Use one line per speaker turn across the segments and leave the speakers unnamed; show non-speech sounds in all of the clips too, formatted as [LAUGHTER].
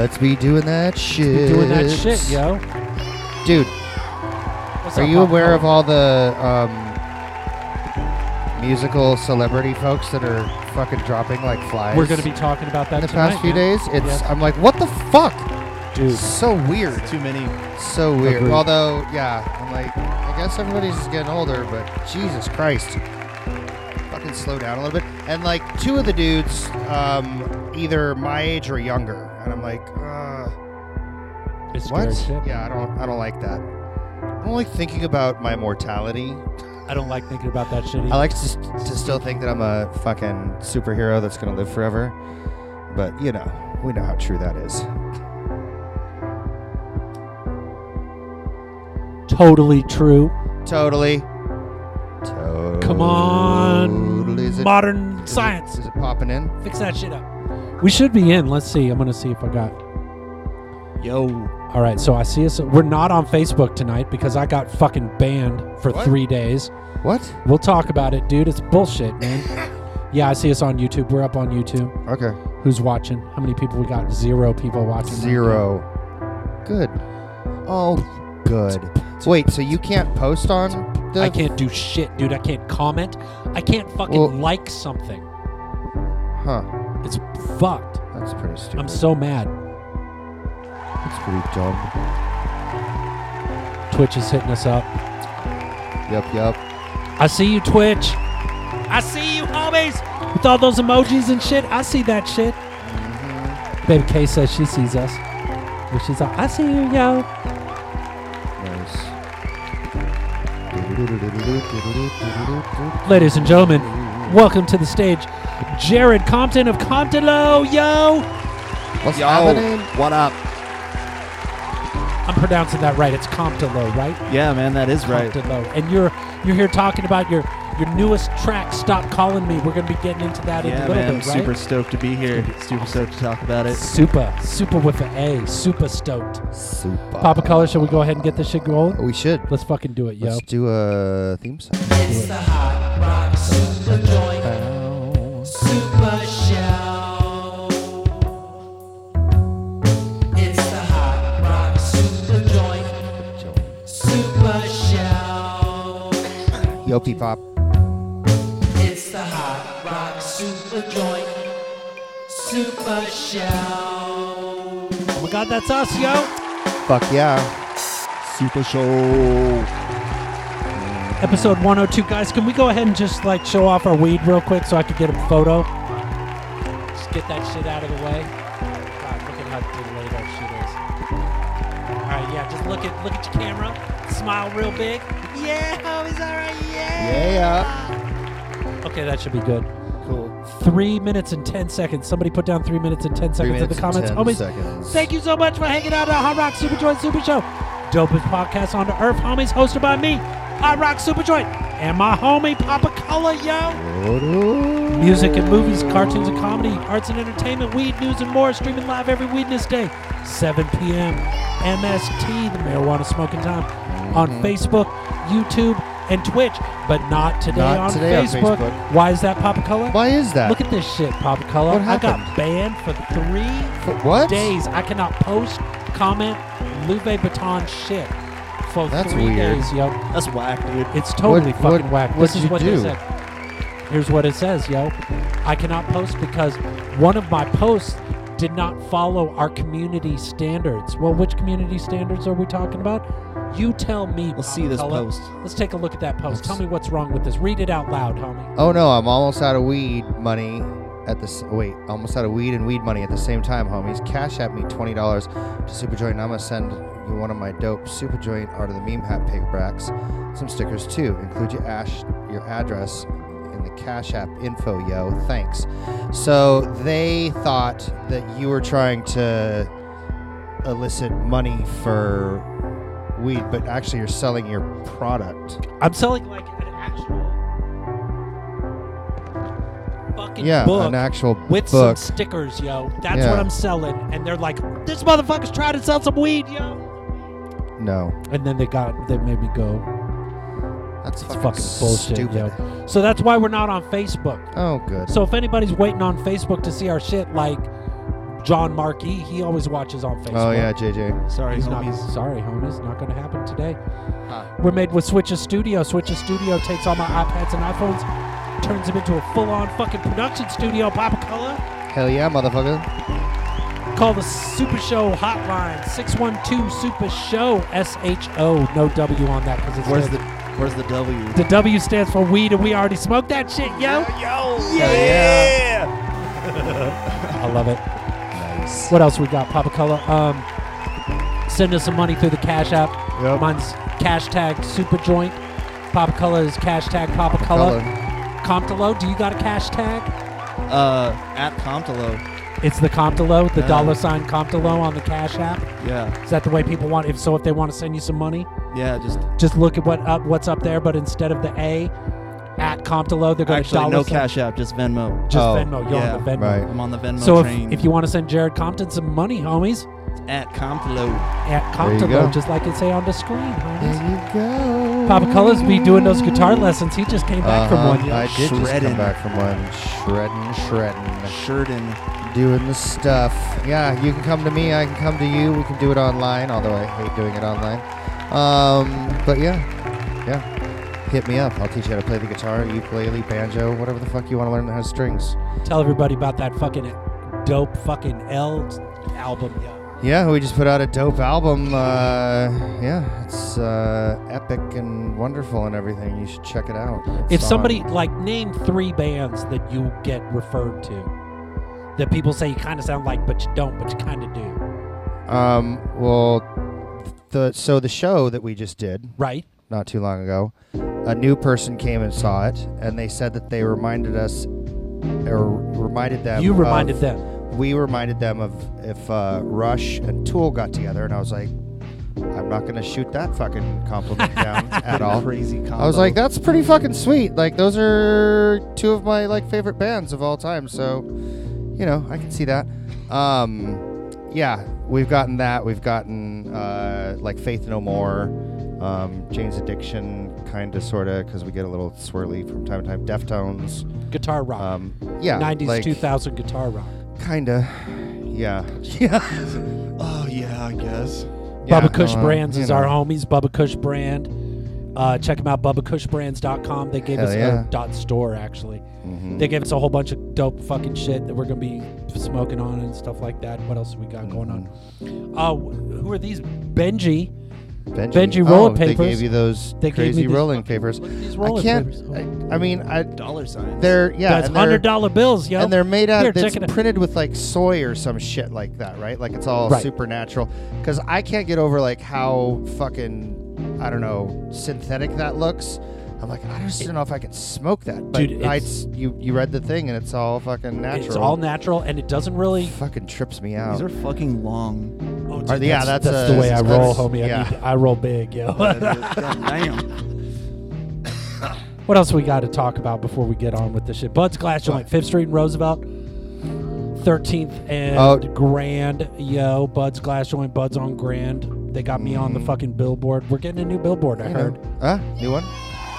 Let's be doing that shit.
doing that shit, yo.
Dude,
What's
are
up,
you
Pop
aware of
Punk?
all the um, musical celebrity folks that are fucking dropping like flies?
We're going to be talking about that
in the
tonight,
past few
man.
days. It's I'm like, what the fuck?
Dude,
So weird.
Too many.
So weird.
Agreed.
Although, yeah, I'm like, I guess everybody's just getting older, but Jesus Christ. Fucking slow down a little bit. And like two of the dudes, um, either my age or younger. And I'm like, uh,
it's scary
What?
shit.
Yeah, I don't. I don't like that. I don't like thinking about my mortality.
I don't like thinking about that shit. Either.
I like to, to still think that I'm a fucking superhero that's gonna live forever. But you know, we know how true that is.
totally true.
Totally. Totally.
Come on,
Is it,
modern
is it-
science,
Is it popping in?
fix that shit up. We should be in. Let's see. I'm going to see if I got.
Yo.
All right, so I see us. We're not on Facebook tonight because I got fucking banned for
What?
three days.
What?
We'll talk about it, dude. It's bullshit, man. yeah, I see us on YouTube. We're up on YouTube.
Okay.
Who's watching? How many people we got? Zero people watching. right now.
Zero. Good. Oh, good. Wait. So you can't post on the?
I can't do shit, dude. I can't comment. I can't fucking
Well-
like something.
Huh.
It's fucked.
That's pretty stupid.
I'm so mad.
That's pretty dumb.
Twitch is hitting us up.
Yep. Yep.
I see you, Twitch. I see you, homies. With all those emojis and shit, I see that shit. Baby K says she sees us. But she's like, I see you, yo.
Nice.
Ladies and gentlemen, welcome to the stage. Jared Compton of Compton Low, yo.
What's
Yo.
happening?
What up?
I'm pronouncing that right. It's Compton Low, right?
Yeah, man, that is right.
Compton Low. And you're you're here talking about your your newest track, Stop Calling Me. We're gonna be getting into that in
Yeah,
a little
man, I'm
bit, right?
super stoked to be here. Super stoked to talk about it.
Super, super with an A, super stoked.
Super. Oh,
Papa Color, shall we go ahead and get this shit going?
We should.
Let's fucking do it, yo.
Let's do a theme song.
It's the Hot Rock Super Joint Super Show. It's the Hot Rock Super Joint Super Show.
Yo, peep pop.
It's the Hot Rock Super Joint Super Show.
Oh my god, that's us, yo.
Fuck yeah.
Super show.
Episode 102, guys. Can we go ahead and just like show off our weed real quick so I could get a photo? Just get that shit out of the way. God, look at how delayed that shit is. All right, yeah, just look at look at your camera, smile real big. Yeah, homies, all right, yeah.
Yeah.
Okay, that should be good.
Cool.
Three minutes and ten seconds. Somebody put down three minutes and ten
Three
seconds in the
minutes and
comments.
10
Homies,
seconds.
Thank you so much for hanging out at Hot Rock Super Joint Super Show. Dopest podcast on the earth, homies, hosted by me, Hot Rock Super Joint, and my homie Papa Color, yo. Music and movies, cartoons and comedy, arts and entertainment, weed, news, and more, streaming live every Wednesday, 7 p.m. MST, the marijuana smoking time, on
Mm-hmm.
Facebook, YouTube, and Twitch, but not today,
Not
on,
today on
Facebook.
Facebook.
Why is that, Papa Color?
Why is that?
Look at this shit, Papa Color.
What
I got
happened?
banned for three
For what?
days I cannot post, comment, Louis Vuitton shit for
That's
three
weird.
days, yo.
That's whack, dude.
It's totally
What-
fucking
what-
whack.
what'd
This is
you
what
do?
they said. Here's what it says, yo. I cannot post because one of my posts did not follow our community standards. Well, which community standards are we talking about? You tell me.
Let's
Papa
see this
Color.
post.
Let's take a look at that post. Tell me what's wrong with this. Read it out loud, homie.
Oh no, I'm almost out of weed money at this. Wait, almost out of weed and weed money at the same time, homies. Cash at me twenty dollars to Superjoint. and I'm gonna send you one of my dope Superjoint Art of the Meme Hat paperbacks, some stickers too. Include your ash, your address in the Cash App info, yo. Thanks. So they thought that you were trying to elicit money for weed, but actually you're selling your product.
I'm selling like an actual fucking
Yeah,
book.
an actual
with
book.
some stickers, yo. That's
Yeah.
what I'm selling. And they're like, this motherfucker's trying to sell some weed, yo.
no.
And then they got, they made me go.
That's
It's fucking bullshit, yo. So that's why we're not on Facebook.
Oh, good.
So if anybody's waiting on Facebook to see our shit, like, John Markey. He always watches on Facebook.
Oh yeah, JJ.
Sorry,
He's not,
homies.
sorry, homies. Not going to happen today. We're made with Switches Studio. Switches Studio takes all my iPads and iPhones, turns them into a full on fucking production studio, Papa Color.
Hell yeah, motherfucker.
Call the Super Show hotline 612 Super Show S H O. No W on that because it's
Where's the Where's the W?
the W stands for weed, and we already smoked that shit, yo.
Hell yeah.
I love it.
Nice.
What else we got, Papa Color? Um, send us some money through the Cash App.
Yep.
Mine's cash tag Super Joint. Papa Color is cash tag Papa Color. Comptolo, do you got a cash tag?
Uh, at Comptolo.
It's the Comptolo, the
Yeah.
dollar sign Comptolo on the Cash App.
Yeah,
Is that the way people want? If so, if they want to send you some money,
yeah. Just
just look at what up what's up there. But instead of the A, at Comptolo, they're going to uh,
actually
dollar
no
sign-
Cash App, just Venmo.
Just
Oh,
Venmo. You're on the
yeah,
Venmo.
right.
I'm on the Venmo
So
train.
if, if you want to send Jared Compton some money, homies,
at Comptolo.
at
There you
Comptolo,
go.
just like it say on the screen, homies.
There you go.
Papa Cullis be doing those guitar lessons. He just came back from
Uh-huh.
one.
I
Yo.
did just
Shredding.
come back from one. Shredding, shredding,
Sheridan.
doing the stuff. Yeah, you can come to me. I can come to you. We can do it online. Although I hate doing it online. Um, but yeah, yeah. Hit me up. I'll teach you how to play the guitar, ukulele, banjo, whatever the fuck you want to learn that has strings.
Tell everybody about that fucking dope fucking L album. Yo.
Yeah, we just put out a dope album. Uh, yeah, it's uh, epic and wonderful and everything. You should check it out. It's
If
on-
somebody like name three bands that you get referred to that people say you kind of sound like, but you don't, but you kind of do,
um, well, the so the show that we just did,
right?
not too long ago, a new person came and saw it, and they said that they reminded us, or reminded them.
you
of-
reminded them.
We reminded them of if uh, Rush and Tool got together, and I was like, I'm not gonna shoot that fucking compliment
[LAUGHS]
down at all.
Crazy combo.
I was like, that's pretty fucking sweet. Like those are two of my like favorite bands of all time. So, you know, I can see that. Um, yeah, we've gotten that. We've gotten uh, like Faith No More, um, Jane's Addiction, kind of, sort of, because we get a little swirly from time to time. Deftones.
Guitar rock.
Um, yeah,
90s,
like,
2000 guitar rock.
Kinda. Yeah. Yeah.
[LAUGHS] oh yeah, I guess.
Bubba Kush
uh,
Brands
you
is our
know.
homies. Bubba Kush Brand. Uh, check them out, BubbaCushBrands.com. They gave
Hell
us
yeah.
a dot store, actually.
Mhm.
They gave us a whole bunch of dope fucking shit that we're going to be smoking on and stuff like that. What else we got going on?
Mm-hmm.
Uh, wh- who are these? Benji.
Benji,
Benji
oh,
rolling
They
papers.
gave you those
They gave me
crazy
these
rolling
fucking-
papers.
look at these rolling
I can't.
papers. Oh.
I, I mean, I
Dollar sign.
They're yeah,
That's
and they're,
hundred dollar bills, yo.
and they're made
Here,
out.
check
It's
it out.
printed with like soy or some shit like that, right? Like it's all
Right.
supernatural. Because I can't get over like how fucking I don't know synthetic that looks. I'm like I just don't know if I can smoke that. But
Dude,
I,
it's-
you you read the thing and it's all fucking natural.
It's all natural, and it doesn't really.
fucking trips me out.
These are fucking long.
[LAUGHS] Oh, dude,
Are they- yeah,
that's,
that's
the
a-
way I
that's-
roll, homie. I,
yeah.
need- I roll big, yo.
uh, Damn.
What else we got to talk about before we get on with this shit? Bud's Glass Joint, Fifth Street and Roosevelt, 13th and
Oh.
Grand. Yo, Bud's Glass Joint, Bud's on Grand. They got me on the fucking billboard. We're getting a new billboard. I
Mm. You know.
heard.
Huh? New one.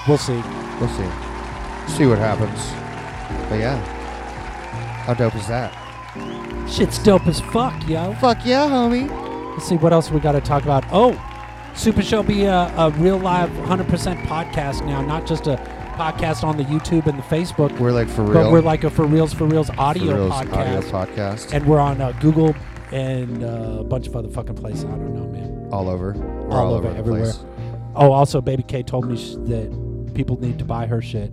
We'll see.
We'll see. See what happens. But yeah, how dope is that?
Shit's dope as fuck, yo.
Fuck yeah, homie.
Let's see what else we got to talk about. Oh, Super Show be a, a real live 100% podcast now, not just a podcast on the YouTube and the Facebook,
We're like for real.
but we're like a for reals for reals
for
audio
reals
podcast.
audio podcast.
and we're on uh, Google and uh, a bunch of other fucking places. I don't know, man.
all over. We're
all over,
the
everywhere.
place.
Oh, also, Baby K told me sh- that people need to buy her shit.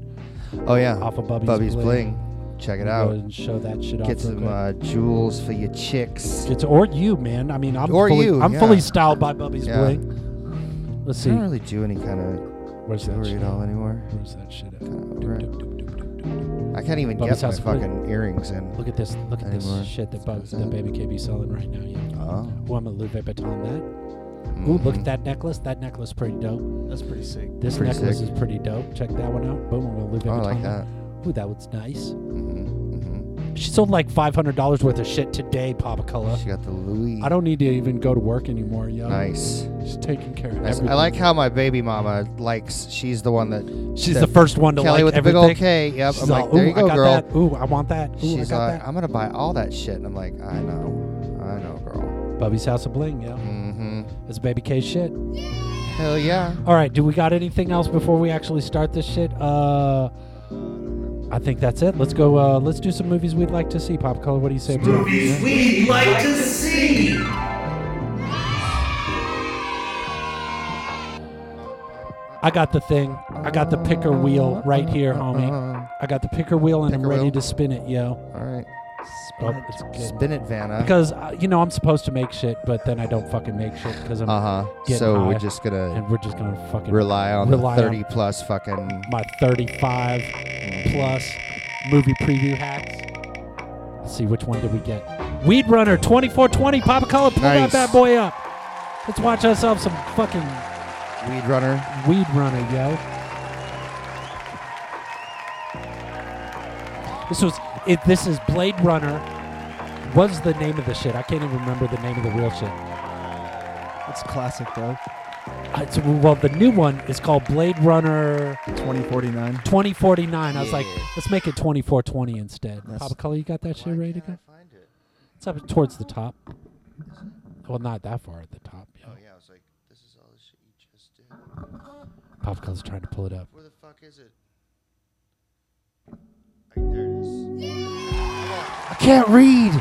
Oh yeah,
Off of Bubby's Bling.
Bling. Check it
Go
out.
and show that shit off.
Get
real
some
quick.
uh, jewels for your chicks.
It's or you, man. I mean, I'm
Or
fully,
you,
I'm
yeah.
fully styled by Bubby's
Yeah.
Bling. Let's
I
see.
don't really do any kind of
Where's that
jewelry
shit?
at
at?
all anymore.
Where's that shit? At?
over
Doop, doop, doop, doop, doop, doop.
I can't even
Bubby's
get my
House Bling.
fucking earrings in.
Look at this. Look at
Anymore.
this shit that, Bub,
What's
that
that?
Baby K be selling right now. Yeah.
Oh. Mm-hmm.
Oh, I'm a Louis Vuitton that. Ooh, look at that necklace. That necklace pretty dope.
That's pretty sick.
This
Pretty
necklace
sick.
is pretty dope. Check that one out. Boom, we'll leave it.
Oh, I like that.
Ooh, that one's nice.
Mm-hmm.
She sold like five hundred dollars worth of shit today, Papa Color.
She got the Louis.
I don't need to even go to work anymore, yo.
Nice.
She's taking care of
Nice.
everything.
I like how my baby mama likes. She's the one that
She's
that
the first one to
Kelly
like
with
everything.
the big old K. Yep.
She's
I'm
all,
like, there
Ooh,
you go,
I got
girl.
That. Ooh, I want that. Ooh,
She's
I got
like,
that.
I'm gonna buy all that shit, and I'm like, I know.
Bubby's House of Bling, yeah.
Mm-hmm.
That's baby K shit.
Hell yeah.
All right, do we got anything else before we actually start this shit? Uh, I think that's it. Let's go. Uh, let's do some movies we'd like to see. Pop Color, what do you say? bro?
We'd like to see.
I got the thing. I got the picker wheel right here, homie.
Uh,
I got the picker wheel and I'm
Picker
ready
wheel.
to spin it, yo.
all right.
Oh, it's good.
Spin it, Vanna.
Because uh, you know I'm supposed to make shit, but then I don't fucking make shit because I'm
uh huh.
getting
So
high.
we're just gonna
and we're just gonna fucking
rely on
rely on-
the 30 plus fucking.
my 35 plus movie preview hacks. Let's see which one did we get. Weed Runner 2420 Papa Color pull
Nice.
that bad boy up. Let's watch ourselves some fucking
Weed Runner.
Weed Runner, yo. This was it. This is Blade Runner. Was the name of the shit? I can't even remember the name of the real shit.
It's classic though.
Uh, It's, well, the new one is called Blade Runner
2049.
2049. I was like,
Yeah.
let's make it 2420 instead.
That's-
Papa Color, you got that shit ready to go?
find it?
It's up towards the top. Well, not that far at the top. Yeah.
Oh, yeah, I was like, this is all the shit you just did.
Papa Color's trying to pull it up.
Where the fuck is it? Like, there it is.
I can't read.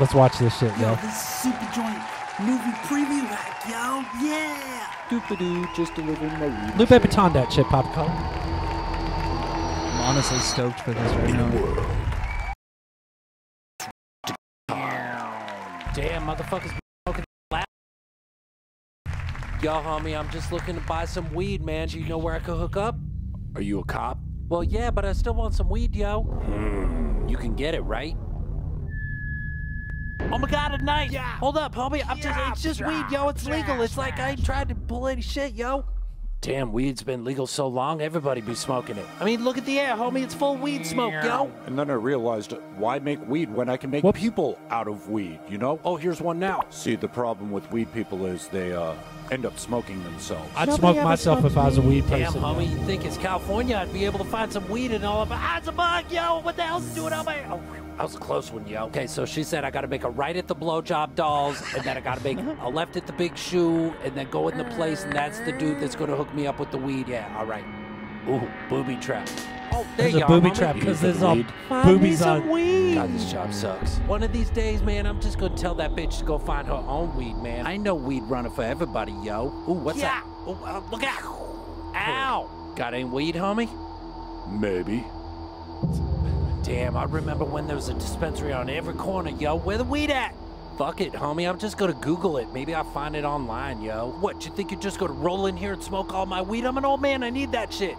Let's watch this shit, yo.
This is Super Joint movie preview hack, yo. Yeah.
Doop-a-doo, just delivering Lupe Baton that shit, Papa Color.
I'm honestly stoked for this right now.
Damn, motherfuckers smoking loud. Yo, homie, I'm just looking to buy some weed, man. Do you know where I could hook up?
Are you a cop?
Well, yeah, but I still want some weed, yo.
You can get it, right?
Oh my god, a knife! Hold up, homie. I'm just, it's just weed, yo. It's legal. It's like I ain't tried to pull any shit, yo.
Damn, weed's been legal so long, everybody be smoking it.
I mean, look at the air, homie. It's full weed smoke, yo.
And then I realized, why make weed when I can make people out of weed, you know? Oh, here's one now. See, the problem with weed people is they uh, end up smoking themselves.
I'd
Nobody
smoke
ever
myself
smoked
if I was a weed
Damn,
person.
homie, you think it's California? I'd be able to find some weed and all of Ah, it's a bug, yo. What the hell's it doing out my? Oh,
That was a close one, yo. Okay, so she said I gotta make a right at the blowjob dolls, and then I gotta make a left at the big shoe, and then go in the place, and that's the dude that's gonna hook me up with the weed. Yeah, all right. Ooh, booby trap. Oh, there
There's
you
a
are,
booby
homie.
trap
You
because
for the
there's all
weed.
Find me
boobies
some
on.
weed.
God, this job sucks.
One of these days, man, I'm just gonna tell that bitch to go find her own weed, man.
I ain't no weed runner for everybody, yo. Ooh, what's
yeah.
that?
Oh, uh, look out! Ow!
Got any weed, homie? Maybe.
Damn, I remember when there was a dispensary on every corner, yo. Where the weed at?
Fuck it, homie. I'm just gonna Google it. Maybe I'll find it online, yo.
What, you think you're just gonna roll in here and smoke all my weed? I'm an old man, I need that shit.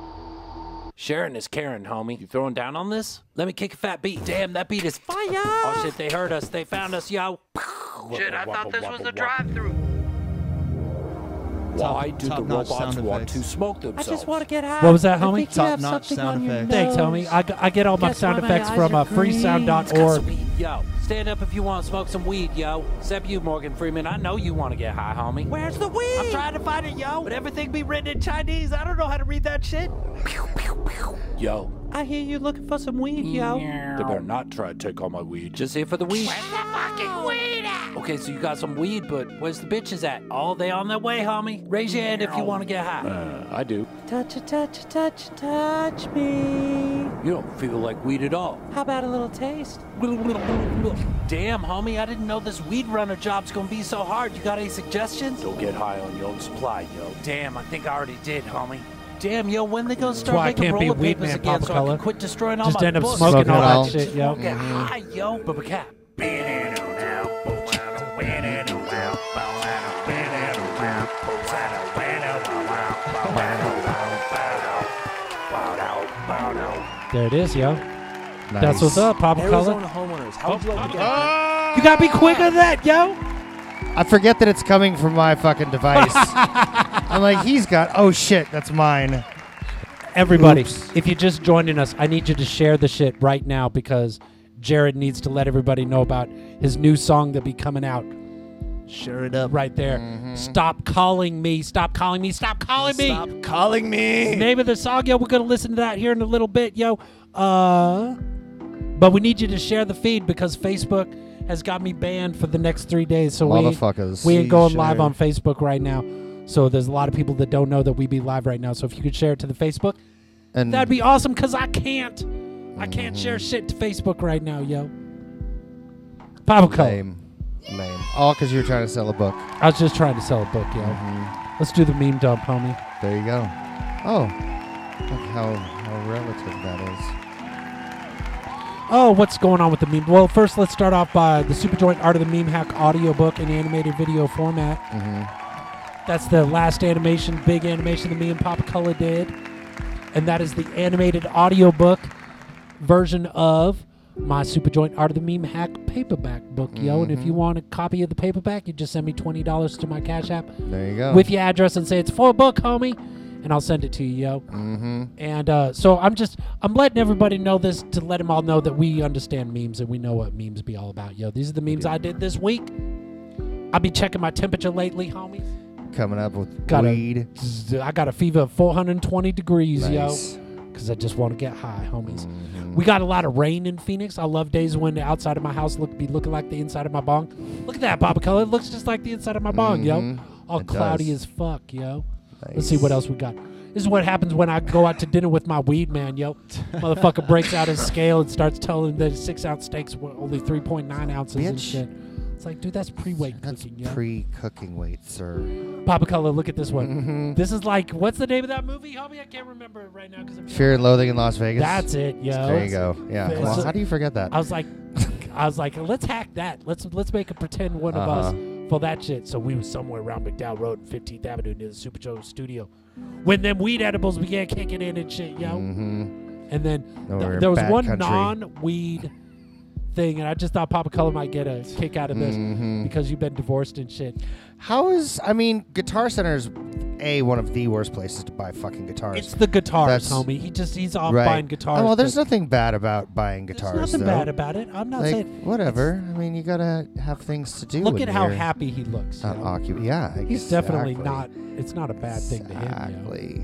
Sharon is Karen, homie. You throwing down on this?
Let me kick a fat beat. Damn, that beat is fire! Oh shit, they heard us, they found us, yo.
Shit, I thought this was the drive through. Why do the
top-notch
robots
sound
want
effects.
to smoke
I
themselves?
just wanna get high.
What was that, homie?
I think you have
Top-notch
something
sound
on your
effects.
Thanks,
nose.
homie. I, g- I get all my
Guess
sound
why my
effects
eyes
from
are
uh,
green. It's got some
freesound.org.
weed.
Yo, stand up if you want to smoke some weed, yo. Except you, Morgan Freeman. I know you want to get high, homie.
Where's the weed? I'm trying to find it, yo. But everything be written in Chinese. I don't know how to read that shit.
Yo,
I hear you looking for some weed, yo.
they better not try to take all my weed. Just here for the weed. Where's the fucking weed at? Okay, so you got some weed, but where's the bitches at?
All they on their way, homie. Raise your hand if you want to get high.
Uh, I do.
Touch it, touch it, touch it, touch me.
You don't feel like weed at all.
How about a little taste? Damn, homie, I didn't know this weed runner job's gonna be so hard. You got any suggestions?
Don't get high on your own supply, yo.
Damn, I think I already did, homie. Damn, yo, when they gonna start
why I
making
can't be
roller
weed
papers
man,
again
Papa
so I
Color.
can quit destroying all
Just
my
end up
books?
smoking
Smoking all it that all.
shit, yo.
Just smoke it high, yo. Bubba Cat.
There it is, yo. That's
Nice.
what's up, Papa Color.
homeowners, how'd you like to get
You gotta be quicker than that, yo.
I forget that it's coming from my fucking
[LAUGHS]
device. I'm like, he's got. Oh shit, that's mine.
Everybody,
Oops.
if you're just joining us, I need you to share the shit right now because Jared needs to let everybody know about his new song that'll be coming out
Share it up.
right there.
Mm-hmm.
Stop calling me. Stop calling me. Stop calling me.
Stop calling me.
Name of the song, yo. We're gonna listen to that here in a little bit, yo. Uh, but we need you to share the feed because Facebook has got me banned for the next three days. So we ain't-
Motherfuckers.
we ain't going live
Share.
on Facebook right now. So there's a lot of people that don't know that we be live right now. So if you could share it to the Facebook,
And
that'd
Mm-hmm.
be awesome. Cause I can't, I can't share shit to Facebook right now, yo. Papa Color.
lame. Lame. All because you were trying to sell a book.
I was just trying to sell a book, yo. Let's do the meme dump, homie.
There you go. Oh, look how how relative that is.
Oh, what's going on with the meme? Well, first, let's start off by the Superjoint Art of the Meme Hack audiobook in animated video format. That's the last animation, big animation that me and Pop Color did. And that is the animated audiobook version of my Superjoint Art of the Meme Hack paperback book, yo. And if you want a copy of the paperback, you just send me $20 to my Cash App
There you go.
with your address and say it's for a book, homie, and I'll send it to you, yo.
Mm-hmm.
And uh, so I'm just I'm letting everybody know this to let them all know that we understand memes and we know what memes be all about. Yo, these are the memes I did this week. I've been checking my temperature lately, homies.
Coming up with
Got a-
weed.
Zzz, I got a fever of 420 degrees,
Nice. Mm-hmm.
yo, because I just want to get high, homies. We got a lot of rain in Phoenix. I love days when the outside of my house look be looking like the inside of my bong. Look at that, Papa Color. It looks just like the inside of my bong,
Mhm.
yo. All
It
cloudy
does.
as fuck, yo. Let's see what else we got. This is what happens when I go out to dinner with my weed man, yo. Motherfucker breaks out his scale and starts telling that six ounce steaks were only 3.9 ounces and
Bitch.
shit. It's like, dude, that's pre weight
That's
cooking, yo.
pre-cooking weight, sir.
Papa Color, look at this one.
Mm-hmm.
This is like, what's the name of that movie, homie? I can't remember it right now because I'm.
Fear and loathing in Las Vegas.
That's it, yo.
There you go. Yeah.
It's
Well,
a-
how do you forget that?
I was like, I was like, let's hack that. Let's let's make a pretend one of
Uh-huh.
us for that shit. So we was somewhere around McDowell Road and 15th Avenue near the Super Joe Studio when them weed edibles began kicking in and shit, yo. And then
Mm-hmm. No,
th-
we're in
there was
bad
one
country.
non-weed thing, and I just thought Papa Color might get a kick out of this
Mm-hmm.
because you've been divorced and shit.
How is? I mean, Guitar Center is a one of the worst places to buy fucking guitars.
It's the guitars,
That's-
homie. He just he's off
right.
buying guitars.
Oh, well, there's
but
nothing bad about buying
there's
guitars.
nothing
though.
bad about it. I'm not
Like
saying.
whatever. I mean, you gotta have things to do.
Look
in
at how
here.
happy he looks.
Not
yo.
occupied. Yeah,
He's definitely
exactly.
not. It's not a bad thing to him. yo.
Exactly.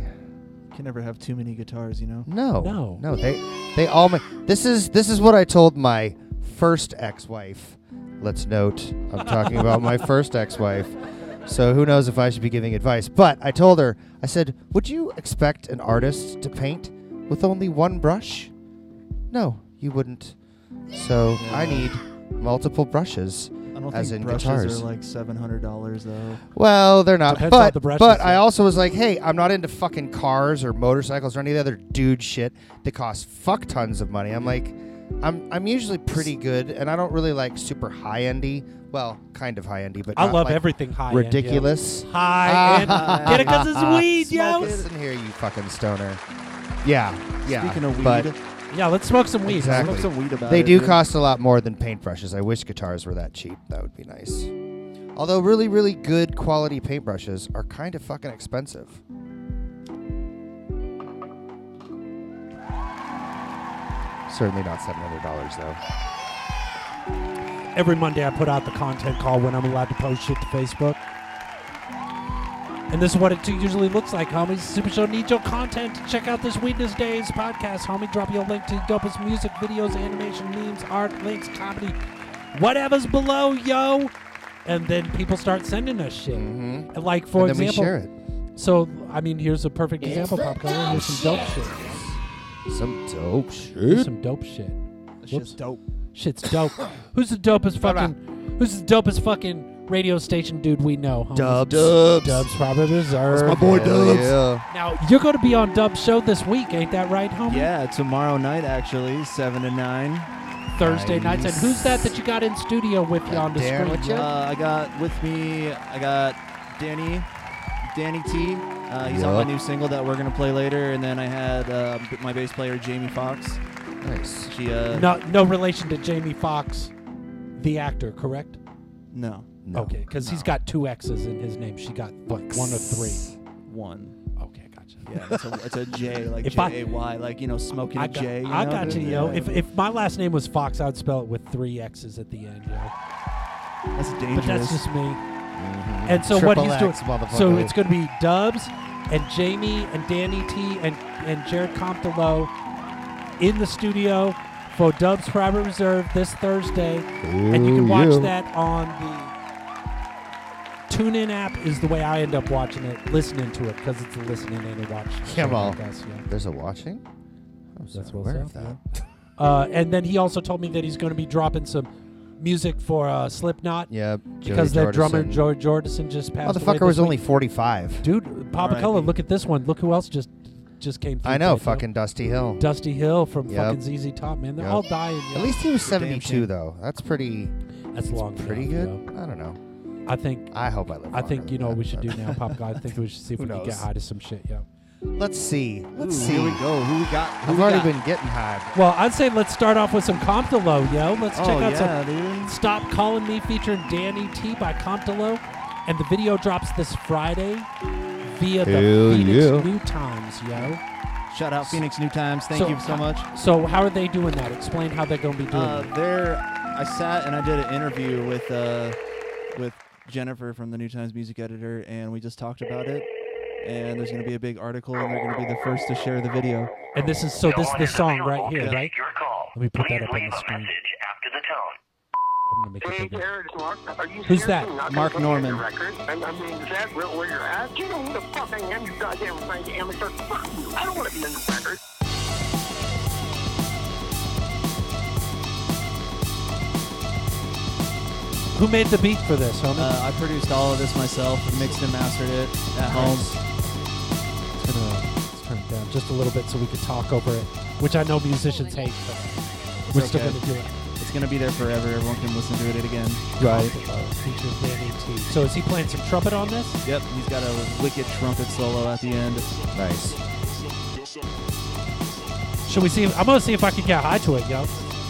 Can never have too many guitars, you know.
No.
No.
No, they they all ma- this is this is what I told my first ex-wife. Let's note I'm talking about
[LAUGHS]
my first ex-wife. So who knows if I should be giving advice, but I told her I said, "Would you expect an artist to paint with only one brush?" No, you wouldn't. So I need multiple brushes.
I don't
As
think
in
brushes
guitars.
are like seven hundred dollars though.
Well, they're not.
Depends on
but
the brushes,
but I
yeah.
also was like, hey, I'm not into fucking cars or motorcycles or any of the other dude shit that costs fuck tons of money. I'm like, I'm I'm usually pretty good, and I don't really like super high endy. Well, kind of high endy, but
I
not,
love
like,
everything high.
Ridiculous. [LAUGHS] Ah.
High end. Get it because it's weed, yo.
Listen here, you fucking stoner. Yeah, yeah.
Speaking of weed,
but
Yeah, let's smoke some weed.
Exactly.
smoke some weed about
they
it,
do
dude.
cost a lot more than paintbrushes. I wish guitars were that cheap. That would be nice. Although really, really good quality paintbrushes are kind of fucking expensive. Certainly not seven hundred dollars though.
Every Monday, I put out the content call when I'm allowed to post shit to Facebook. And this is what it usually looks like, homies. Super Show needs your content. Check out this Weedness Days podcast, homie. Drop your link to dopest music, videos, animation, memes, art, links, comedy, whatever's below, yo. And then people start sending us shit.
Mhm.
And like, for
and then
example,
we share it.
So, I mean, here's a perfect example, Pop Color. Here's some dope shit.
Some dope
Here's
shit.
some dope shit.
It's
Whoops.
just dope.
Shit's dope. [COUGHS] who's the dopest fucking? Who's the dopest fucking radio station dude we know? homies?
Dubs. Dubs.
Dubs probably deserve.
my boy. Dubs.
Yeah.
Now you're going to be on Dubs show this week, ain't that right, homie?
Yeah, tomorrow night actually, seven to nine.
Thursday nights. And who's that that you got in studio with you on the
Darren,
screen?
what
yo?
Uh, I got with me. I got Danny, Danny T. Uh, he's on
Yup.
my new single that we're gonna play later, and then I had uh, b- my bass player Jamie Fox.
Nice.
She uh,
No, no relation to Jamie Fox, the actor, correct?
no,
No.
okay, because he's got two X's in his name. She got what, one or three.
one.
Okay, gotcha.
Yeah, it's a, it's a J, like
If I-
J A Y, like you know, smoking
I
a
got,
J. You
I
know?
got you, yo.
Yeah.
If, if my last name was Fox, I'd spell it with three X's at the end, yo.
that's
But
dangerous.
that's just me. And so what
Mm-hmm. Triple X,
he's doing,
motherfucker.
so it's going to be Dubs and Jamie and Danny T and and Jared Comptolo in the studio for Dubs Private Reserve this Thursday, and you can watch
yeah.
that on the TuneIn app. Is the way I end up watching it, listening to it because it's a listening and a watch. show, I
well.
guess, yeah.
There's a watching? I was
That's
not
what's
aware
up,
of that.
Uh, and then he also told me that he's going to be dropping some music for uh, Slipknot
Yeah,
because
Joey
that drummer
Jordison.
Joe Jordison just passed. away
Motherfucker was
this
only
week.
45.
dude. Papa
R.I.P.
Color, look at this one. Look who else just just came. Through
I know,
today, dude.
fucking Dusty Hill.
Dusty Hill from
Yep.
fucking ZZ Top. Man, they're
Yep.
all dying. yo.
At least he was
team.
72, though. That's pretty
that's long.
pretty good.
enough,
I don't know.
yo. I think
I hope I live
I think
longer
you know what
than
we
that,
should do
but- [LAUGHS]
now, Pop Guy. I think we should see if
Who
we can get
knows?
high to some shit. Yeah.
Let's see. Let's
Ooh,
see.
Here we go. Who we got? Who
I've
we
already
got?
been getting high.
Well, I'd say let's start off with some Comptolo, yo. Let's check
oh,
out some
yeah, dude.
Stop Calling Me featuring Danny T by Comptolo. And the video drops this Friday via the
Hell
Phoenix
yeah.
New Times, yo.
Shout out Phoenix New Times. Thank
So-
you so much.
So how are they doing that? Explain how they're going to be doing
Uh, there, I sat and I did an interview with uh, with Jennifer from the New Times music editor, and we just talked about it. And there's gonna be a big article, and they're gonna be the first to share the video.
it. And this is so this is the song right here,
Yeah.
right?
Your call.
Let me put
Please
that up on
leave
the
a
screen.
message after the tone.
I'm gonna make it bigger.
Mark. Are you
Who's
seriously
that?
not gonna
Mark
put me on your
Norman.
record? I, I mean, is that real where you're at? You know who the fuck I am, you goddamn frank amateur. Fuck you. I don't want to be on the record.
Who made the beat for this, homie?
Uh, I produced all of this myself, mixed and mastered it at home. Uh,
It's gonna- let's turn it down just a little bit so we can talk over it, which I know musicians hate, but we're still
okay.
gonna do it.
It's gonna be there forever. Everyone can listen to it again.
Right. Featuring Danny T. Uh, So is he playing some trumpet on this?
Yep, he's got a wicked trumpet solo at the end.
Nice.
Should we see? If, I'm gonna see if I can get high to it, yo.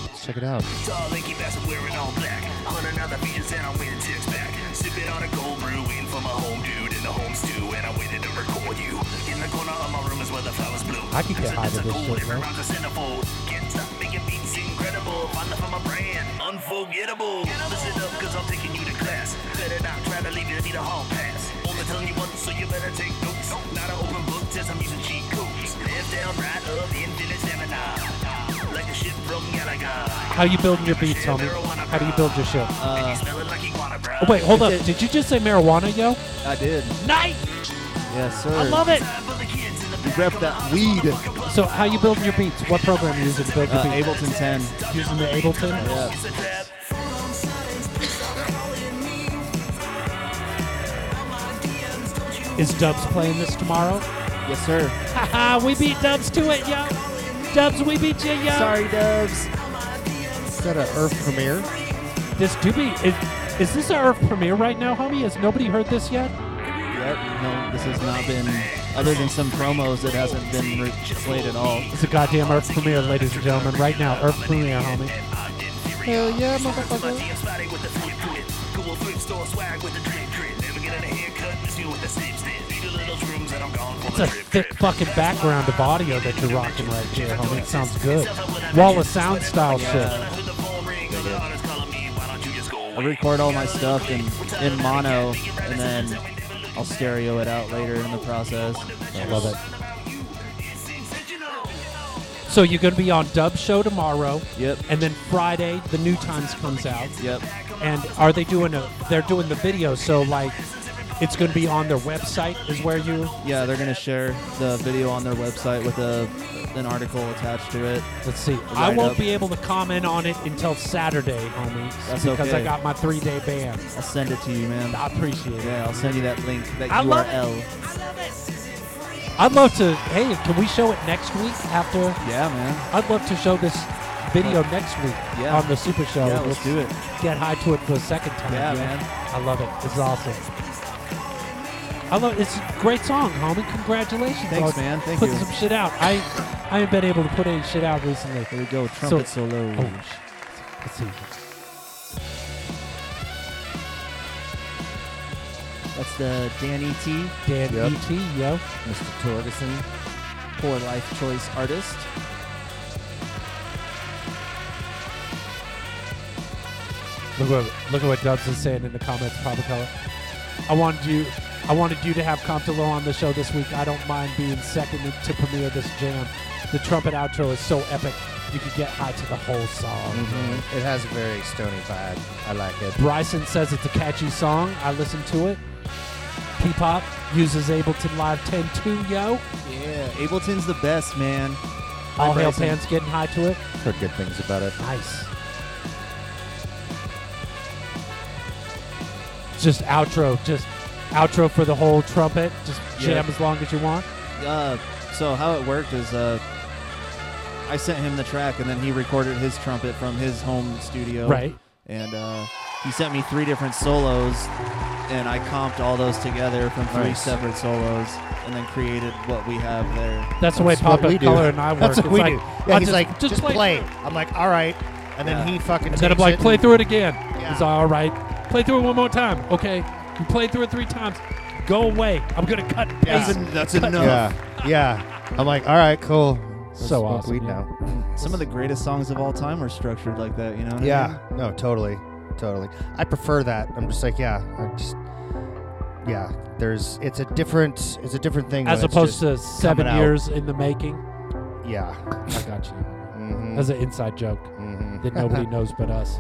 Let's check it out.
Tall, lanky bastard wearing all black. On another feature set, I'm waiting six pack. Sipping on a cold brew, waiting for my home dude in the home stew, and I'm waiting to record you. In the corner of my room is where the flowers bloom.
I could get
It's a-
high to
it's a
this
gold,
shit,
different
right?
rounds of centerfold. Can't stop making beats incredible. Find love for my brand, unforgettable. Listen up, cause I'm taking you to class. Better not try to leave you, need a hall pass. Only telling you once, so you better take notes. Not an open book test, I'm using cheat codes. Left down, right up, infinite seminar. Like the shit from Galaga.
How you building your beats, homie? How do you build your shit? Oh,
And you
Uh,
smell it like iguana, bro.
wait, hold up. Did you just say marijuana, yo?
I did.
Night.
Yes, sir.
I love it.
Time for the kids in the
You rep that weed.
So how you building your beats? What program you using to build your
Uh,
beats?
Ableton 10.
Using the Ableton.
Yeah.
Is Dubs playing this tomorrow?
Yes, sir.
Haha, we beat Dubs to it, yo. Dubs, we beat you, yo.
Sorry, Dubs.
Is that an Earth premiere?
This do be is, is this our premiere right now, homie? Has nobody heard this yet?
Yep. No, this has not been. Other than some promos, it hasn't been re- played at all.
It's a goddamn Earth premiere, ladies and gentlemen. Right now, Earth premiere, homie.
Hell yeah, motherfucker.
DM spotting with the flip quit. Cool thrift store swag with the drip drip. Never getting a haircut, just you with the snip snip. Need a little shrooms and I'm gone for
It's a
the trip
thick
trip.
fucking background of audio that you're rocking right here, homie. It sounds good. Wall of sound style shit.
I heard the phone ring, other artists calling me, why don't you just go
I
away?
record all my stuff in, in mono, and then I'll stereo it out later in the process.
I love it. So you're gonna be on Dub's show tomorrow,
Yep.
and then Friday the New Times comes out.
Yep.
And are they doing a? They're doing the video, so like, it's gonna be on their website. Is where you.
Yeah, they're gonna share the video on their website with a an article attached to it.
Let's see. I
Right
won't
up.
be able to comment on it until Saturday, homie.
That's
because I
okay.
got my three day ban.
I'll send it to you, man.
I appreciate it.
Yeah, I'll send you that link, that
I love
URL.
I'd love to. Hey, can we show it next week after?
Yeah, man.
I'd love to show this video next week
Yeah.
on the Super Show.
Yeah, let's do it.
Get high to it for a second time.
Yeah, man.
I love it. It's awesome. I love it's a great song, homie. Congratulations.
Thanks,
on
man. Thank
putting
you.
some shit out. I I haven't been able to put any shit out recently.
Here we go, trumpet solo.
Oh, shit. Let's see.
That's the Danny T,
Dan
Yep.
E.T., yo.
Mr. Torgerson, poor life choice artist.
Look what look at what Dubs is saying in the comments, Papa Color. I wanted you I wanted you to have Comptolo on the show this week. I don't mind being seconded to premiere this jam. The trumpet outro is so epic, you could get high to the whole song.
Mm-hmm.
Mm, It has a very stony vibe. I like it.
Bryson says it's a catchy song. I listened to it. P-Pop uses Ableton Live 10.2, yo.
Yeah, Ableton's the best, man.
All hail
Bryson.
fans getting high to it.
Heard good things about it.
Nice. Just outro, just outro for the whole trumpet. Just
Yeah.
jam as long as you want.
Uh, so how it worked is uh, I sent him the track, and then he recorded his trumpet from his home studio.
Right.
And uh, he sent me three different solos, and I comped all those together from three
Nice.
separate solos, and then created what we have there.
That's the way
That's what
Papa
we do. [LAUGHS]
Color and I work.
That's what
It's
we
like,
do.
I'll
Yeah, he's like, just, play.
through.
I'm like, all right. And then
Yeah.
he fucking.
And then I'm
takes
like,
it
play
and-
through it again.
Yeah.
It's all right. Play through it one more time. Okay. You played through it three times. Go away. I'm going to cut. and
Yeah.
paste.
That's
cut.
enough.
Yeah, yeah. I'm like, all right, cool. Let's
So
smoke
awesome,
Weed
yeah. Uh-huh.
now.
Some of the greatest songs of all time are structured like that. You know. what I mean?
Yeah. No, totally, totally. I prefer that. I'm just like, yeah. I just, yeah. There's, it's a different, it's a different thing.
As
when it's
opposed
just-
to seven
coming out.
years in the making.
yeah.
I got you.
Mm-hmm,
[LAUGHS] That's an inside joke
mm-hmm. [LAUGHS]
that nobody knows but us.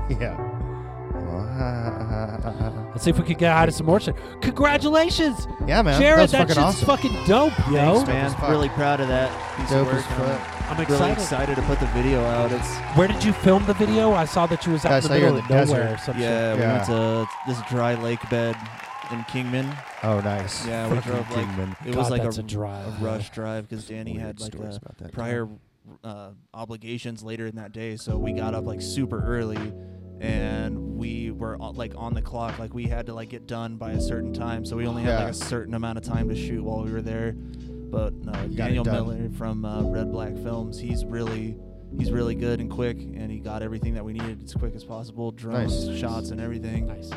Yeah.
Let's see if we can get out of some more shit. Congratulations,
[LAUGHS] Yeah, man.
Jared.
that's
That
fucking
shit's
awesome.
fucking dope, yo.
Dope as
Man,
fuck.
really proud of that piece
Dope
of
as
work. I'm
fuck.
I'm
really
excited.
excited to put the video out. It's
Where did you film the video? I saw that you was out
I
in the
saw you
middle
in
of
the
nowhere
desert.
or something.
yeah,
Yeah.
We went to this dry lake bed in Kingman.
Oh, nice.
Yeah, we
Fucking
drove like
Kingman.
it was like
that's a,
a,
drive.
a rush drive because Danny
Weird
had like
stories
uh,
about that,
prior uh, obligations later in that day, so we got up like super early, and we were on, like on the clock, like we had to like get done by a certain time, so we only had
Yeah.
like a certain amount of time to shoot while we were there. But uh,
it
Daniel
done.
Miller from uh, Red Black Films, he's really he's really good and quick, and he got everything that we needed as quick as possible, drones, shots, and everything.
Nice.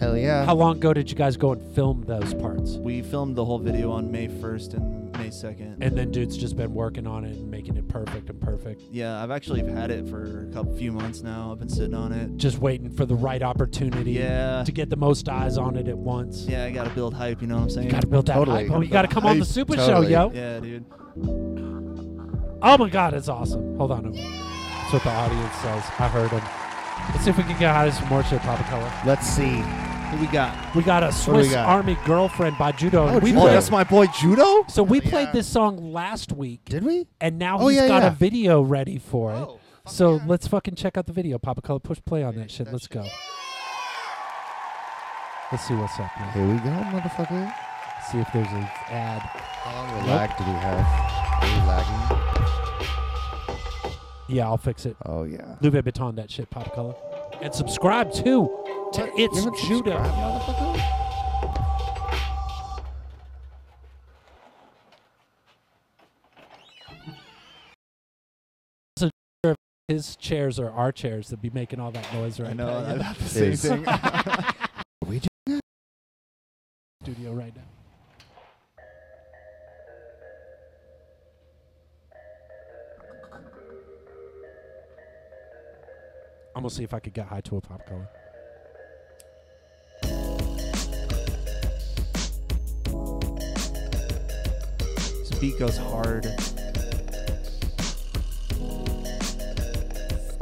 Hell yeah.
How long ago did you guys go and film those parts?
We filmed the whole video on May 1st and May 2nd.
And then dude's just been working on it and making it perfect and perfect.
Yeah, I've actually had it for a couple few months now. I've been sitting on it.
Just waiting for the right opportunity
Yeah.
to get the most eyes on it at once.
Yeah, I gotta build hype, you know what I'm saying?
You gotta build that
Totally.
hype. Oh, you gotta come on the Super Show,
Totally.
yo.
[LAUGHS] yeah, dude.
Oh my God, it's awesome. Hold on. That's what the audience says. I heard him. Let's see if we can get out of some more shit, Papa Color.
Let's see.
Who we got?
We got a
do we
Swiss
got?
Army Girlfriend by Judo. and we
Judo.
Oh,
played-
that's my boy Judo?
so we
Yeah.
played this song last week,
Did we?
and now
Oh,
he's
yeah,
got
yeah.
a video ready for it.
Oh, fuck
so
yeah.
let's fucking check out the video, Papa Color. Push play on that shit. Let's go. Let's see what's up. Man.
Here we go, motherfucker.
See if there's an ad.
How long of a lag did we have? Are we lagging?
Yeah, I'll fix it.
Oh yeah.
Louis Vuitton that shit, Pop Color. And subscribe too to It's
haven't
Judo.
subscribed,
Wasn't sure if His chairs or our chairs that be making all that noise right
I know
now.
I
in
thought the same
Is-
thing.
the studio right now. I'm gonna see if I could get high to a pop color.
this beat goes hard.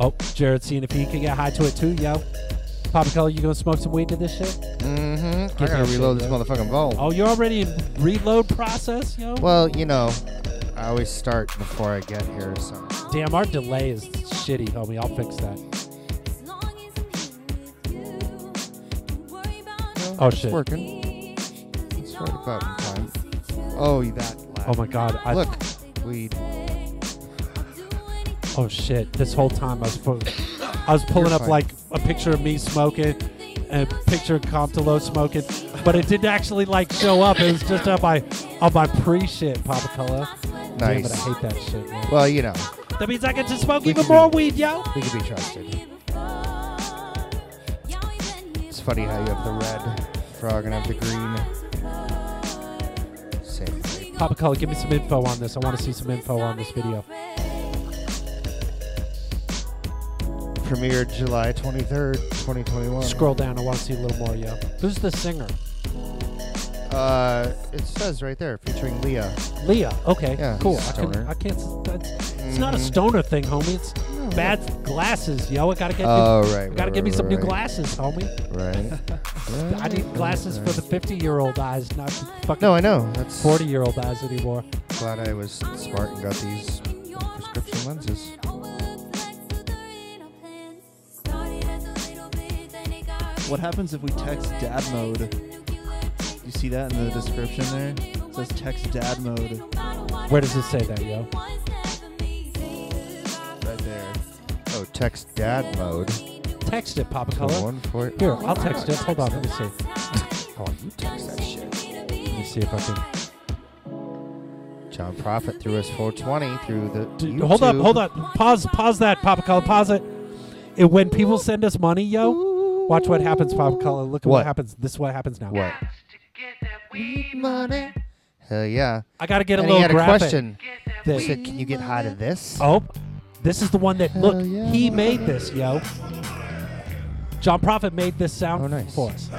Oh, Jared, seeing if he can get high to it too, yo. Papa Color, you gonna smoke some weed to this shit?
Mm-hmm. I
Give me a
gotta reload this
shake,
motherfucking vault.
Oh, you're already in reload process, yo.
Well, you know, I always start before I get here, so
Damn, our delay is shitty, homie. I'll fix that. Oh
it's
shit.
working. It's right about in time. Oh, that.
Oh my god. I,
Look, we.
Oh shit! This whole time I was, fu- I was pulling
You're
up
fine.
like a picture of me smoking, a picture of Comptolo smoking, but it didn't actually like show up. It was just on my on my pre shit, Papa Color. Damn it, I
Nice.
hate that shit. Man.
Well, you know,
That means I get to smoke
We
even
can-
more weed, yo.
we can be trusted. It's funny how you have the red frog and I have the green. Same. thing.
Papa Color, give me some info on this. I want to see some info on this video.
Premiered July 23rd, 2021.
Scroll down. I want to see a little more, yo. Who's the singer?
Uh, it says right there, featuring Leah.
Leah. Okay.
Yeah,
cool.
he's a
I, can,
stoner. Mm-hmm.
I can't. s- That's, It's not a stoner thing, homie. It's bad glasses, yo. I gotta get.
Oh,
new,
right,
I gotta
right,
get me
right,
some new
right.
glasses, homie.
Right.
[LAUGHS] I need glasses for the 50-year-old eyes, not the fucking
No, I know. That's
40-year-old eyes anymore.
Glad I was smart and got these prescription lenses.
What happens if we text dad mode? You see that in the description there? It says text dad mode
Where does it say that, yo?
right there.
Oh, text dad mode. to
Text it, Papa Color.
One for
Here, I'll text it. Hold on, let me see.
[LAUGHS] Oh, you text that shit.
Let me see if I can.
John Prophet threw us 420 through the.
Dude, hold up,
YouTube.
hold up. Pause, pause that, Papa Color. Pause it. it. When people send us money, yo, watch what happens, Papa Color. Look at what,
What?
happens. This is what happens now.
What? Money. Hell yeah.
I gotta get a
and
little
he had a
graphic.
question.
That-
He said, "Can you get high to this?"
Oh, this is the one that look.
Hell yeah.
He made this, yo. John Prophet made this sound
Oh, nice.
for us.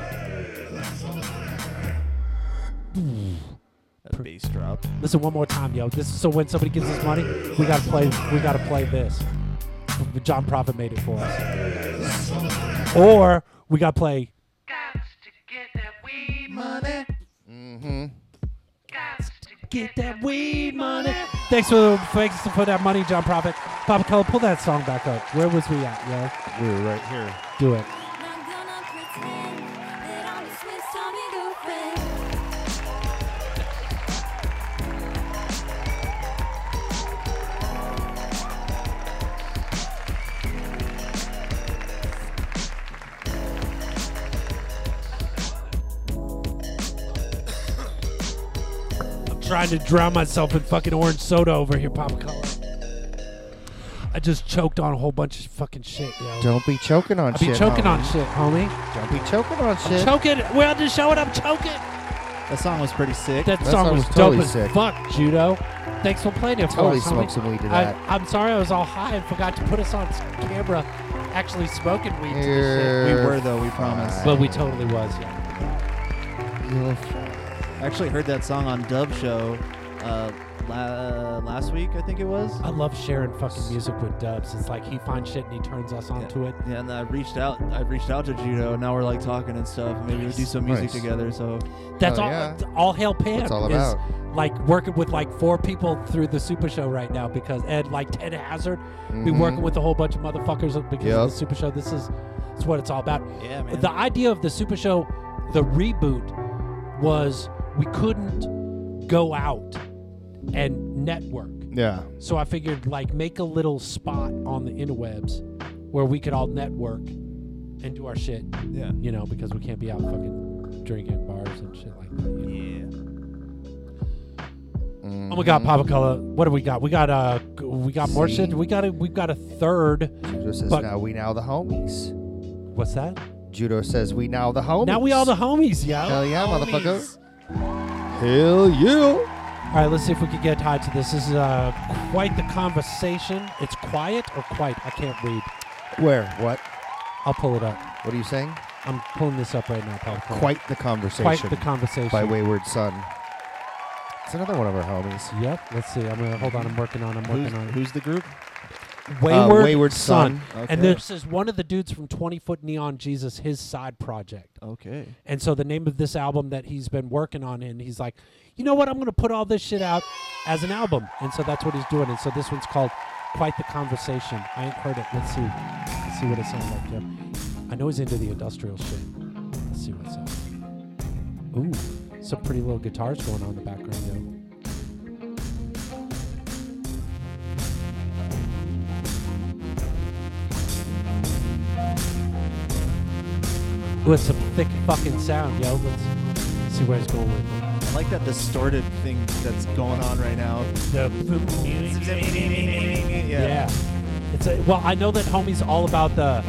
That bass drop.
Listen one more time, yo. This is so when somebody gives us money, we gotta play. We gotta play this. John Prophet made it for us. Or we gotta play.
Mm-hmm.
Get that weed money. Thanks for thanks for that money, John Prophet. Papa Color, pull that song back up. Where was we at,
We were right here.
yo? Do it. trying to drown myself in fucking orange soda over here, Papa Color. I just choked on a whole bunch of fucking shit, yo.
Don't be choking on
I be
shit.
choking on
homie.
shit, homie.
Don't be choking on shit.
Choking. We're on the show and I'm choking.
That song was pretty sick.
That,
That
song,
song
was,
was totally
dope
sick.
as fuck, Judo. Thanks for playing it
Totally
for us,
smoked
homie.
some weed to
I,
that.
I'm sorry I was all high and forgot to put us on s- camera actually smoking weed to this shit.
Here.
we were though, we promise.
But we totally was, yeah.
You'll
I actually heard that song on Dub Show uh, la- uh, last week, I think it was.
I love sharing fucking music with Dubs. It's like he finds shit and he turns us onto it.
Yeah, and I reached out. I reached out to Judo. and Now we're like talking and stuff. Maybe we'll do some music
Nice.
together. So
That's
Oh,
all.
yeah.
All hail Pam
That's all
is
about.
like working with like four people through the Super Show right now because and like Ted Hazard be
Mm-hmm.
working with a whole bunch of motherfuckers because
Yep.
of the Super Show. This is it's what it's all about.
Yeah, man.
The idea of the Super Show, the reboot, was we couldn't go out and network.
[LAUGHS] Yeah.
So I figured like make a little spot on the interwebs where we could all network and do our shit.
Yeah.
You know, because we can't be out fucking drinking bars and shit like that. You know?
yeah,
Oh my
Mm-hmm.
God, Papa Color, what do we got? We got uh, g- we got more shit. We got a, we got a third.
Judo says
But-
now we now the homies.
What's that?
Judo says we now the homies.
Now we all the homies, yo.
Hell yeah, motherfucker. Hell yeah.
All right, let's see if we can get tied to this. This is uh, quite the conversation. It's quiet or quite? I can't read.
Where? What?
I'll pull it up.
What are you saying?
I'm pulling this up right now, Papa Color.
Quite the conversation.
quite the conversation.
by Wayward Son. It's another one of our homies.
Yep. Let's see. I'm gonna hold on. I'm working on. I'm working
Who's,
on. it.
who's the group?
Uh, Wayward,
Wayward
Son.
Son.
And
Okay.
this is one of the dudes from 20 Foot Neon Jesus, his side project.
Okay.
And so the name of this album that he's been working on, and he's like, you know what? I'm going to put all this shit out as an album. And so that's what he's doing. And so this one's called Quite the Conversation. I ain't heard it. Let's see. Let's see what it sounds like, Jim. I know he's into the industrial shit. Let's see what it sounds like. Ooh, some pretty little guitars going on in the background, yo. Ooh, it's some thick fucking sound, yo. Let's see where it's going with it.
I like that distorted thing that's going on right now.
Yeah. It's a, well, I know that homie's all about the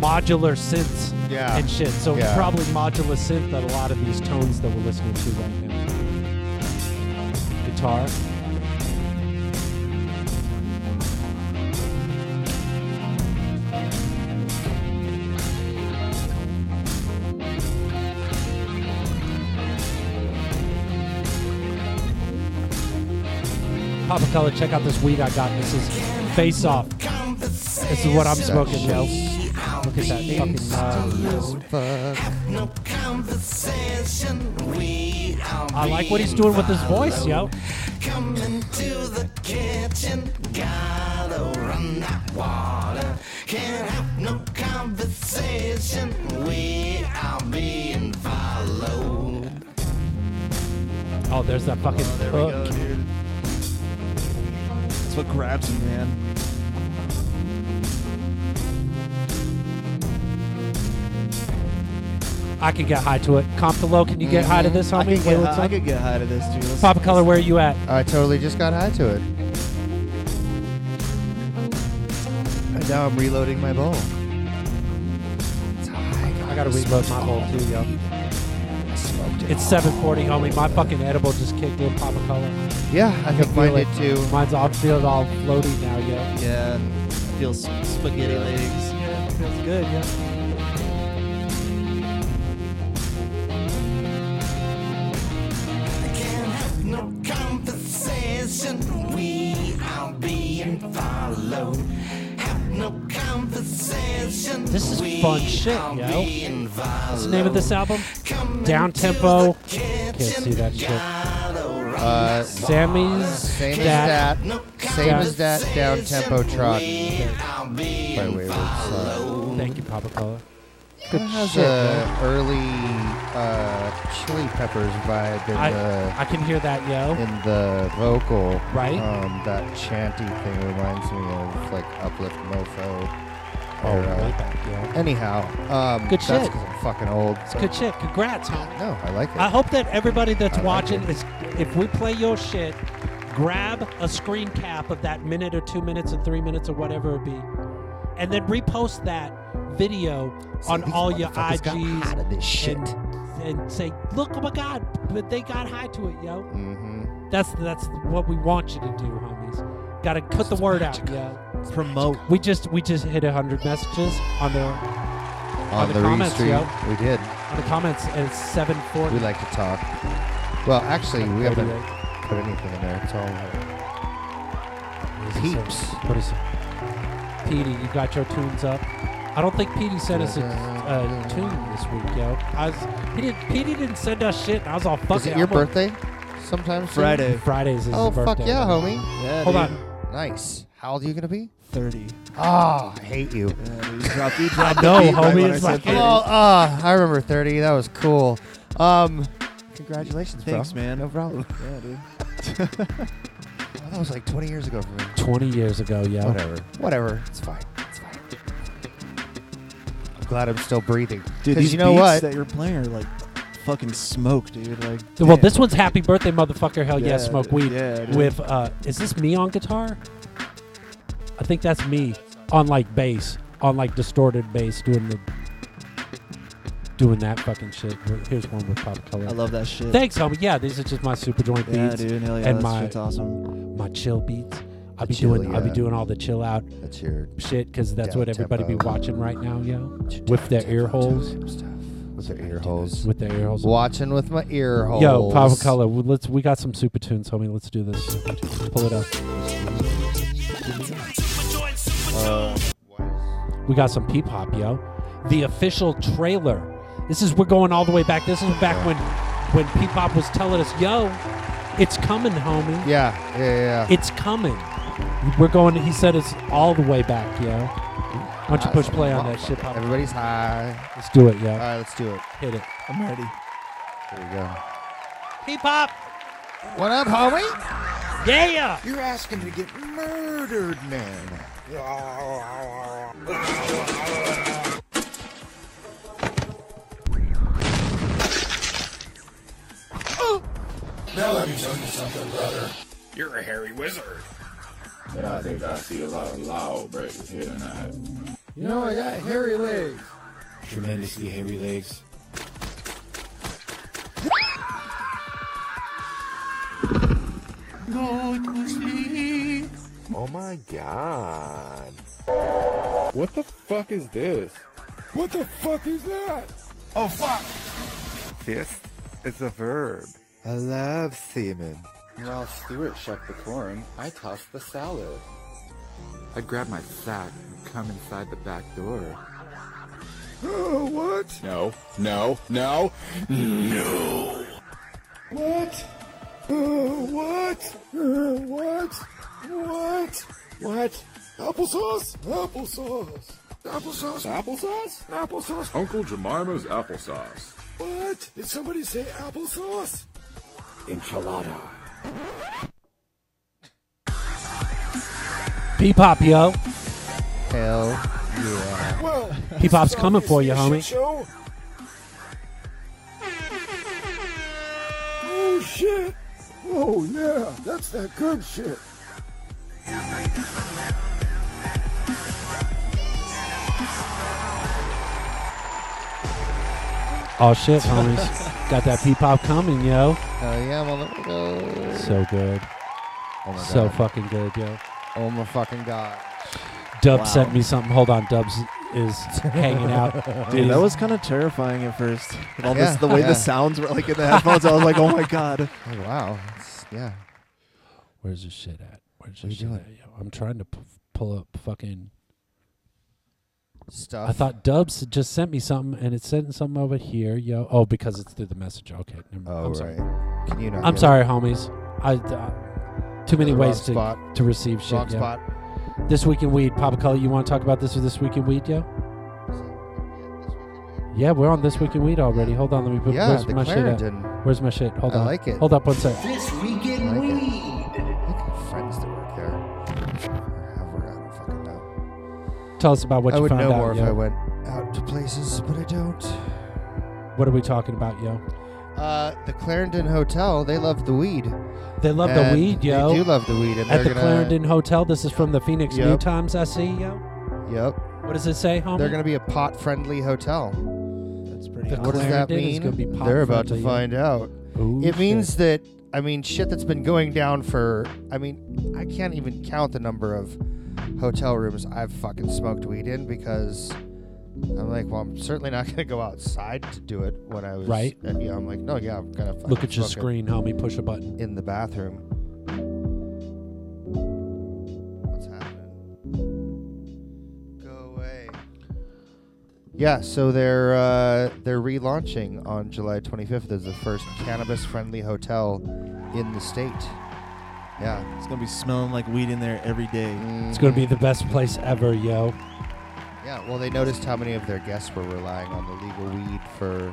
modular synths
Yeah.
and shit. So it's
Yeah.
probably modular synth that a lot of these tones that we're listening to right now. Guitar. Papa Color, check out this weed I got. This is Face Off. This is what I'm smoking, yo. Look at that fucking. Uh,
Fuck.
I like what he's doing with his voice, yo. Oh, there's that fucking hook.
That's what grabs you, man.
I could get high to it. Comp the low, can you get high to this,
I
homie?
could,
Wait,
get
what's
high, I
up?
could get high to this too. Let's-
Papa Color, where are you at?
I totally just got high to it. And now I'm reloading my bowl.
I gotta reload my bowl too, yo. It's 740, homie. My fucking edible just kicked in, Papa Color.
Yeah, I
I
think mine
feel
did too.
Mine's all feel all floaty now, yo.
Yeah, I feel sp- spaghetti legs.
It feels good, yo. This is fun shit, yo. What's the name of this album? Down tempo. Can't see that shit.
Uh,
Sammy's
same
Stat.
as that. Same as that down tempo trot. By Wayward Son.
Thank you, Papa Cola.
Good has
shit,
a early uh, Chili Peppers vibe in
I,
the
I can hear that, yo.
in the vocal.
Right?
Um, that chanty thing reminds me of like Uplift Mofo.
Oh,
Or,
way
uh,
back, yo.
anyhow, um,
Good
that's
shit.
because I'm fucking old. so-
Good shit. Congrats, homie.
No, I like it.
I hope that everybody that's
I like
watching
it.
is, if we play your shit, grab a screen cap of that minute or two minutes and three minutes or whatever it be, and then repost that video on all your IGs
out of this shit.
And, and say, look, oh my God, but they got high to it, yo.
hmm
That's that's what we want you to do, homies. Got to put the word out, yo.
Promote.
We just we just hit hundred messages on the
On
the
the,
comments,
restream,
yo.
we did.
on the comments, and it's seven forty.
We like to talk. Well, actually, we
Like
haven't
38.
put anything in there. It's all peeps.
What is it? Petey, you got your tunes up. I don't think Petey sent us a, a tune this week, yo. I was he did Petey didn't send us shit. And I was all fucking.
Is it your birthday? Sometime soon?
Friday.
Fridays is
Oh
his
fuck
birthday.
yeah, homie.
Yeah,
Hold
dude.
on.
Nice. How old are you gonna be?
30.
Ah, I hate you.
Yeah, dude, you
[LAUGHS]
dropped, you dropped
know,
the beat right
homie,
when I
it's
said
like-
30.
Well, ah, I remember 30. That was cool. Um, congratulations, bro.
Thanks, man.
No problem.
Yeah, dude.
That was like 20 years ago for me.
Twenty years ago, yo.
Whatever. Whatever. It's fine. It's fine. I'm glad I'm still breathing.
Dude,
Because
these
you know
beats
what?
that you're playing are like fucking smoke, dude. Like,
Well,
damn.
this one's Happy Birthday, motherfucker. Hell yeah,
Yeah,
smoke
dude.
weed.
Yeah, dude.
with uh, is this me on guitar? I think that's me on like bass, on like distorted bass, doing the doing that fucking shit. Here's one with pop color.
I love that shit.
Thanks, homie. Yeah, these are just my super joint beats.
yeah, dude. Hell yeah,
and
that
my-
shit's awesome.
my chill beats. I'll be
Chill,
doing I'll be
yeah.
doing all the chill out
That's your
shit because that's
Down
what everybody be
tempo.
watching right now, yo. With their ear holes,
With their ear holes.
with their ear holes.
Watching with my ear holes.
Yo, Papa Color, w- let's we got some super tunes, homie. Let's do this. Pull it up. We got some peep hop, yo. The official trailer. This is we're going all the way back. This is back when when peep hop was telling us, yo, it's coming, homie.
Yeah, yeah, yeah. yeah.
It's coming. We're going. He said it's all the way back, yo. Why don't you push play on that shit? Papa?
Everybody's high.
Let's do it,
All
yo.
right, let's do it.
Hit it.
I'm ready.
There you go.
Peep hop.
What up, homie?
Yeah.
You're asking to get murdered, man.
Now let me tell you something, brother. You're a hairy wizard. And I think I see a lot of law breaking here tonight. You know, I got hairy legs. Tremendously hairy legs. No, it was me. Oh my god. What the fuck is this? What the fuck is that? Oh fuck! This is a verb. I love semen.
While Stuart shucked the corn, I tossed the salad. I grabbed my sack and come inside the back door.
Oh, [GASPS] what? No, no, no, no. What? [GASPS] Oh, what? [GASPS] Oh, what? What? What? Applesauce? Applesauce? Applesauce? Applesauce? Applesauce?
Uncle Jemima's applesauce.
What? Did somebody say applesauce?
Enchilada.
P Pop, yo.
Hell yeah.
Well,
P Pop's
so
coming
is
for you,
this
homie.
shit show? Oh shit! Oh yeah, that's that good shit.
Oh shit, homies. Got that P Pop coming, yo.
Hell yeah, motherfucker.
So good.
Oh my
so
God.
fucking good, yo.
Oh my fucking god.
Dub
Wow.
sent me something. Hold on, Dubs is hanging
[LAUGHS]
out.
Dude,
He's-
that was kind of terrifying at first. With all
Yeah.
this, the way
Yeah.
the sounds were like in the headphones, I was like, "Oh my god!"
Oh, wow. It's- yeah.
Where's this shit at?
What
Where's this
are you
shit at? Yo, I'm trying to p- pull up fucking.
Stuff.
I thought Dubs just sent me something, and it sent something over here, yo. Oh, because it's through the messenger. Okay, never mind.
Oh,
I'm sorry.
right. Can you not
I'm
get
sorry, homies. I uh, too many
Wrong
ways to
spot.
to receive
it?
shit.
Wrong
yo.
spot.
This week in weed, Papa Color. You want to talk about this or this week in weed, yo? Yeah, we're on this week in weed already. Hold on, let me put.
Yeah,
where's
the
my shit? At?
Clarendon.
Where's my shit? Hold
I
on.
like it.
Hold up one sec.
[LAUGHS]
This week
I
in
like it.
weed.
Look at friends that work there. However, I don't fucking know.
Tell us about what
I
you
would
found
know
out,
more
yo.
if I went out to places, but I don't.
What are we talking about, yo?
Uh, the Clarendon Hotel, they love the weed.
They love the
And
weed, yo.
They do love the weed. And
At the
they're gonna,
Clarendon Hotel. This is from the Phoenix New
Yep.
Times SE, yo.
Yep.
What does it say, homie?
They're going to be a pot friendly hotel.
[LAUGHS] That's pretty.
The
What does that
Clarendon is
mean?
gonna be pot
They're about to
friendly, yeah.
find out.
Ooh,
It means that I mean shit that's been going down for I mean I can't even count the number of hotel rooms I've fucking smoked weed in because I'm like, well, I'm certainly not [LAUGHS] gonna go outside to do it when I was
Right.
And, yeah, I'm like, no, yeah, I'm gonna fucking
Look at your
smoke it
screen, homie. Push a button.
in the bathroom. What's happening? Go away. Yeah, so they're uh, they're relaunching on July 25th as the first cannabis-friendly hotel in the state. Yeah,
It's gonna be smelling like weed in there every day.
It's gonna be the best place ever, yo.
yeah. Well, they noticed how many of their guests were relying on the legal weed for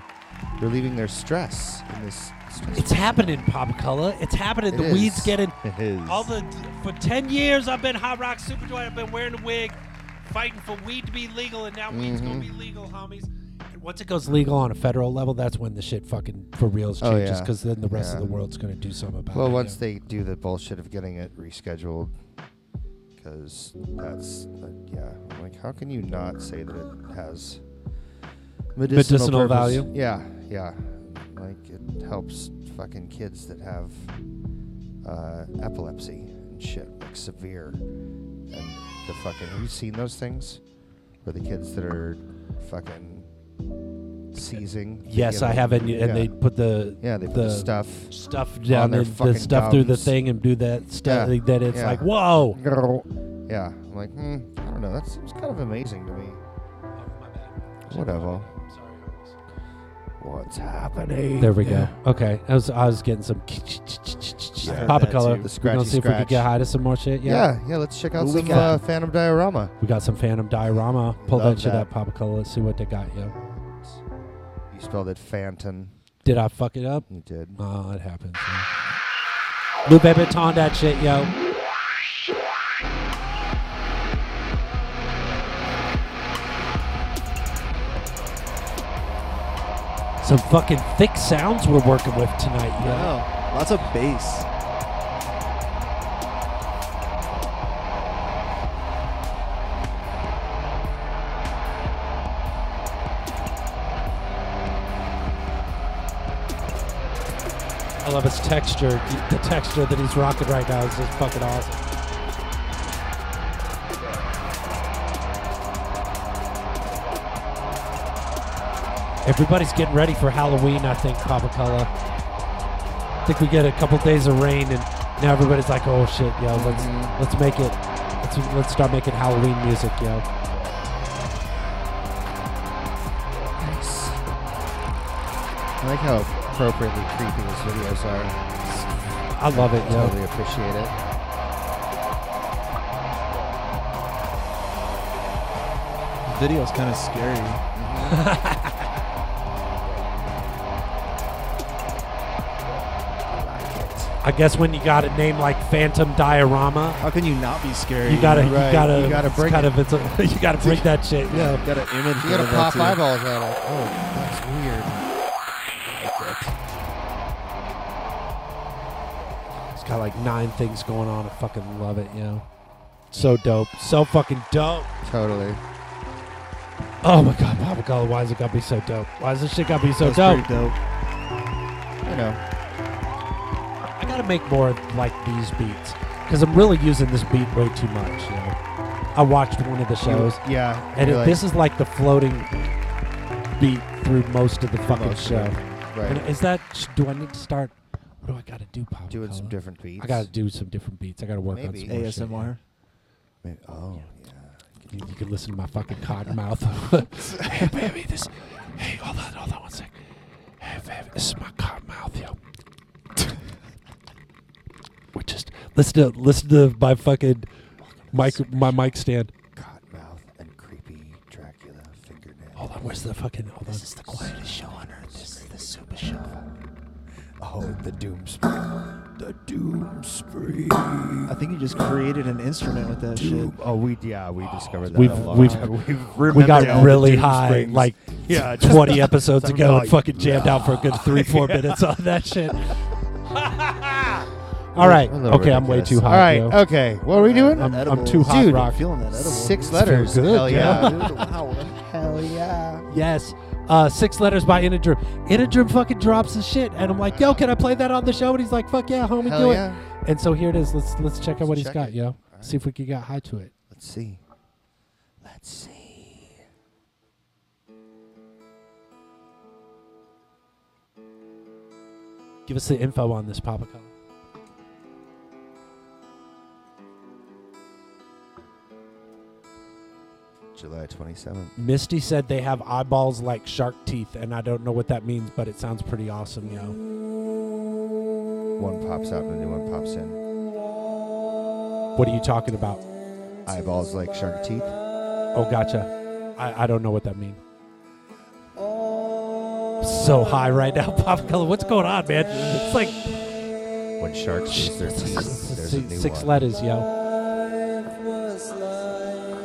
relieving their stress in this. stressful-
It's happening, Pop Color. It's happening.
It
the weed's
is.
getting
[LAUGHS] It is.
all the. For ten years, I've been Hot Rock Superjoint. I've been wearing a wig, fighting for weed to be legal, and now weed's gonna
Mm-hmm.
be legal, homies. And once it goes legal on a federal level, that's when the shit fucking for reals
Oh,
changes,
yeah.
because then the rest
Yeah.
of the world's gonna do something about it.
Well, once
yo.
they do the bullshit of getting it rescheduled, because that's uh, yeah. I'm like, how can you not say that it has medicinal,
Medicinal
purpose?
value?
Yeah, yeah. Like it helps fucking kids that have uh, epilepsy and shit, like severe. And the fucking have you seen those things? Where the kids that are fucking seizing. they
Yes,
get
I
it.
have, and, and
yeah.
they put the
yeah they put
the
the stuff.
stuff down
their
the, the
fucking
stuff through the
gums.
thing and do that stuff
Yeah.
that it's
Yeah.
like whoa.
Yeah, I'm like, hmm, I don't know. That seems kind of amazing to me. Whatever. What's happening?
There we go. Okay, I was I was getting some
heard
pop
that
color.
too.
The
We're gonna
scratchy
see if we can
scratch.
get high to some more shit. Yeah,
Yeah, yeah. Let's check out
Ooh, we
some
got-
uh, Phantom Diorama.
we got some Phantom Diorama. Pull
Love
that shit
that.
up, pop color. Let's see what they got, yo.
You spelled it Phantom.
Did I fuck it up?
You did.
Oh, it happens. Lou baby, ton that shit, yo. Some fucking thick sounds we're working with tonight, yo.
Wow, lots of bass.
I love his texture. The texture that he's rocking right now is just fucking awesome. Everybody's getting ready for Halloween, I think, Papa Color. I think we get a couple days of rain and Now everybody's like, "Oh shit, yo, let's
Mm-hmm.
let's make it, let's let's start making Halloween music, yo."
Nice. I like how appropriately creepy these videos are.
I love it, yo.
Totally appreciate it.
The video's kind of scary.
I guess when you got a name like Phantom Diorama,
How can you not be scared?
you gotta,
Right,
you gotta,
you gotta
it's
break
kind
it.
of, it's a, [LAUGHS] you gotta break that shit, yo.
You gotta image.
You gotta
that
pop
too.
eyeballs out of it. Oh, that's weird.
It's got like nine things going on. I fucking love it, yo. So dope, so fucking dope.
Totally.
Oh my god, Papa Gullah, why is it gotta be so dope? Why is this shit gotta be so
That's
dope?
pretty dope.
You know.
I gotta make more like these beats because I'm really using this beat way too much. You know, I watched one of the shows,
Yeah.
and
you're
it,
like-
this is like the floating beat through most of the fucking
Most of
show.
it, right.
And is that? sh- Do I need to start? What do I gotta do, Papa?
Doing some
Gullah?
different beats.
I gotta do some different beats. I gotta work
Maybe.
on some
ASMR.
more shit, yeah.
Maybe- Oh, yeah.
You, you can listen to my fucking cotton mouth. [LAUGHS] hey, baby, this. Hey, hold on, hold on one sec. Hey, baby, this is my cotton mouth, yo. [LAUGHS] we just listen to listen to my fucking mic, my mic stand.
Cottonmouth and creepy Dracula fingernail.
Hold on, where's the fucking? Hold on. This is the quietest show on earth.
This is the super show. Oh, the doom spree. the doom spree.
I think you just created an instrument with that shit.
Oh, we yeah, we discovered that.
We've-
a long
we've-
time.
We
remembered all
got
the
really
doom
high,
springs.
like
[LAUGHS] yeah, just-
20 episodes
Some
ago, and
like-
fucking jammed out for a good
[LAUGHS]
three, four minutes on that shit. All right,
A
okay,
little
I'm way
ridiculous.
too hot.
All right,
yo.
okay. What are we doing?
I'm, I'm
edible.
too hot,
Dude,
Rock.
Feeling that edible.
Six letters.
good,
Hell
[LAUGHS] yeah.
yeah.
Dude, wow.
Hell yeah.
Yes. Uh, six letters by Inadrim. Inadrim fucking drops his shit, and I'm like, "Yo, can I play that on the show?" And he's like, "Fuck yeah, homie,
Hell
do
yeah.
it." And so here it is. Let's let's check out what he's
check
got,
it.
yo. See if we can get high to it.
Let's see. Let's see.
Give us the info on this, Papa. Color.
July 27th.
Misty said they have eyeballs like shark teeth, and I don't know what that means, but it sounds pretty awesome, yo.
One pops out and a new one pops in.
What are you talking about?
Eyeballs like shark teeth.
Oh, gotcha. I, I don't know what that means. So high right now, [LAUGHS] Papa Color. What's going on, man? It's like
When sharks lose their teeth, there's a new
six
one.
letters, yo.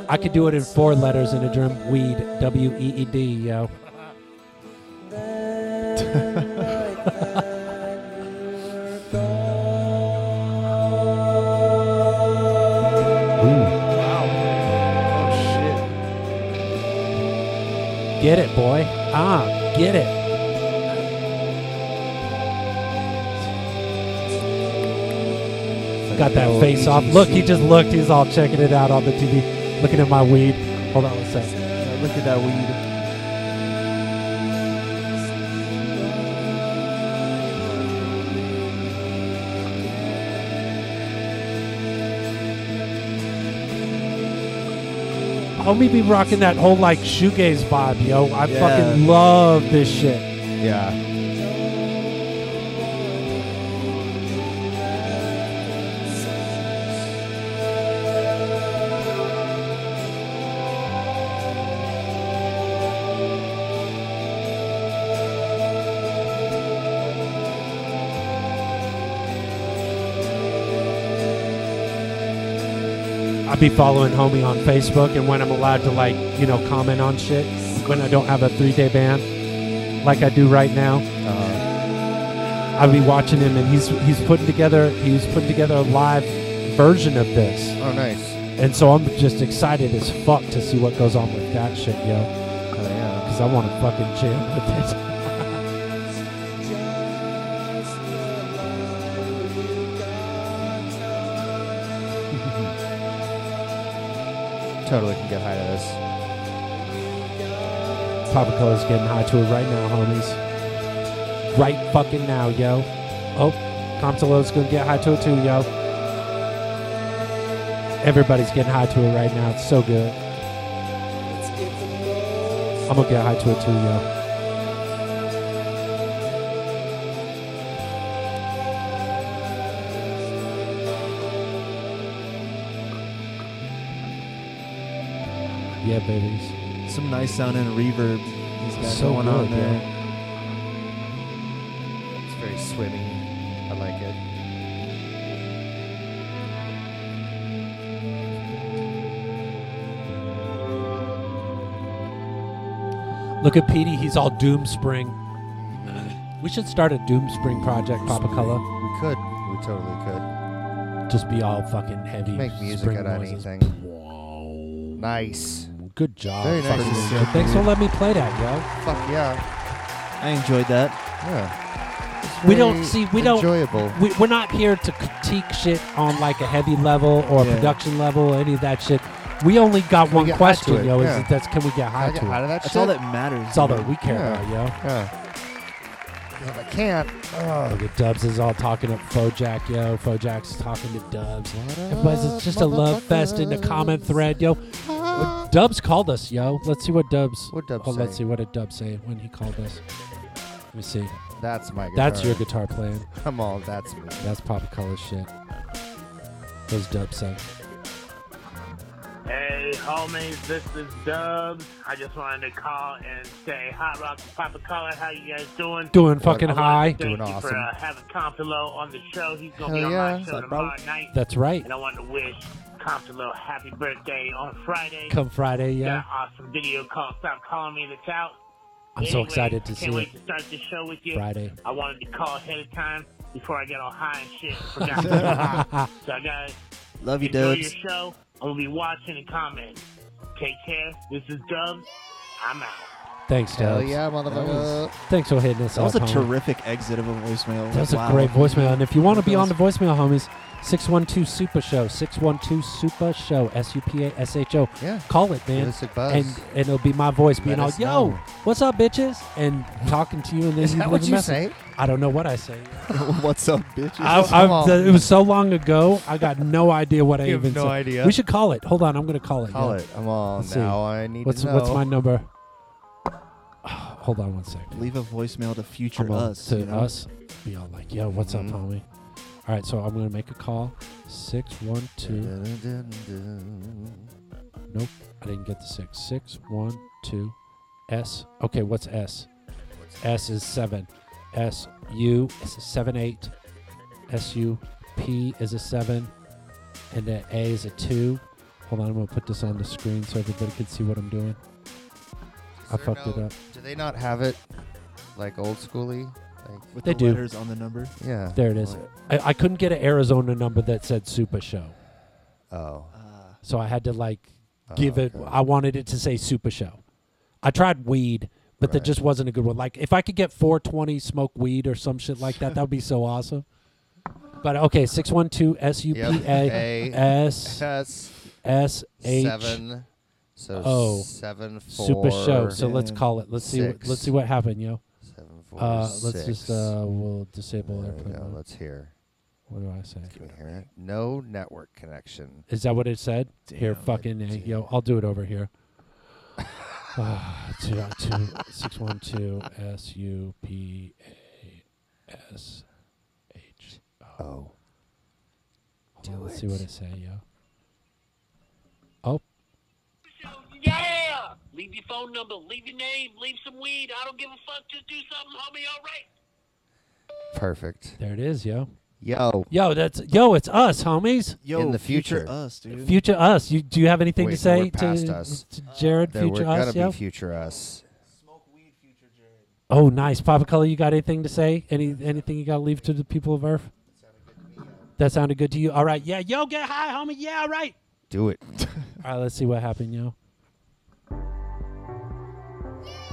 I could do it in four letters in a drum. Weed, W E E D, yo.
Oh
Get it, boy. Ah, get it. Got that
E
face off. Look, he just looked. He's all checking it out on the TV, looking at my weed. Hold on one second.
shit! Now Look at that weed.
Homie be rocking that whole like shoegaze vibe, yo. I
Yeah.
fucking love this shit.
Yeah.
I be following homie on Facebook, and when I'm allowed to like, you know, comment on shit when I don't have a three day ban, like I do right now.
Uh,
I be watching him, and he's he's putting together he's putting together a live version of this,
oh, nice.
and so I'm just excited as fuck to see what goes on with that shit, yo,
Hell Oh, yeah.
because I want to fucking jam with it.
Totally can get high to this.
Papa Color's getting high to it right now, homies. Right fucking now, yo. Oh, Compsolo's gonna get high to it too, yo. Everybody's getting high to it right now. It's so good. I'm gonna get high to it too, yo. Yeah, babies.
Some nice sounding reverb he's got
So
going on
good,
there.
It's very swimmy. I like it.
Look at Petey. He's all
[LAUGHS]
doom spring. We should start a doom spring project, Papa Color.
We could. We totally could.
Just be all fucking heavy.
Make music
spring
out of
noises.
anything. Nice.
Good job.
Very nice.
fucking
Good
dude.
job.
Thanks for letting me play that, yo.
Fuck yeah.
I enjoyed that.
Yeah. It's
we don't
very
see we don't
enjoyable.
we, we're not here to critique shit on like a heavy level or a
Yeah.
production level or any of that shit we only got
we
one
get high to
question
it?
yo
Yeah.
is that's can we get
Can I
high
get
to
out
it
of that
That's
shit?
all that matters.
that's all
you
that
know?
we care
Yeah.
about
Yeah. 'Cause If I can't. oh.
yo
ugh.
look at dubs is all talking to Fojack yo Fojack's talking to dubs
What
but
up,
it's just a love fest in the comment thread yo dubs called us yo let's see what dubs
What Dubs
oh let's
say?
see what did dubs say when he called us let me see
motherfuckers? That's my guitar.
that's your guitar playing
Come on, that's me.
That's pop color shit. Those dubs say.
Hey, homies, this is Dubs. I just wanted to call and say hi, Rock Papa Color. How you guys doing?
Doing fucking high.
Thank
Doing
you for
awesome.
uh, having Comptolo on the show. He's going to be
Hell
on
yeah.
my show
What's up,
tomorrow night.
That's right.
And I wanted to wish Comptolo happy birthday on Friday.
Come Friday,
Got an
yeah.
awesome video called Stop Calling Me That's Out.
I'm so
Anyway,
excited to
can't
see
wait
it.
to start the show with you.
Friday.
I wanted to call ahead of time before I get all high and shit. Forgot to get
[LAUGHS]
high. So I got
Love you,
Enjoy
Dubs.
your show. I'm gonna be watching and commenting. Take care. This is Dubs. I'm out.
Thanks,
Hell
Dubs.
yeah, motherfucker.
Thanks for hitting us
That was a
up. homie.
terrific exit of a voicemail.
That was
Wow.
a great voicemail. And if you want to
That
be on
was-
the voicemail, homies, 612 Super Show, 612 Super Show, S U P A S H O.
Yeah.
Call it,
Give
man.
us a buzz.
And, and it'll be my voice being
Let
all,
us
yo,
know."
what's up, bitches? And talking to you. And then
Is
you
that
leave
what
a
you
message.
say?
I don't know what I say.
[LAUGHS] What's up, bitches?
I,
Come
I,
on.
th- it was so long ago. I got no idea what I
You have
even
no
said.
idea?
We should call it. Hold on, I'm gonna call it.
Call
yeah.
it. I'm on.
Let's see.
Now I need
What's
to know.
what's my number? [SIGHS] Hold on one sec.
Leave a voicemail to future
I'm on
us.
to
you know?
us. Be all like, yo, what's
Mhm.
up, homie? All right, so I'm gonna make a call. Six one two. Nope, I didn't get the six. Six one two. S. Okay, what's S? S is seven. S U is a seven eight. S U P is a seven, and then A is a two. Hold on, I'm gonna put this on the screen so everybody can see what I'm doing. I
Is there
fucked it
no-
up.
Do they not have it like old schooly? Like
With
They
the
do.
letters on the number.
yeah.
There it is.
Like-
I, I couldn't get an Arizona number that said Super Show,
oh.
Uh,
so I had to like Uh, give
Oh,
it.
okay.
I wanted it to say Super Show. I tried weed, but that
Right.
just wasn't a good one. Like if I could get 420 smoke weed or some shit like that, that would be so awesome. But okay, six one two S U P
Yep.
A
A.
S
That's
S H
seven. So
O.
seven four.
Super Show. So let's
Yeah.
call it. Let's see. What,
Six.
let's see what happened, yo.
seven four
Uh,
six.
let's just uh, we'll disable
There we
airplane.
go.
mode.
Let's hear.
What do I say?
Can we hear it? No network connection.
Is that what it said? here,
Damn,
fucking,
it
A. yo, I'll do it over here. [SIGHS] Ah, two, two, six, one, two, S U P A S H.
Oh.
Hold on, Let's see what it say, yo. Oh,
Yeah! Leave your phone number, leave your name, leave some weed. I don't give a fuck. Just do something, homie, all right?
Perfect.
there it is, yo.
Yo.
Yo, that's yo, it's us, homies.
yo,
In the future.
us, dude.
Future us. You do you have anything
Wait,
to
no,
say
we're past
to,
us.
to Jared?
There
future
we're
us,
to
yo.
be future us.
oh, nice, Papa Color. You got anything to say? Any anything you got to leave to the people of Earth? That sounded good to you. All right, yeah, yo, get high, homie. Yeah, all right.
Do
[LAUGHS]
it.
All right, let's see what happened, yo.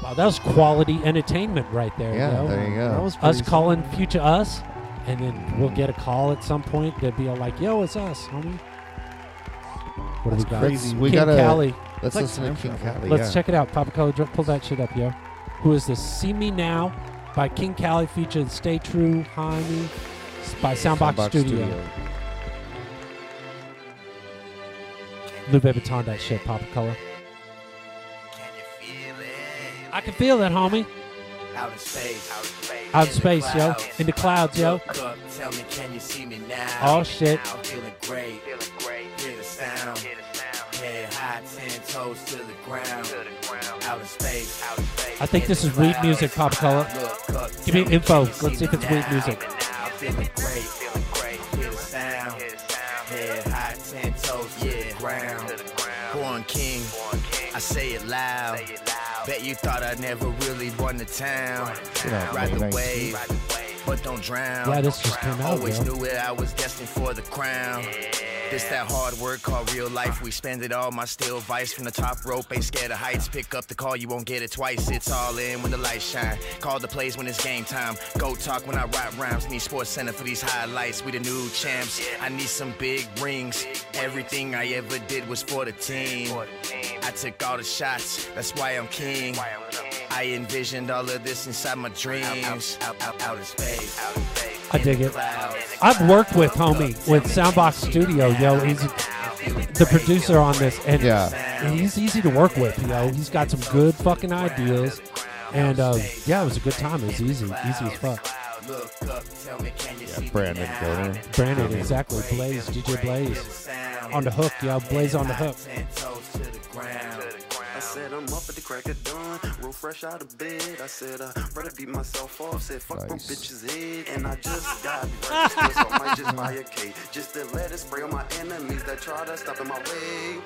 Wow, that was quality entertainment right there.
yeah.
yo.
There you go.
That was
Us
pretty-
calling future us, and then we'll get a call at some point that be all like, "Yo, it's us, homie." What do we got?
crazy. We
King
gotta-
Cali.
Let's
like
listen to
time
King
travel.
Cali.
Let's
yeah.
check it out. Papa Color, dr- pull that shit up, yo. Who is this? See Me Now by King Cali featuring Stay True, Jaime, It's by Soundbox,
Soundbox
Studio.
Studio.
Lou Baby Tond that shit, Papa Color. I can feel that, homie.
Out in space, out in space,
Out
in
in
the
space, yo.
clouds.
In the clouds, yo.
Look up, tell me, can you see me now?
Oh, shit.
Now, feeling great, feeling great. Hear the sound, hear the sound. Head high, ten toes to the ground, to the ground. Out in space, out in space.
I think
in
this
the
is weed
clouds.
music, Papa Color. Give me info. Let's see if it's weed music.
Now, feeling great, feeling great. Hear the sound, hear the sound. Head high, ten toes to the ground, to the ground. Born king, born king. I say it loud, say it loud. Bet you thought I never really run the town.
Get out,
Ride the
man.
wave, but don't drown.
Yeah, this just came out,
Always
yo.
knew it, I was destined for the crown. This that hard work called real life. We spend it all, my steel vice from the top rope. Ain't scared of heights. Pick up the call, you won't get it twice. It's all in when the lights shine. Call the plays when it's game time. Go talk when I write rhymes. Need Sports Center for these highlights. We the new champs. I need some big rings. Everything I ever did was for the team. I took all the shots. That's why I'm king. I envisioned all of this inside my dreams. Out, out, out, out in space. Out in space.
I dig it. I've worked with homie with Soundbox Studio, yo. He's the producer on this, and
Yeah.
he's easy to work with, yo. He's got some good fucking ideas, and uh, yeah, it was a good time. It was easy, easy as fuck.
Yeah, Brandon Gordon.
Brandon, exactly. Blaze, DJ Blaze, on the hook, yo. Blaze on the hook.
I said I'm up at the crack of dawn, real fresh out of bed. I said I rather beat myself off, said fuck my bitch's head, and I just got breakfast, so I might just buy a cake just to let it spray on my enemies that try to stop in my way.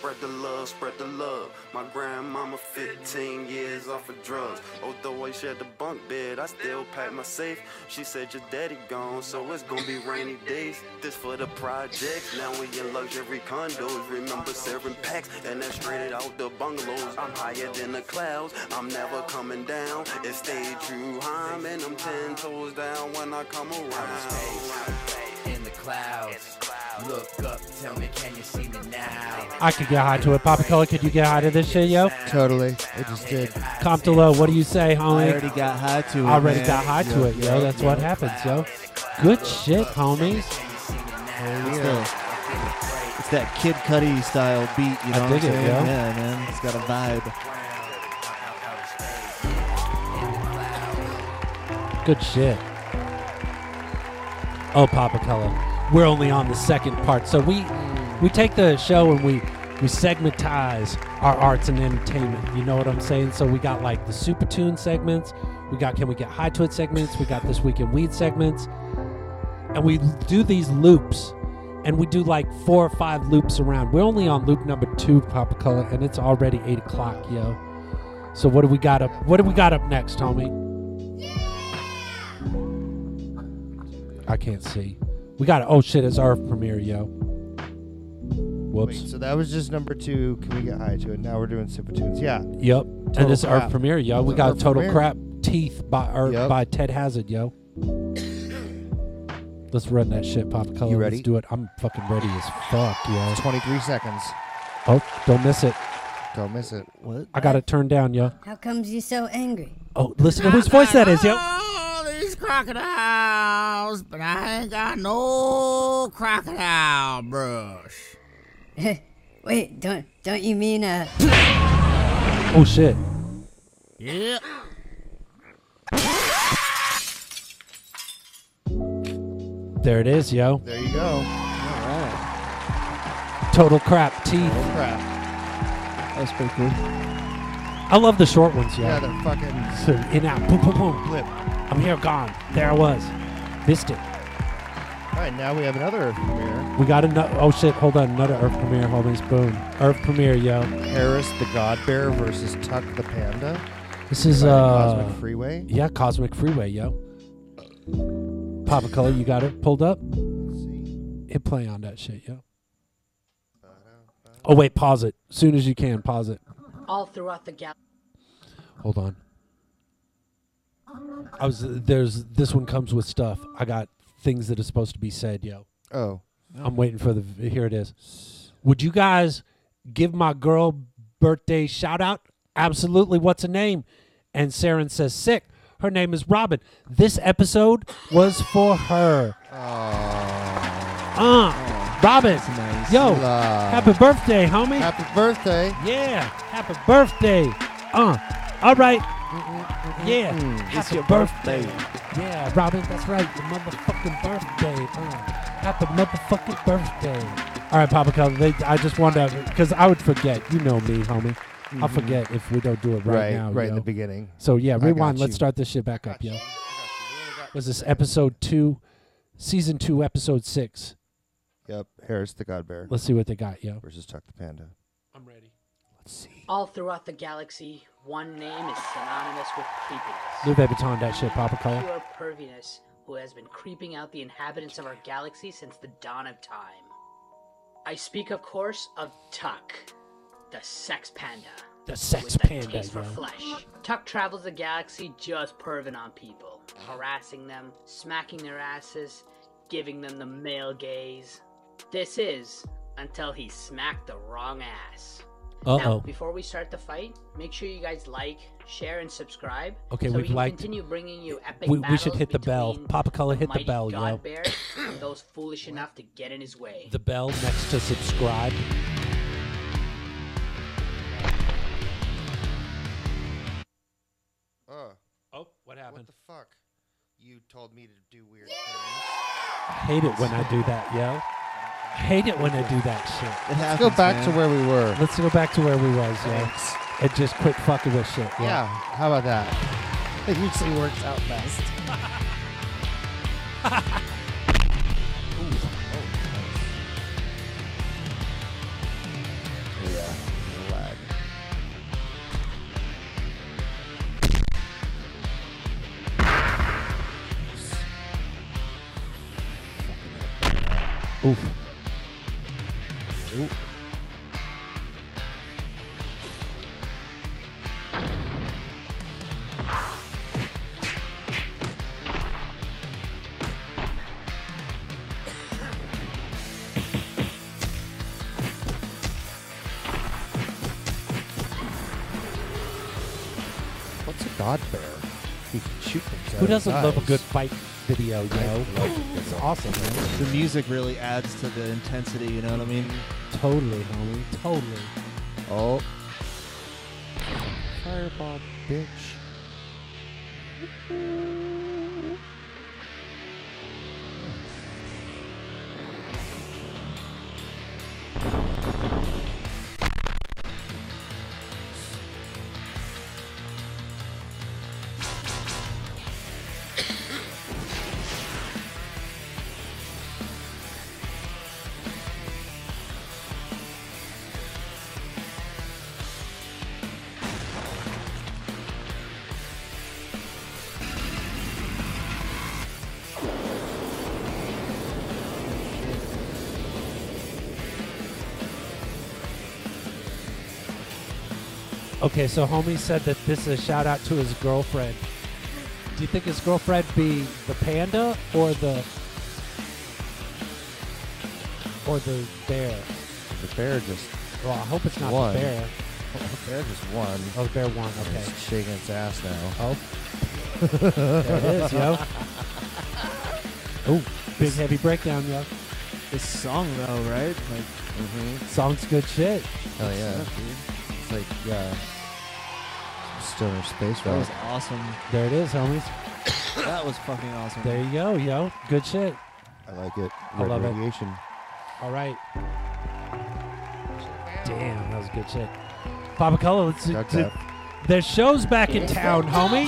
Spread the love, spread the love. My grandmama 15 years off of drugs. Although I shared the bunk bed, I still packed my safe. She said your daddy gone, so it's gonna be rainy days. This for the projects. Now we in luxury condos. Remember serving packs and that's straight out the bungalows. I'm higher than the clouds. I'm never coming down. It stayed true high, and I'm ten toes down when I come around.
In the clouds. Look up, tell me, can you see me now?
I could get high to it. Papa Color, could you get high to this shit, yo?
Totally. It just did.
Comptolo, what do you say, homie?
I already got high to it,
Already
man.
got high to
Yeah,
it, yo.
yeah,
That's
yeah.
what happens, yo. Good shit, homies.
It's, the- it's that Kid Cudi style beat, you know
I
what I'm
dig it,
saying?
yo.
Yeah, man. It's got a vibe.
Good shit. Oh, Papa Color. We're only on the second part. So we we take the show and we we segmentize our arts and entertainment. You know what I'm saying? So we got like the Super Tune segments, we got Can We Get High to It segments, we got This Week in Weed segments. And we do these loops and we do like four or five loops around. We're only on loop number two, Papa Color, and it's already eight o'clock, yo. So what do we got up what do we got up next, homie? I can't see. We got oh shit, it's our premiere, yo. Whoops.
Wait, so that was just number two. Can we get high to it? Now we're doing super tunes. Yeah.
Yep.
Total
and this is our
crap.
premiere, yo. We
That's
got
our
Total
premiere.
Crap Teeth by or,
Yep.
by Ted Hazard, yo. Let's run that shit, Pop Color.
You ready?
Let's do it. I'm fucking ready as fuck, yo.
23 seconds.
Oh, don't miss it.
Don't miss it.
What? I got it turned down, yo.
How comes you so angry?
Oh, listen to whose voice that is, yo.
all these crocodiles, but I ain't got no crocodile brush.
Wait, don't don't you mean uh?
Oh shit.
Yep.
There it is, yo.
There you go. All right.
Total crap teeth.
That's pretty cool.
I love the short ones, yo.
Yeah, they're fucking-
So, in out, boom, boom, boom,
Blip.
I'm here, gone. There I was. Missed it.
All right, now we have another premiere.
We got another. Oh shit! Hold on, another Earth premiere, homies. Boom, Earth premiere, yo.
Harris the God Bear versus Tuck the Panda.
This is
By the
uh
Cosmic Freeway.
Yeah, Cosmic Freeway, yo. Papa Color, you got it pulled up. Hit play on that shit, yo. Oh wait, pause it. Soon as you can, pause it.
all throughout the galaxy.
Hold on. I was there's this one comes with stuff. I got things that are supposed to be said, yo.
Oh.
I'm waiting for the v- here it is. Would you guys give my girl birthday shout out? Absolutely. What's her name? And Saren says sick. Her name is Robin. This episode was for her. Uh, Robin. Yo, happy birthday, homie. Happy
Uh, birthday.
Yeah, happy birthday. Uh, all right. Yeah, happy
It's your
birthday.
birthday.
Yeah, Robin, that's right. Your motherfucking birthday. Uh, happy motherfucking birthday. All right, Papa Color. They, I just wanted to, because I would forget. You know me, homie. I'll
Mhm.
forget if we don't do it right,
Right,
now.
right in
yo.
the beginning.
So, yeah,
I got
rewind.
you.
Let's start this shit back up, yo. Was this episode two, season two, episode six?
Yep, Harris the God Bear.
Let's see what they got, yo.
Versus Tuck the Panda.
I'm ready.
All throughout the galaxy, one name is synonymous with creepiness.
Lou Vuitton, that shit, Papa Color.
Pure perviness who has been creeping out the inhabitants of our galaxy since the dawn of time. I speak, of course, of Tuck, the sex panda.
The sex
with the
panda,
taste for
yo.
flesh. Tuck travels the galaxy just perving on people, harassing them, smacking their asses, giving them the male gaze. This is until he smacked the wrong ass. Now,
Uh-oh.
before we start the fight, make sure you guys like, share, and subscribe.
Okay,
so
we've
we can
liked-
continue bringing you epic
We, we should
battles
hit the bell.
between
Papa Color, hit the
mighty
bell,
God
yo.
Bear and those foolish enough to get in his way.
The bell next to subscribe.
Oh, what happened? What the fuck? You told me to do weird
I hate it when I do that, yo. I hate it when I do that shit.
It Let's go happens, back to man. where we were.
Let's go back to where we was, yo.
Thanks.
And just quit fucking with shit, yo.
Yeah. how about that? It usually works out best. yeah, lag.
Oof.
What's a god bear? He can shoot themselves.
Who doesn't love a
eyes.
good fight video, yo? It's awesome, man.
The music really adds to the intensity. You know what I mean?
Totally, homie. Totally.
Oh. Fireball, bitch.
Okay, so homie said that this is a shout out to his girlfriend. Do you think his girlfriend be the panda or the or the bear?
The bear just.
Well, I hope it's not
won.
the bear.
The bear just won.
Oh, the bear won. Okay.
It's shaking its ass now.
Oh. there it is, yo. Oh, big heavy breakdown, yo.
This song though, right? Like,
Song's good shit.
Hell yeah.
Stuff, dude.
It's like, yeah. Stoner space
That
rock.
was awesome.
There it is, homies.
That was fucking awesome.
There you go, yo. Good shit.
I like it.
I love it.
Radiation.
All right. Damn, that was good shit. Papa Color, let's
Duck
d-
that.
there's shows back in town, homie.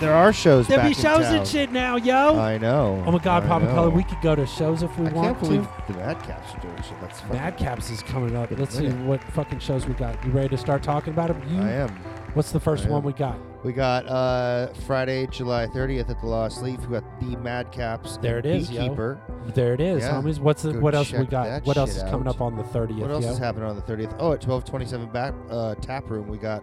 There are shows
There
back in
be shows
town.
and shit now, yo.
I know.
Oh my God,
I
Papa Color,
know.
we could go to shows if we
I
want
can't believe
to.
the Madcaps are doing shit. That's fucking-
Madcaps is coming up. Let's see
minute.
what fucking shows we got. You ready to start talking about them? You,
I am.
What's the first
I
one
am.
we got?
We got uh, Friday, July 30th at the Lost Leaf. We got the Madcaps.
There it
and
is, yo.
Beekeeper.
There it is,
Yeah.
homies. What's the,
Go
what else we
check
got?
that
What else
shit
is coming
out.
up on the thirtieth?
What else
yo?
is happening on the 30th? Oh, at 1227 back, uh, Tap Room, we got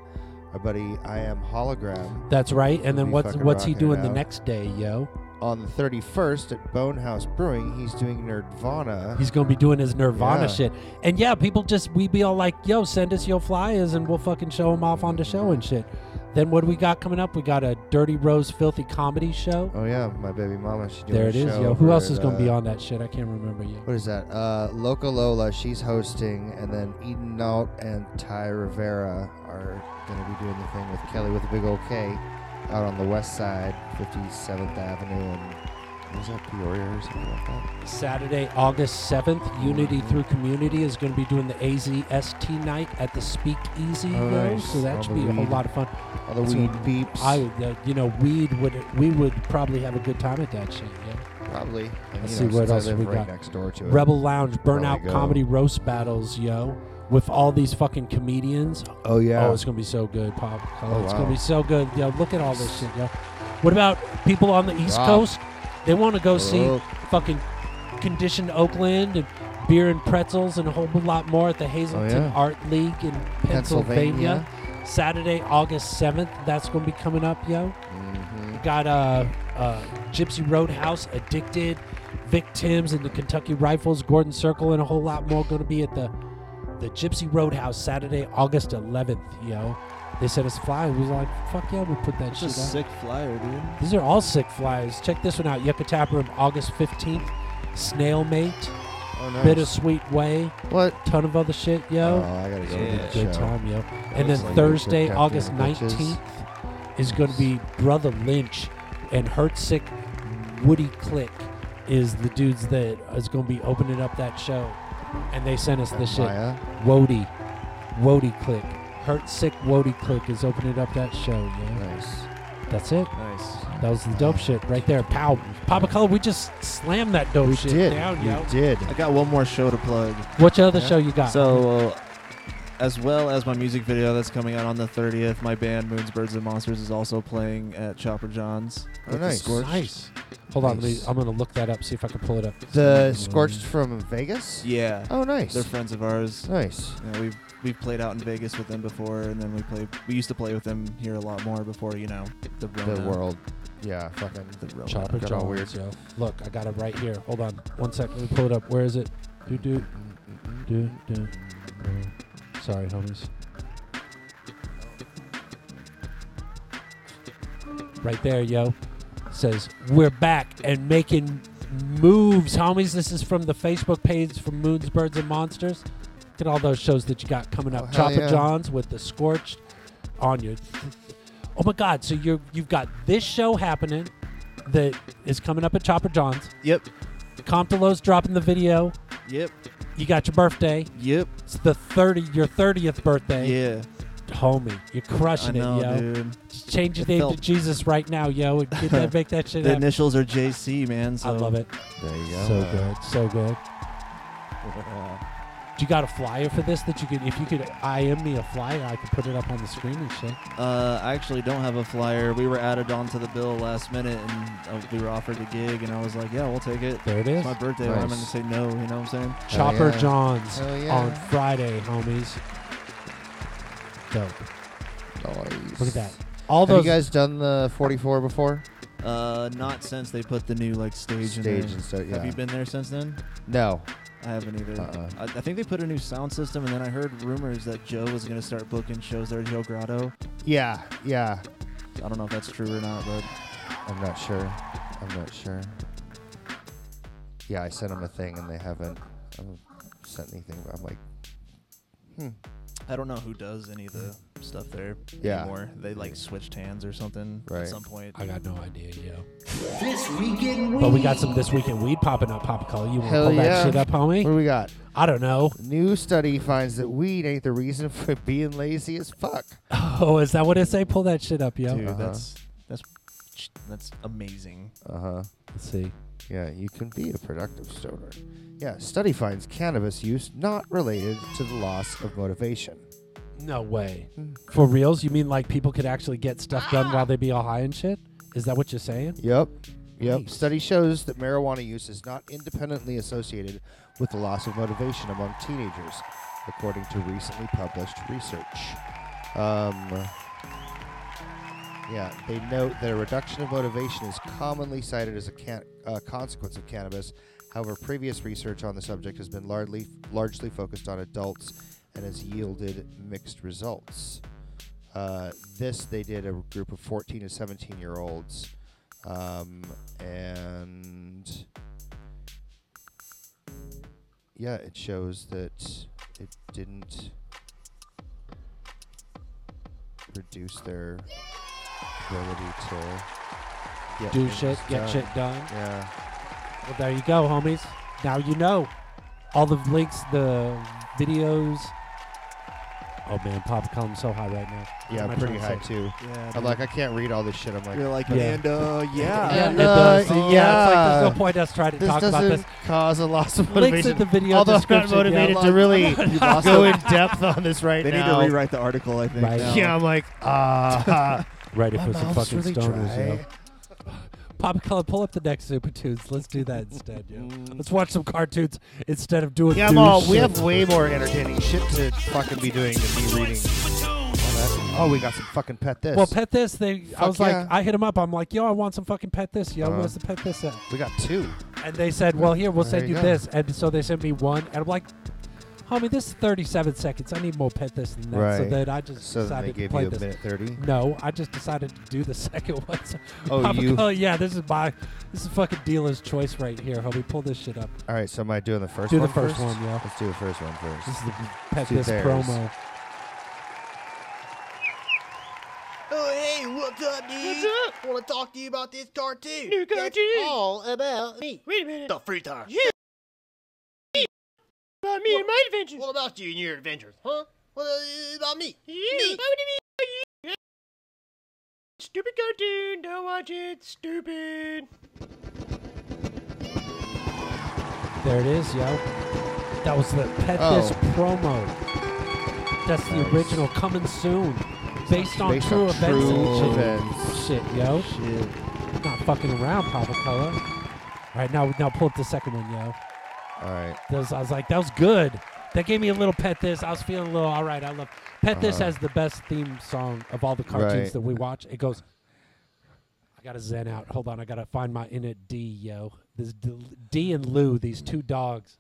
our buddy I Am Hologram.
That's right.
We'll
And then
be
what's
fucking
what's he
rocking it
doing the
out.
next day, yo?
On the 31st at Bonehouse Brewing, he's doing Nirvana.
He's gonna be doing his Nirvana
Yeah.
shit. And yeah, people just we be all like, yo, send us your flyers and we'll fucking show them off on the show and shit. Then what do we got coming up? We got a Dirty Rose Filthy comedy show.
Oh yeah, my baby mama. She doing
There
a
it is,
show
yo. Who
over
else is
at,
gonna be
uh,
on that shit? I can't remember you.
What is that? Uh, Loca Lola. She's hosting, and then Eden Nault and Ty Rivera are gonna be doing the thing with Kelly with a big old K out on the west side, 57th Avenue, and what was that Peoria or something like that?
Saturday, August 7th, Unity Through Community is going to be doing the AZST night at the Speakeasy.
Oh,
yo,
nice.
So that
All
should
the
be a whole
weed-
lot of fun.
all the
That's
weed
what-
peeps.
I, uh, you know, weed would we would probably have a good time at that shit. Yeah.
Probably. And,
Let's
you
see
know,
what
since I
else
live
we
right
got.
next door to it,
Rebel Lounge
probably
Burnout
go.
Comedy Roast Battles, yo, with all these fucking comedians.
Oh, yeah.
Oh, it's gonna be so good, Pop. Oh,
Oh,
it's
wow.
gonna be so good. Yo, look at all this shit, yo. What about people on the East
Rock.
Coast? They want to go see
Rock.
fucking Conditioned Oakland and Beer and Pretzels and a whole lot more at the Hazleton
Oh, yeah.
Art League in
Pennsylvania.
Pennsylvania. Saturday, August 7th. That's going to be coming up, yo. We got uh, uh, Gypsy Roadhouse, Addicted, Victims, and the Kentucky Rifles, Gordon Circle, and a whole lot more going to be at the the Gypsy Roadhouse Saturday, August 11th, yo. They said it's fly. We was like, fuck yeah, we'll put that
It's
shit
a
out.
sick flyer, dude.
These are all sick flies. Check this one out. Yucca Tap Room, August 15th. Snail Mate.
Oh, nice.
Bittersweet Way.
What?
Ton of other shit, yo.
Oh, I gotta go to
It's gonna
that
be a good
show.
time, yo.
That
and then
looks like
Thursday,
good goddamn
August
bitches.
19th is going to be Brother Lynch and Hertzick Woody Click is the dudes that is going to be opening up that show. And they sent us this shit.
Maya?
Wody. Wody Click. Hertzick Wody Click is opening up that show, yo.
Nice.
That's it.
Nice.
That was the dope shit right there. Pow. Papa Color, we just slammed that dope shit down, yo.
did.
I got one more show to plug.
What other show you got?
So, uh, as well as my music video that's coming out on the 30th, my band Moons, Birds, and Monsters is also playing at Chopper John's.
Oh,
with the
nice.
Scorched.
Nice. Hold on, let me- I'm gonna look that up. See if I can pull it up.
The Scorched from Vegas?
Yeah.
Oh, nice.
They're friends of ours.
Nice.
Yeah, we've we've played out in Vegas with them before, and then we play. We used to play with them here a lot more before, you know, the
The
Rona.
world. Yeah, fucking.
The Rona.
Chopper
Got all weird.
Jones, yo. Look, I got it right here. Hold on, one second. Let me pull it up. Where is it? Do do do do. Sorry, homies. Right there, yo. Says we're back and making moves, homies. This is from the Facebook page from Moons, Birds, and Monsters. Look at all those shows that you got coming up.
Oh, hell
Chopper
yeah.
Johns with the Scorched on your. Oh my God! So you're you've got this show happening that is coming up at Chopper John's.
Yep.
Comptolo's dropping the video.
Yep.
You got your birthday.
Yep.
It's the thirty your thirtieth birthday.
Yeah.
Homie, you're crushing
I know,
it, yo.
dude.
Just change your
It
name to
felt-
Jesus right now, yo. And get that, make that
[LAUGHS]
shit
The
happen.
initials are JC, man. So
I love it.
There you go.
So good, so good. Do you got a flyer for this that you could, if you could IM me a flyer, I could put it up on the screen and shit.
Uh, I actually don't have a flyer. We were added onto the bill last minute, and uh, we were offered a gig, and I was like, "Yeah, we'll take it."
There it is.
It's my birthday. Why am I going to
Nice.
say no? You know what I'm saying?
Chopper
yeah.
Johns
Hell yeah.
on Friday, homies. Dope.
Nice.
Look at that. All
Have
those-
you guys done the 44 before?
Uh, not since they put the new like stage. in
Stage
there.
and stuff, yeah.
Have you been there since then?
No.
I haven't either.
Uh-uh.
I, I think they put a new sound system, and then I heard rumors that Joe was going to start booking shows there at Joe Grotto.
Yeah, yeah.
I don't know if that's true or not, but
I'm not sure. I'm not sure. Yeah, I sent them a thing and they haven't I haven't sent anything. I'm like,
I don't know who does any of the stuff there
Yeah.
anymore. They like switched hands or something
Right.
at some point.
I got no idea, yo.
This weekend
But we got some this weekend weed popping up, Pop Color. You want to
hell
pull
yeah.
that shit up, homie?
What do we got?
I don't know. [LAUGHS]
New study finds that weed ain't the reason [LAUGHS] for being lazy as fuck.
Oh, is that what it say? Pull that shit up, yo.
Uh-huh.
Dude, that's that's that's amazing.
Uh huh.
Let's see.
Yeah, you can be a productive stoner. Yeah, study finds cannabis use not related to the loss of motivation.
No way.
Mm.
For reals? You mean like people could actually get stuff done while they be all high and shit? Is that what you're saying?
Yep. Yep. Study shows that marijuana use is not independently associated with the loss of motivation among teenagers, according to recently published research. Um, yeah, they note that a reduction of motivation is commonly cited as a can- uh, consequence of cannabis. However, previous research on the subject has been largely largely focused on adults and has yielded mixed results. Uh, this they did a group of 14 to 17 year olds, um, and yeah, it shows that it didn't reduce their ability to get
Do
things
shit, get shit done.
Yeah.
Well, there you go, homies. Now you know all the links, the videos. Oh man, Papa Column's so high right now.
Yeah,
What am I
I'm pretty high
trying to say?
too.
Yeah,
I'm like, I can't read all this shit. I'm like,
You're like,
Yeah.
and uh, yeah.
And,
It does.
uh,
Yeah, it's like there's no point us trying to talk about this.
doesn't cause a loss of motivation.
Links in the video
Although I'm not
description, yeah.
motivated to
Like- [LAUGHS]
really
You lost
go
it.
in depth on this right
They need to
now.
rewrite the article, I think, Right. now.
Yeah, I'm like, ah.
Right, it
my
was some
mouth's
fucking
really
stoners,
dry.
yo. Papa Column, pull up the next Super Tunes. Let's do that instead. Yo. Let's watch some cartoons instead of doing.
Mm. Yeah,
douche
Ma, we
shit.
have way more entertaining shit to fucking be doing than me reading. all that. Oh, we got some fucking pet this.
Well, pet this. They, I
Fuck
was
yeah.
like, I hit him up. I'm like, yo, I want some fucking pet this. Yo,
Uh-huh.
where's the pet this at?
We got two.
And they said, well, here, we'll
There
send
you
you
go.
this. And so they sent me one, and I'm like, homie, this is 37 seconds. I need more pet this than that. So
Right.
then I just
So then they
decided
gave
to play
you a
this.
minute 30?
No, I just decided to do the [LAUGHS] second one. So
Oh,
Papa
you-
Color, yeah, this is my, this is fucking dealer's choice right here, homie. Pull this shit up.
All right, so am I doing the first
Do the
one?
first
first?
one, yeah.
Let's do the first one first.
This is the
Let's
pet
do
this
theirs.
promo.
Oh, hey, what's up, dude? What's up? Want to talk to you about this cartoon. New cartoon. all about me. Wait a minute. The free time. Yeah. About me and my adventures. What about you and your adventures, huh? What uh, about me? You. Me. Stupid cartoon. Don't watch it. Stupid.
There it is, yo. That was the Pet
Oh.
This promo. That's the
Nice.
original coming soon. Based on
Based
true
on
events
true
and shit.
events.
Shit, yo. Not fucking around, Papa Color. Alright, now now pull up the second one, yo.
Alright.
I was like, that was good. That gave me a little pet this. I was feeling a little alright, I love Pet This
Uh-huh.
has the best theme song of all the cartoons
Right.
that we watch. It goes I gotta zen out. Hold on, I gotta find my inner D, yo. This D, D and Lou, these two dogs.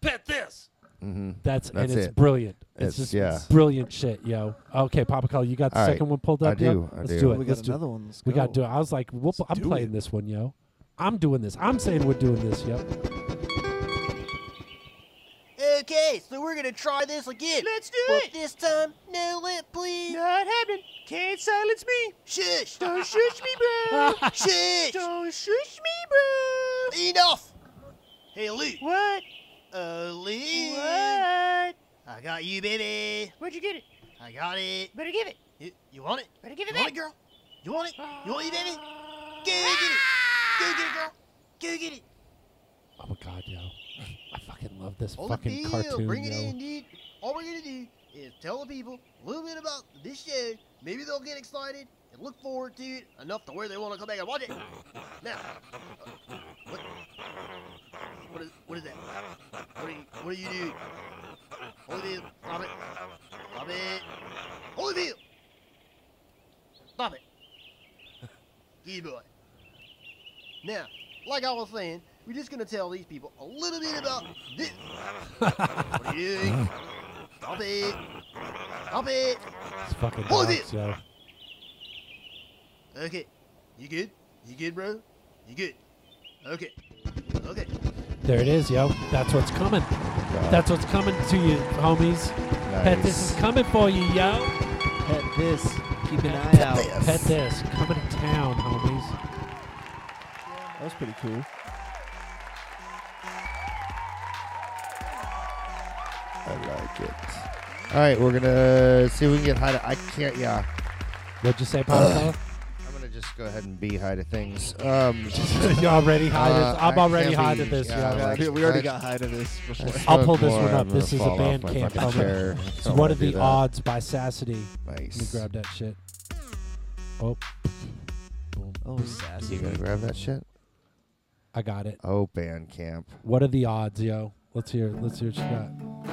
Pet this.
Mm-hmm.
That's,
That's
and it's
it.
brilliant. It's, just
yeah.
brilliant shit, yo. Okay, Papa Call, you got the
All right.
second one pulled
I
up. yo?
do, I
Let's
do.
do it.
We
got
Let's do
another
it.
one. Let's
we gotta
go.
do it. I was like, we'll, I'm
do
playing this one, yo. I'm doing this. I'm saying we're doing this, yo.
Okay, so we're gonna try this again. Let's do it. But this time, no lip, please. Not happening. Can't silence me. Shush. Don't shush me, bro. [LAUGHS] shush. Don't shush me, bro. Enough. Hey, Luke. What? Uh, Luke. What? I got you, baby. Where'd you get it? I got it. Better give it. You, you want it? Better give it you Want it, girl? You want it? You want it, baby? Go get it. Go get it, girl. Go get it.
Oh my god, yo. I fucking love this
Hold
fucking
the deal.
cartoon,
Bring it
yo.
in, dude. All we're gonna do is tell the people a little bit about this show. Maybe they'll get excited and look forward to it enough to where they want to come back and watch it. Now, uh, what, what, is, what is that? What are you, what are you doing? Holy Bill, stop it. Stop it. Holy Bill! Stop it. Good boy. Now, like I was saying, we're just gonna tell these people a little bit about this. what are you doing? Stop it! Stop it!
It's fucking
Hold
dogs, yo.
Okay, you good? You good, bro? You good? Okay, okay.
There it is, yo. That's what's coming. That's what's coming to you, homies. Pet this
Nice.
is coming for you, yo.
Pet this. Keep an eye
Pet
out.
this. Pet this. Coming to town, homies.
That was pretty cool.
I like it. All right, we're gonna see if we can get high. To, I can't. Yeah.
What'd you
[LAUGHS]
say, Papa?
I'm gonna just go ahead and be high to things. Um,
You already high to-
uh,
I'm
I
already
can't
high
be-
to this,
yeah,
yeah.
like,
Dude, we already
I-
got high to this
I
before.
smoke
I'll pull this
more,
one
I'm
up.
gonna
This is a
fall off
band
my
camp.
fucking
cover.
chair.
It's
Don't
one
wanna
of
do
the
that.
odds by Sassity.
Nice.
Let me grab that shit. Oh. Boom.
Oh,
You
sassy.
gonna grab that shit?
I got it.
Oh, band camp.
What are the odds, yo? Let's hear. Let's hear what you got.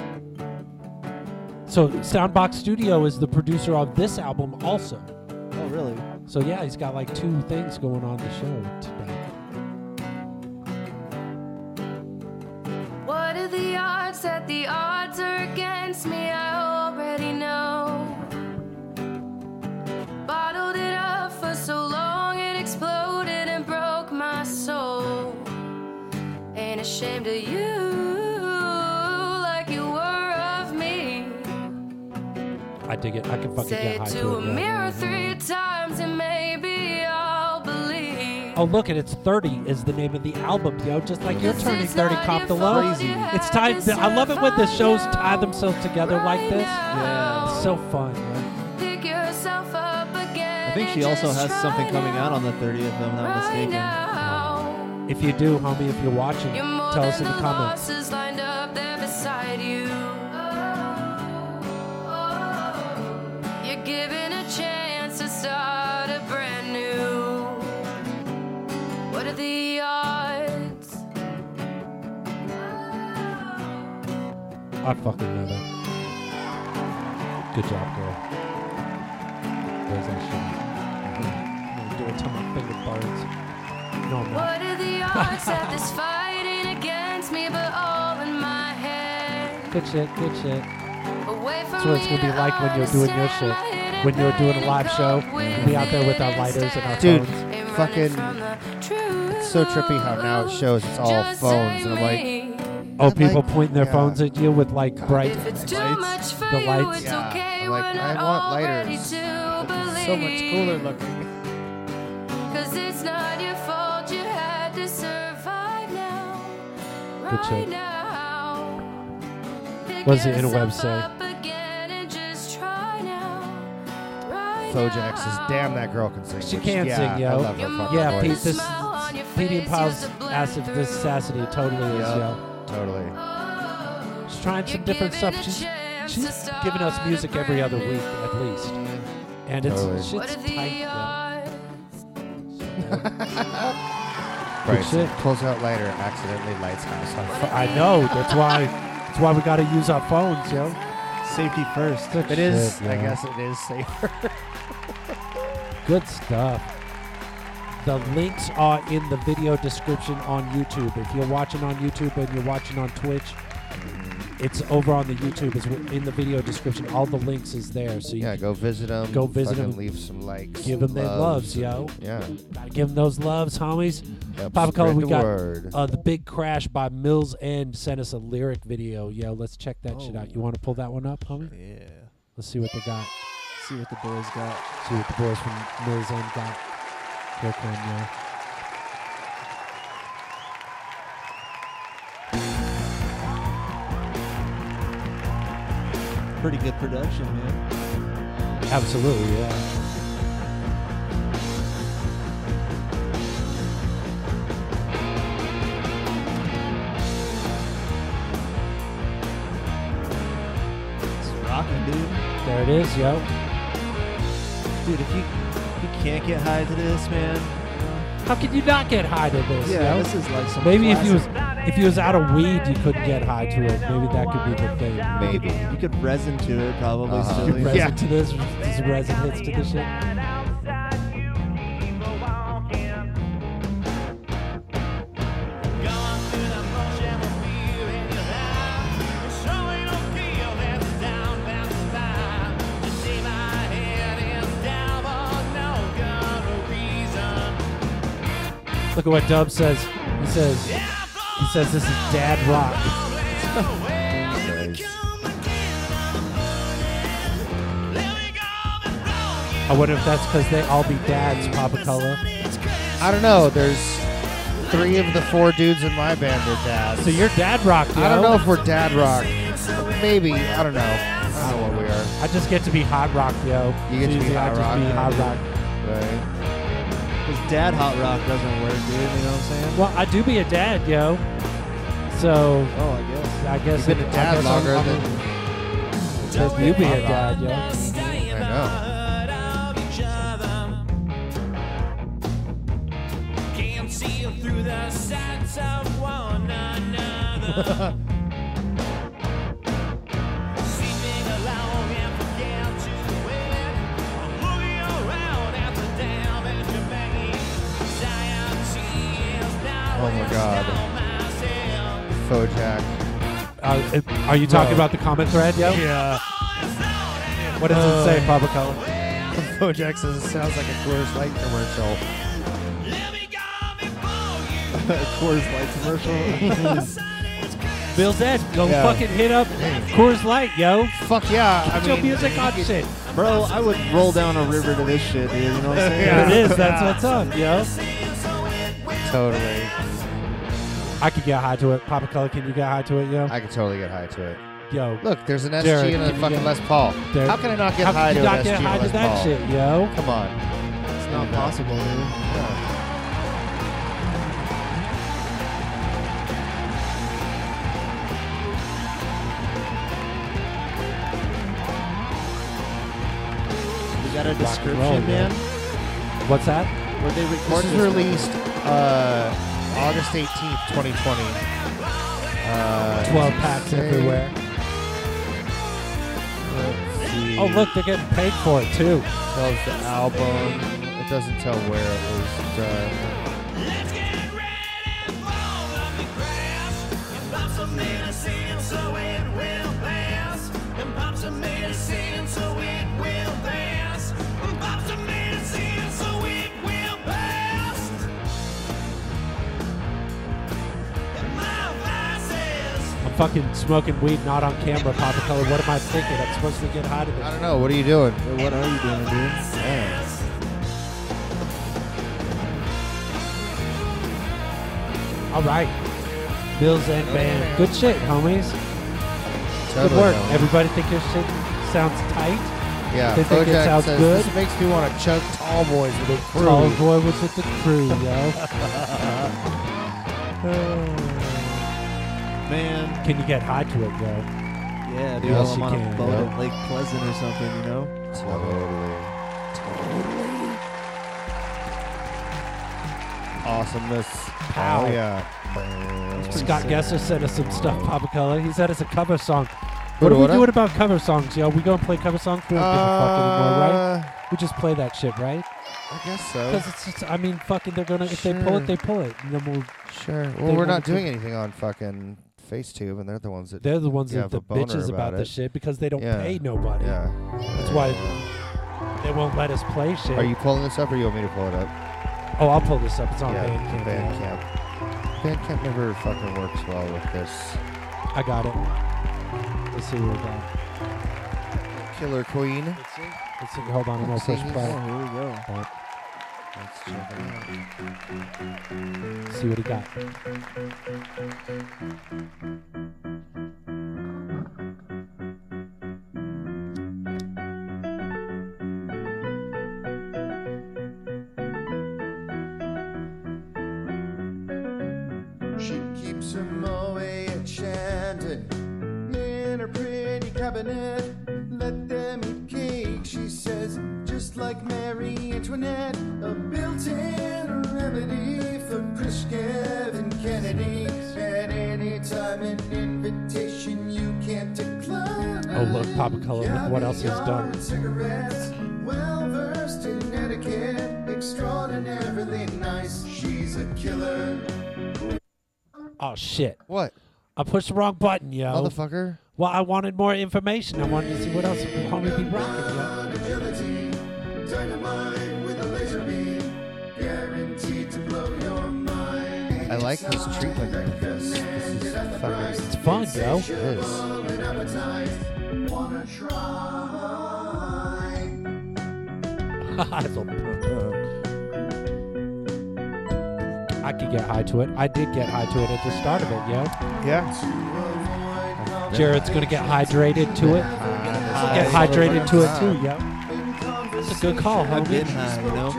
So Soundbox Studio is the producer of this album, also.
Oh, really?
So yeah, he's got like two things going on the show today.
What are the odds that the odds are against me? I already know. ashamed of you like you were of me.
I dig it. I can fucking
Say
get high
to
to
a
it. yeah.
mirror three times and maybe I'll believe.
Oh, look, and it's 30 is the name of the album, yo. Just like you're turning 30, cop the low. It's tied. I love it when the shows tie themselves together like this. Yeah. It's so fun.
Pick yourself up again.
I think she also has something coming out on the 30th, if I'm not mistaken.
If you do, homie, if you're watching,
You're more
tell
than
us in the
the
comments.
losses lined up there beside you. You're given a chance to start a brand new. What are the odds?
I fucking know that. Good job, girl. There's that shit. Do it till Mm-hmm. my finger burns. No, I'm not.
What are the
[LAUGHS]
odds that this fighting against me, but all in my head?
Good shit, good shit.
Away
That's
from
what it's
me
gonna be like when you're doing your shit. When you're doing a live show, we'll be out there with our lighters and our
Dude,
phones.
fucking. It's so trippy how now it shows it's all phones, and I'm like,
Oh,
I'd
people
like-
pointing their
yeah.
phones at you with like bright
If
lights.
it's too much for
the
you,
lights.
it's okay.
I'm like, I want lighters.
to
So much cooler
believe.
looking.
Cause it's not your fault you had to survive now.
Good
Right
shit.
now. Pick
What does the
yourself
interweb say?
up again and just try now. Right
Fojax is damn that girl can sing.
She
which-
can't
yeah,
sing, yo.
I love her fucking
yeah, Pete,
voice.
this Petey and Paul's acid necessity totally is,
Yup,
yo.
Totally.
She's trying some different stuff. She's, she's giving us music every other week, at least. And it's
Totally.
shit's tight,
uh,
yo.
Right,
Good
so
shit.
pulls out lighter, and accidentally lights house on fire.
I know. That's why. That's why we gotta use our phones, yo. Safety first.
It is. I guess it is safer.
Good stuff. The links are in the video description on YouTube. If you're watching on YouTube and you're watching on Twitch, it's over on the YouTube. It's in the video description. All the links is there. So you
yeah, go visit them.
Go visit 'em.
Leave some likes.
Give them their loves, yo.
Yeah.
Gotta give them those loves, homies.
Yep,
Papa Color,
spread
we
the
got
word.
Uh, the Big Crash by Mills End sent us a lyric video. Yo, let's check that shit
Oh.
out. You want to pull that one up, homie? Yeah. Let's see what they got. See what the boys got. See what the boys from Mills End got. Click on, yo.
Pretty good production, man.
Absolutely, yeah.
It's rocking, dude.
There it is, yo.
Dude, if you if you can't get high to this, man,
How could you not get high to this?
Yeah,
yo?
this is like some
Maybe if you was
classic.
if you was out of weed, you couldn't get high to it. Maybe that could be the thing.
maybe you could resin to it, probably
Uh-huh.
still.
You resin to this, just resin hits to the shit. Look at what Dub says. He says he says this is dad rock. I wonder if that's because they all be dads, Papa Color.
I don't know. There's three of the four dudes in my band are dads.
So you're dad rock,
I don't
yo.
know if we're dad rock. Maybe. I don't know. I don't know what we are.
I just get to be hot rock, yo.
You get to be
Seriously, I
hot
just
rock.
be hot rock.
Right.
Because dad hot rock doesn't work, dude. You know what I'm saying?
Well, I do be a dad, yo. So.
Oh, I guess.
I guess.
You've been a
I
dad
guess I'm-
longer
I'm- Just you be a dad, yo.
I know.
Can't see through the sides of one
[LAUGHS]
another. Sleeping alone and forget to win. I'm looking around at the damn and you're begging. Anxiety is now
Oh my God. Fojack.
Uh, it- are you talking about the comment thread, yo?
Yeah.
What does
Uh,
it say, Papa
[LAUGHS]
Color? [LAUGHS]
Fojack says it sounds like a Coors Light commercial.
Coors Light commercial.
Bill's Ed, go
Yeah.
fucking hit up Coors Light, yo.
[LAUGHS] Fuck yeah.
Put your music on shit.
Bro, I would roll down a river to this shit, dude. You know what I'm
[LAUGHS]
saying?
There it is. That's what's up, yo.
Totally.
I could get high to it. Papa Color, can you get high to it, yo?
I could totally get high to it.
Yo.
Look, there's an SG
Jared,
and a
can you
fucking
get-
Les Paul.
There-
How can I not get
How could
high
you
to
not
an
get
SG
high
and
to
Les
that
Paul?
shit, yo?
Come on.
It's not possible, dude. We got a
Rock and
description,
roll, yo.
man.
What's that?
Were they
This
recorded?
is released uh, August 18th, 2020. Uh,
12 packs
say-
everywhere.
Let's see.
Oh, look, they're getting paid for it, too.
Tells the album. It doesn't tell where it was done.
I'm fucking smoking weed not on camera, Papa Color. What am I thinking? I'm supposed to get high to this.
I don't know. What are you doing?
What are you doing, dude?
All right. Bills and band. Good shit, homies. Good
Totally,
work.
homies.
Everybody think your shit sounds tight?
Yeah,
They think it
Bojack
sounds
says,
good?
This makes me want to chug tall boys with a crew.
Tall boy was with the crew,
[LAUGHS]
yo. [SIGHS]
Man.
Can you get high to it, yo?
Yeah, dude.
Yes,
I'm
you
on
can,
a boat
yep.
at Lake Pleasant or something, you know?
Totally. Totally. Awesomeness.
Pow.
Oh, yeah.
Scott Gesser sent us some stuff, Papa Color. He sent us a cover song.
What
What
what up?
are we doing about cover songs, yo? We gonna play cover songs? We don't give a fuck anymore,
Uh,
right? We just play that shit, right?
I guess so.
Because it's just, I mean, fucking, they're gonna, if they pull
Sure.
it, they pull it. And then we'll,
Sure.
they
Well, we're
wanna
not
do-
doing anything on fucking FaceTube, and they're the ones that
They're the ones
yeah,
that the
have a boner
bitches about,
it.
this shit because they don't
Yeah.
pay nobody.
Yeah.
That's why they won't let us play shit.
Are you pulling this up, or you want me to pull it up?
oh, I'll pull this up. It's on
yeah,
Bandcamp.
Bandcamp. Bandcamp never fucking works well with this.
I got it. Let's see what we got.
Killer Queen.
Let's see. Hold on, I'm gonna push
Singing. Oh,
play.
Here we go.
Let's check it out.
See what he got.
She keeps her moe enchanted in her pretty cabinet. Let them eat cake, she says, just like Mary Antoinette. A built-in remedy for Chris Kevin Kennedy. At any time, an invitation you can't decline.
Oh, look, Papa Color, look what else he's done.
Cigarettes, well versed in etiquette, extraordinarily nice. She's a killer.
Oh shit!
What?
I pushed the wrong button, yo.
Motherfucker.
Well, I wanted more information. I wanted to see what else would probably be rocking, yo.
Agility, dynamite with a laser beam, guaranteed to blow your mind.
I like his treatment of this. This is fucking.
It's fun, yo.
It is.
An appetite, wanna try?
I could get high to it. I did get high to it at the start of it, yo.
Yeah.
Jared's gonna get hydrated to it.
Ah,
Get
that's
hydrated to it
what
too,
I'm
yo. It's a good call,
I'm
homie.
getting high, you know?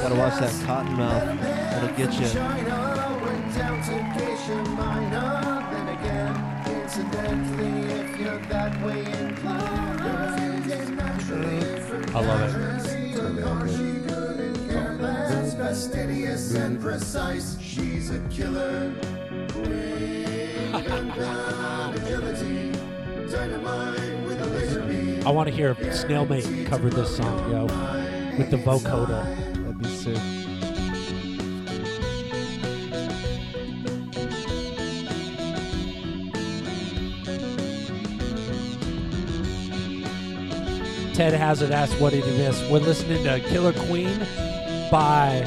Gotta watch that cotton mouth. That'll get you.
China went down to Geisha Minor, then again, incidentally, if you're that way inclined, it's naturally
I love
That's fastidious and precise. She's a killer. Great and agility. Dynamite with a laser beam.
it. I want to hear Snail Mate cover this song, yo, with the vocoder.
That'd be sick.
Ted Hazard asked, "What did he miss?" We're listening to "Killer Queen" by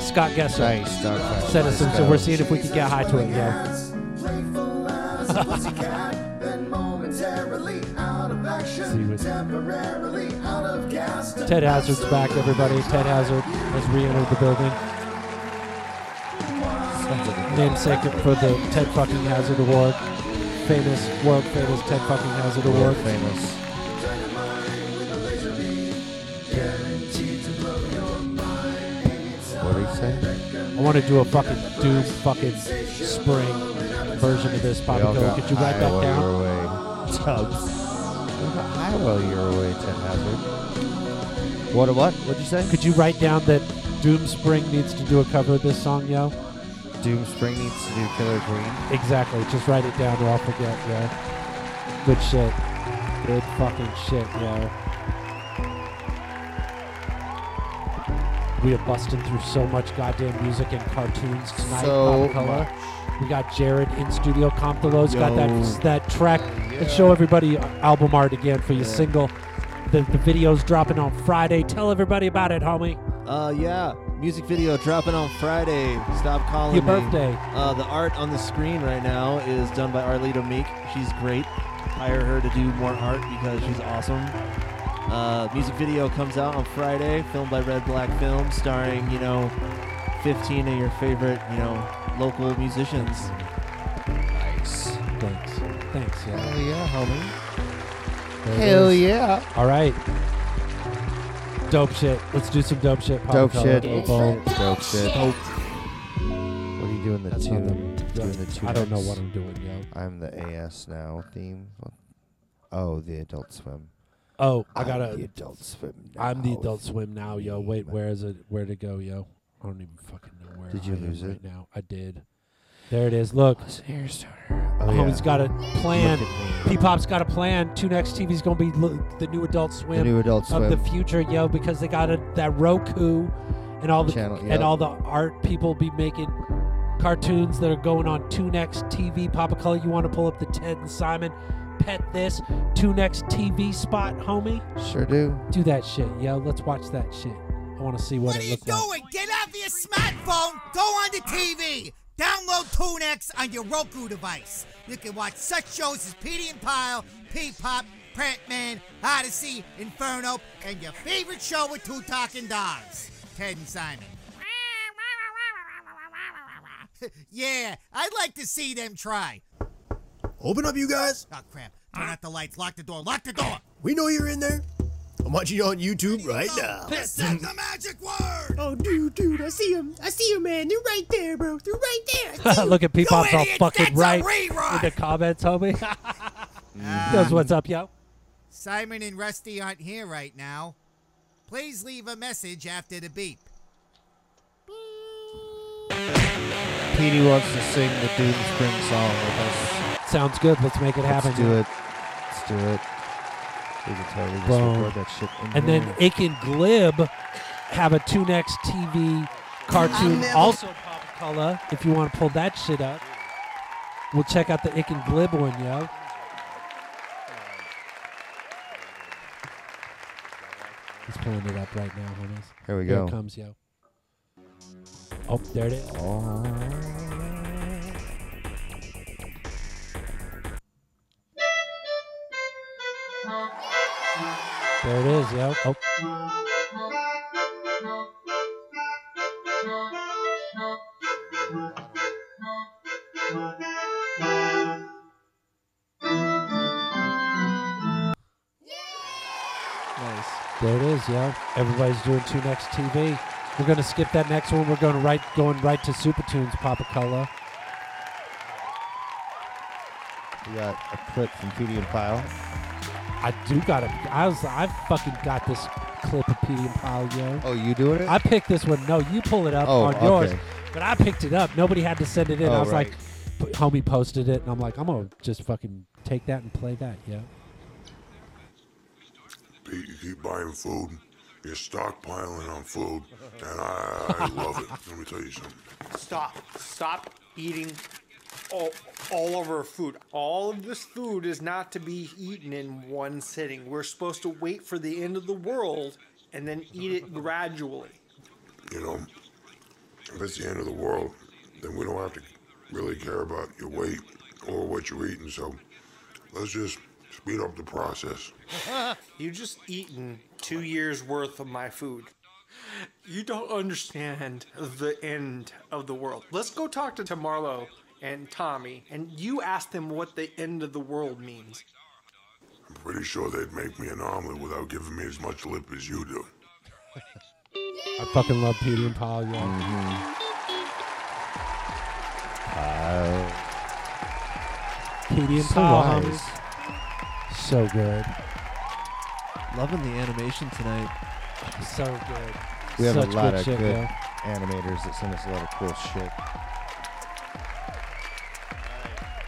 Scott Gesser.
Nice, Doc.
Sent us some, so we're
Scott.
seeing if we can get high to it, yo.
Pussycat, then momentarily out of
See
action,
what-
temporarily out of gas.
Ted Hazard's back, everybody. Ted Hazard has re-entered the building. Namesake for the Ted Fucking Hazard Award, famous, world famous Ted Fucking Hazard Award.
famous. What did he say?
I want to do a fucking doom fucking spring version of this, Bobby.
We all
Cole.
got
Could you write
Iowa
that down?
Your way. Tubbs. We got Iowa your way, Ted Hazard. What a what? What'd you say?
Could you write down that Doom Spring needs to do a cover of this song, yo?
Doom Spring needs to do Killer Queen.
Exactly. Just write it down or I'll forget, yo. Good shit. Good fucking shit, yo. We are busting through so much goddamn music and cartoons tonight.
So
Papa Color. We got Jared in studio. Comptolo's got
Yo.
that that track. And show everybody album art again for your single. The, the video's dropping on Friday. Tell everybody about it, homie.
Uh, yeah. Music video dropping on Friday. Stop calling
Your
me.
birthday.
Uh, the art on the screen right now is done by Arlita Meek. She's great. Hire her to do more art because she's awesome. Uh, music video comes out on Friday, filmed by Red Black Film, starring you know, 15 of your favorite you know local musicians.
Nice.
Thanks. Thanks. Yeah.
Hell yeah, homie.
There it
Hell
is.
yeah.
All right. Dope shit. Let's do some dope shit. Papa
Dope
Color.
shit.
Dope.
Dope shit. Dope. What are you doing the
That's
two?
not the-
doing the two
I don't know
notes?
what I'm doing, yo.
I'm the AS now theme. What- Oh, the Adult Swim.
Oh, I
I'm
gotta.
The Adult Swim.
I'm the
now
adult swim now, yo. Wait, where is it? Where to go, yo? I don't even fucking know where.
Did you
I am
lose
right
it?
now? I did. There it is. Look.
Oh,
Oh, has
yeah.
got a plan.
Look at me.
P Pop's got a plan. Two Next TV's gonna be lo- the new Adult Swim.
new Adult
of the
Swim.
future, yo, because they got a, that Roku and all the
Channel, yep.
and all the art people be making cartoons that are going on Two Next TV. Papa Color, you want to pull up the Ted and Simon pet this Two Next TV spot, homie?
Sure do.
Do that shit, yo. Let's watch that shit. I want to see what,
What are
it
you
looks like.
doing? Get off your smartphone. Go on the TV. Download TuneX on your Roku device. You can watch such shows as Petey and Pyle, P-Pop, Prantman, Odyssey, Inferno, and your favorite show with two talking dogs, Ted and Simon. yeah, I'd like to see them try.
Open up, you guys.
Oh, crap. Turn out the lights. Lock the door. Lock the door.
We know you're in there. I'm watching you on YouTube right now.
That's the magic word.
Oh, dude, dude, I see him. I see him, man. They're right there, bro. They're right there.
[LAUGHS] Look at P Pop's all
idiots,
fucking
that's a
right
rerun. Mm.
in the comments, homie. [LAUGHS] Knows what's up, yo.
Simon and Rusty aren't here right now. Please leave a message after the beep.
Petey wants to sing the Doom Spring song with us.
Sounds good. Let's make it happen.
Let's do it. Let's do it. We can totally just
Boom.
record that shit. In
and
here.
then Aiken Glib have a 2Nex TV cartoon
never-
also Papa Color if you want to pull that shit up. We'll check out the Aiken Glib one, yo. He's pulling it up right now, homies.
Here we
Here
go.
it comes, yo. Oh, there it is. There it is, yo. Oh.
Nice.
There it is, yo. Everybody's doing two next TV. We're gonna skip that next one. We're going right going right to Super Tunes, Papa Color.
we got a clip from Petey and Pyle.
I do got it. I was I fucking got this clip of Petey and Pyle, yo.
Oh, you doing it?
I picked this one. No, you pull it up
Oh,
on yours.
okay.
But I picked it up. Nobody had to send it in. I
Oh,
was
right.
like, p- homie posted it, and I'm like, I'm gonna just fucking take that and play that, yo.
Pete, you keep buying food. You're stockpiling on food, and I, I love it. Let me tell you something.
Stop. Stop eating all, all of our food. All of this food is not to be eaten in one sitting. We're supposed to wait for the end of the world and then eat it gradually.
You know, If it's the end of the world, then we don't have to really care about your weight or what you're eating. So let's just speed up the process.
you just eaten two years worth of my food. You don't understand the end of the world. Let's go talk to Marlo and Tommy, and you ask them what the end of the world means.
I'm pretty sure they'd make me an omelet without giving me as much lip as you do.
I fucking love Petey and Paul, yo.
Mm-hmm.
Petey and
So
Paul,
wise.
homies. So good.
Loving the animation tonight.
So good.
We have
Such
a lot
good
of
shit,
good
yo.
animators that send us a lot of cool shit.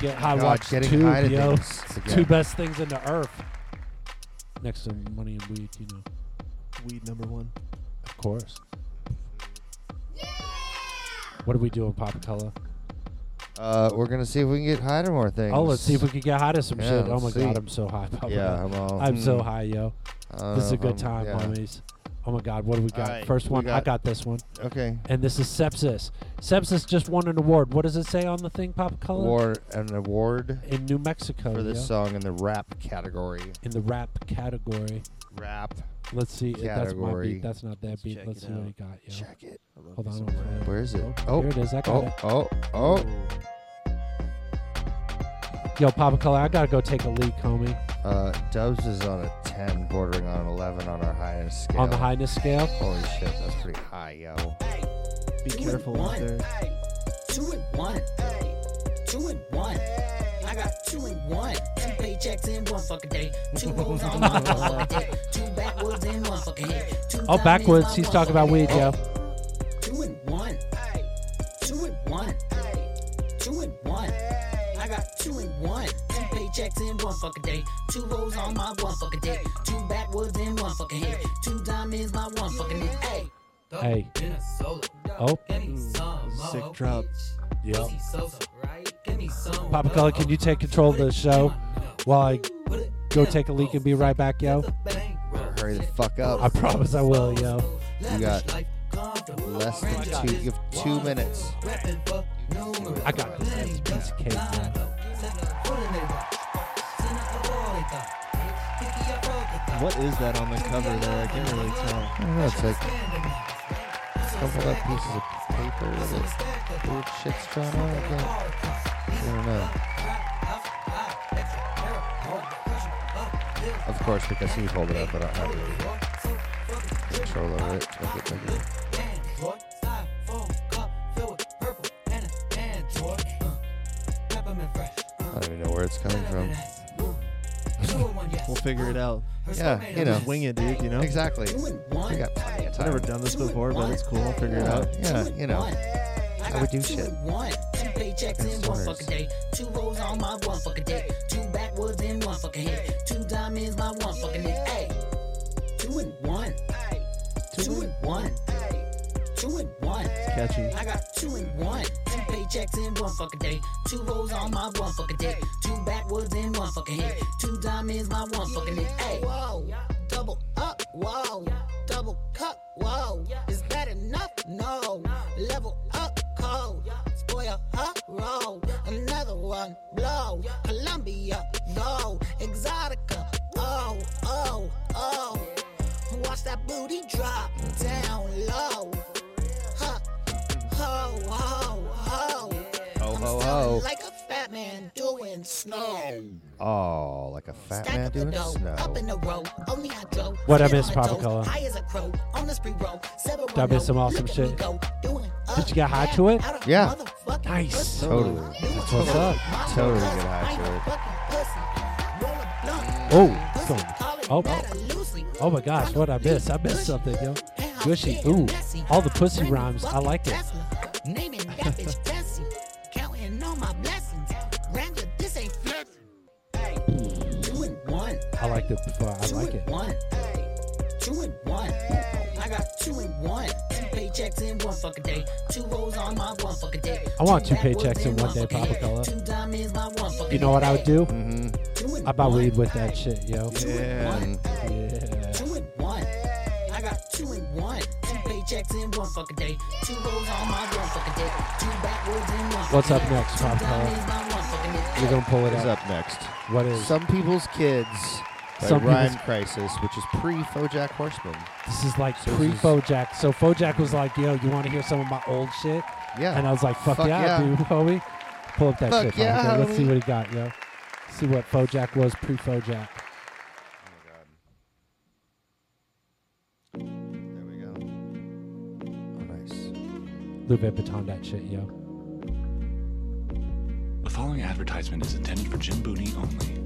Get high
God,
watch
getting
tube,
high to
yo.
things again.
Two best things in the earth. Next to money and weed, you know.
Weed number one.
Of course. What are we doing, Popatella?
Uh, we're gonna see if we can get high to more things.
Oh, let's see if we can get high to some
Yeah,
shit. Oh
let's
my
see.
god, I'm so high. Papa.
Yeah, I'm all.
I'm so
Hmm.
high, yo.
I don't
This is
know
a
if
good
I'm-
time,
Um, yeah.
homies. Oh my god, what do we got?
Alright,
First
we
one, I
got-
got this one.
Okay.
And this is sepsis. Sepsis just won an award. What does it say on the thing, Papa Color?
Award an award
in New Mexico
for this
yeah.
song in the rap category.
In the rap category.
Rap.
Let's see. if That's my
Category.
beat. That's not that beat. Let's see what he got. Yo. Check
it.
Hold on. I'll play
Where is it?
here it is. I got
oh, oh,
it.
oh,
Yo, Papa Color, I gotta go take a leak, homie.
Uh, Dubs is on a 10, bordering on an 11 on our highness scale.
On the highness scale?
Holy shit, that's pretty high, yo.
Be careful out there.
Two and one. Two and one. I got two and one. Two paychecks in one fucking day. Two rolls on my fucking dick. Two backwards in one fucking hit. Two
Oh,
diamonds
backwards.
on
He's
one
talking about
fucking
weed,
hit.
yo.
Two and one. Two and one. Two and one. I got two and one. Two paychecks in one fucking day. Two rolls on my one fucking dick. Two backwards in one fucking hit. Two diamonds my one fucking hit. Hey.
Hey. Oh.
Sick drop.
Yeah. Papa Color, can you take control of the show while I go take a leak and be right back, yo?
Hurry the fuck up.
I promise I will, yo.
You got less than two. You have two minutes.
I got this. That's a piece of cake, man.
What is that on the cover there? I can't really tell.
I don't know, it's like couple of pieces of paper with it. Weird shit's going on again. I don't know. Of course, because he pulled it up, I don't have any control over it. Check it, check it. I don't even know where it's coming from.
We'll figure it out.
Yeah, you know.
Just wing it, dude. You know
Exactly. We got plenty of
I've
time.
never done this before, but it's cool. I'll figure it out.
Yeah, you know. How we do
Two
shit.
and one. Two paychecks in one fucking day. Two rolls on my one fucking dick. Two backwards in one fucking hit. Two diamonds my one fucking hit. Hey. Two and one. Two and one. Two and one.
catchy.
I got two and one. Two paychecks in one fucking day. Two rolls on my one fucking dick. Two backwards in one fucking hit. Two diamonds my one fucking hit. Hey.
Whoa, double up, whoa, double cup, whoa. Is that enough? No. Level up, cold. Spoil her roll. Another one, blow. Columbia, go. Exotica, oh, oh, oh. Watch that booty drop down low. Huh, ho, ho, ho.
Ho,
I'm
ho,
feeling
ho.
Like a fat man doing snow.
Oh, like a fat
Stack
man
up the
doing
dough, up in
snow.
a row. Only I go.
What I
Sit
miss,
on my
Papa
toes,
Color?
High as a crow, on the spree row. Several
Did I miss some
row,
awesome
look at me
shit?
go, doing
Did you get high
up,
to it?
out of
Yeah.
motherfucking
Nice.
pussy.
Totally.
That's what's up.
Totally get high to it.
Oh, it's going- oh, oh, oh my gosh, what I miss? I missed something, yo. Gushy, ooh, all the pussy rhymes. I like it.
Naming that bitch Bessie. Counting all my blessings. Ranger, this ain't flexing. Two and one.
I like the. I like it.
One. Two and one. I got two and one. Two paychecks in one fucking day. Two rolls on my one fucking day.
I want two
backwards
paychecks in one day,
fucking
Papa
hit.
Color.
Two diamonds, my one fucking
You know what I would do?
hit.
Mm-hmm.
Two and
I buy
one.
weed with that shit, yo.
Two and one.
Yeah.
Two and one. I got two and one. Two paychecks paychecks in one fucking day. Two rolls on my one fucking day. Two backwards in one.
What's
fucking
up
day.
next,
Two
Pop Color?
diamonds by one fucking day.
You're gonna pull
What
it
is
up.
up next?
What is-
Some People's Kids by
Some People's-
Rhyme Crisis, which is pre Fojack Horseman.
This is like
So this
pre
is-
Fojack. So Fojack was like, yo, you want to hear some of my old shit?
Yeah.
And I was like, fuck,
Fuck
yeah,
yeah. Oh
dude, [LAUGHS] homie. Pull up that
Fuck
shit. homie.
yeah,
Okay, Let's see
homie.
what he got, yo. See what Fojack was pre Fojack.
Oh, nice.
Louis Vuitton that shit, yo.
The following advertisement is intended for Jim Booty only.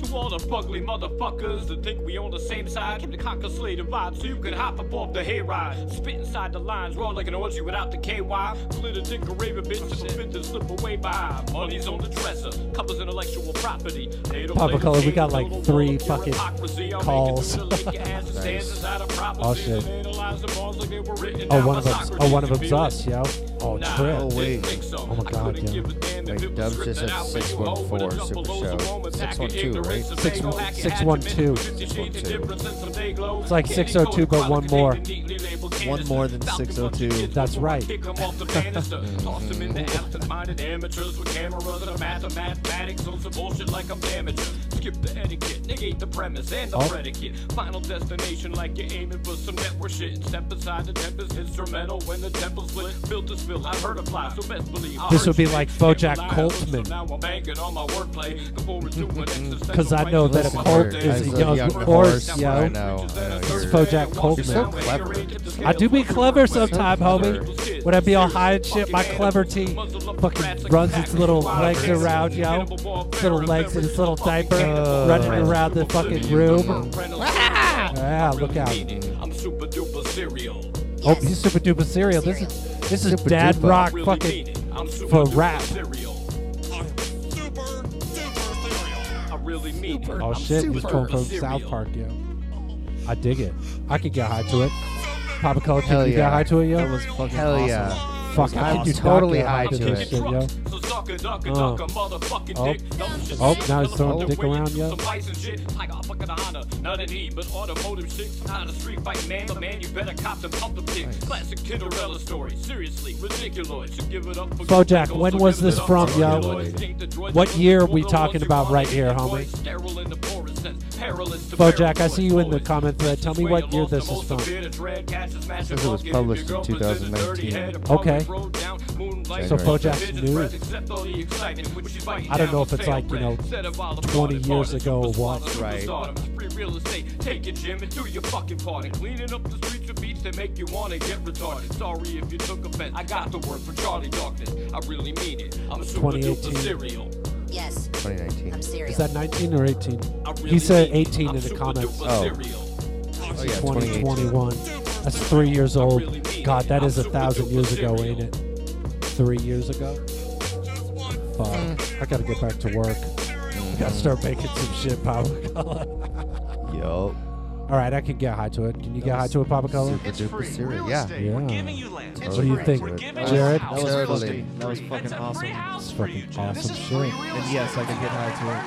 To all the fugly motherfuckers that think we on the same side, keep the conquer slay divide so you can hop up off the hayride. Spit inside the lines, raw like an orgy without the KY. Split a dick, a raven bitch, oh, a bit to slip away by. Money's on the dresser, covers intellectual property. They don't
Papa
play the
Color, we
game,
got
they
like
don't
three
want your
fucking
hypocrisy. I'll make it
calls.
to the lake, your
[LAUGHS]
ass that stands inside a prophecy
Oh, shit.
that analyze the balls like they were written
Oh,
down
one
by
of them's,
Socrates.
oh, one of
You
them's
feel it?
us, yo. Oh,
Nah,
trip.
I didn't think so.
Oh, my
I
God,
couldn't
yo.
give a damn if it was
Dubs just
scripted
said
out for you, hoe, but
614
it's
Super
double O's, a
Show.
woman, pack it,
612,
ignorance,
right?
a
Six
bagel,
one-
hack it,
six
hatchet,
one
mint,
two.
fifty
Six one
shades of
two.
difference in some day glow.
It's like
Candy
602,
coated
but one
product
more.
contained in neatly labeled
One
canister.
more than
Falcon
602.
That's right.
Kick 'em off the banister. Toss 'em in the absent-minded amateurs with cameras and a math of mathematics on some bullshit like I'm amateur. Skip the etiquette, negate the premise and the
Oh.
predicate. Final destination like you're aiming for some network shit. Step aside the tempest instrumental when the temple split. Built to spill, I've heard a fly, so best believe. I
This
heard
would be
you.
like Bojack Coltman.
So now I'm banking on my wordplay before we do an existential
Because I know that a
Listen,
colt
you're-
is
as
a
a
young,
young
horse,
horse,
yo.
I know, I know,
It's
you're-
Bojack
you're
Coltman.
so clever.
I do be clever sometime, homie. When I be all high and shit, my cleverty fucking runs its little legs around, yo. Its little legs in its little diaper, running around the fucking room.
[LAUGHS]
Yeah, Ah, look out.
I'm super duper serial.
Oh, he's super duper serial. This is this is
Super
dad
duper.
rock
Really mean
fucking
it. I'm super
for
duper
rap.
serial. I'm super duper serial. I really mean it.
Oh
I'm
shit, he's
super
coming from
serial.
South Park, yo. I dig it. I could get high to it. Papa Color, can
Hell
you get
yeah.
high to it, yo?
That was fucking Hell awesome. yeah.
Fuck, I
I'm
could do
totally
goddamn
high to
this
it.
shit, yo. Oh. Oh. oh, now he's throwing dick around, yo.
Bison shit, Tiger, I'm fucking a Honda. Not an E, but automotive shit. Not a street fight man, but man, you better cop them pump the dick. Classic Tinderella story, seriously, ridiculous. So give it up for
Bojack, when was this from, yo? What year are we talking about right here, homie? Bojack, I see you in the comment thread. Tell me what year this is from.
Says it was published in 2019.
Okay. So
January.
Bojack's new. I don't know if it's like, you know, 20 years ago or what.
Right. Free real estate, take it, Jim, and do your fucking part. And cleaning up the streets of beats that make you wanna get retarded. Sorry if you took offense. I got the word for Charlie Darkness. I really mean it. I'm super duper
2018.
serial. Yes.
2019.
Is that 19 or 18? He said 18 in the comments.
Oh. Oh, yeah,
2021. That's three years old. God, that is a thousand years ago, ain't it? Three years ago? Fuck.
Mm.
I gotta get back to work. I gotta start making some shit, Papa Color.
Yo.
[LAUGHS] Alright, I can get high to it. Can you get high to it, Papa Color?
Super duper serious. Yeah.
Yeah.
It's
what do you
free.
think,
We're giving you
Jared?
a house. That was Totally.
That was fucking awesome.
It's fucking awesome shit.
And yes, I could get high to it.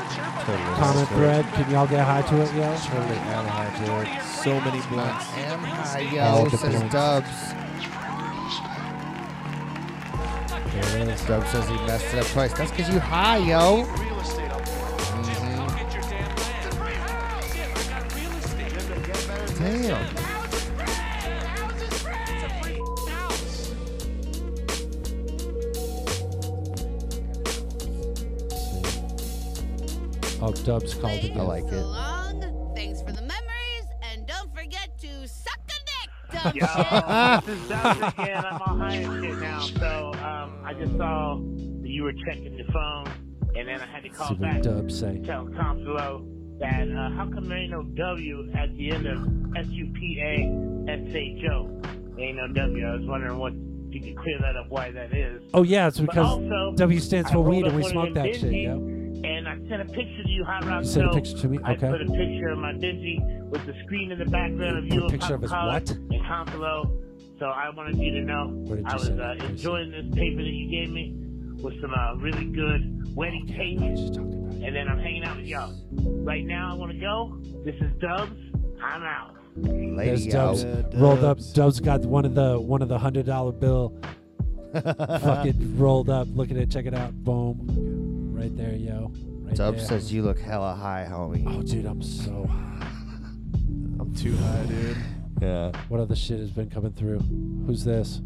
Comment thread, can y'all get high to it, yo?
Totally am high to it. So many blunts.
Am high,
All
yo.
the
Says
points.
Dubs. Dubs says he messed it up twice. That's because you high, yo. Mm-hmm. Damn.
Oh, Dubs called again.
I like it.
Long. Thanks for the memories, and don't forget to suck a
[LAUGHS]
dick, dumb
Yo,
shit.
[LAUGHS] this is Dr. again. I'm all high and shit now. So um, I just saw that you were checking your phone, and then I had to
Let's
call
see
back
what Dubs say.
tell Compsolo that uh, how come there ain't no W at the end of S U P A S H O? There ain't no W. I was wondering what if you could clear that up why that is.
Oh, yeah, it's
But
because
also,
W stands for
I rolled
weed
up
and we
one of
smoke
them
that shit,
Benjis,
yo.
And I sent a picture to you, Hot Rod.
You sent a
Soul.
picture to me?
I
Okay.
put a picture of my busy with the screen in the background of you and
picture of his
Papa
what?
Collar and Compsolo. So I wanted you to know
What did you
I was
send?
uh, enjoying this paper that you gave me with some uh, really good wedding cake. And then I'm hanging out with y'all. Right now, I want to go. This is Dubs. I'm out.
There's
Lady
Dubs
out.
rolled up. Dubs got one of the one of the hundred
[LAUGHS]
dollar bill, fucking rolled up. Look at it. Check it out. Boom, right there, yo. Right
Dub
there.
says you look hella high, homie.
Oh, dude, I'm so high.
I'm too high, dude.
Yeah.
What other shit has been coming through? Who's this?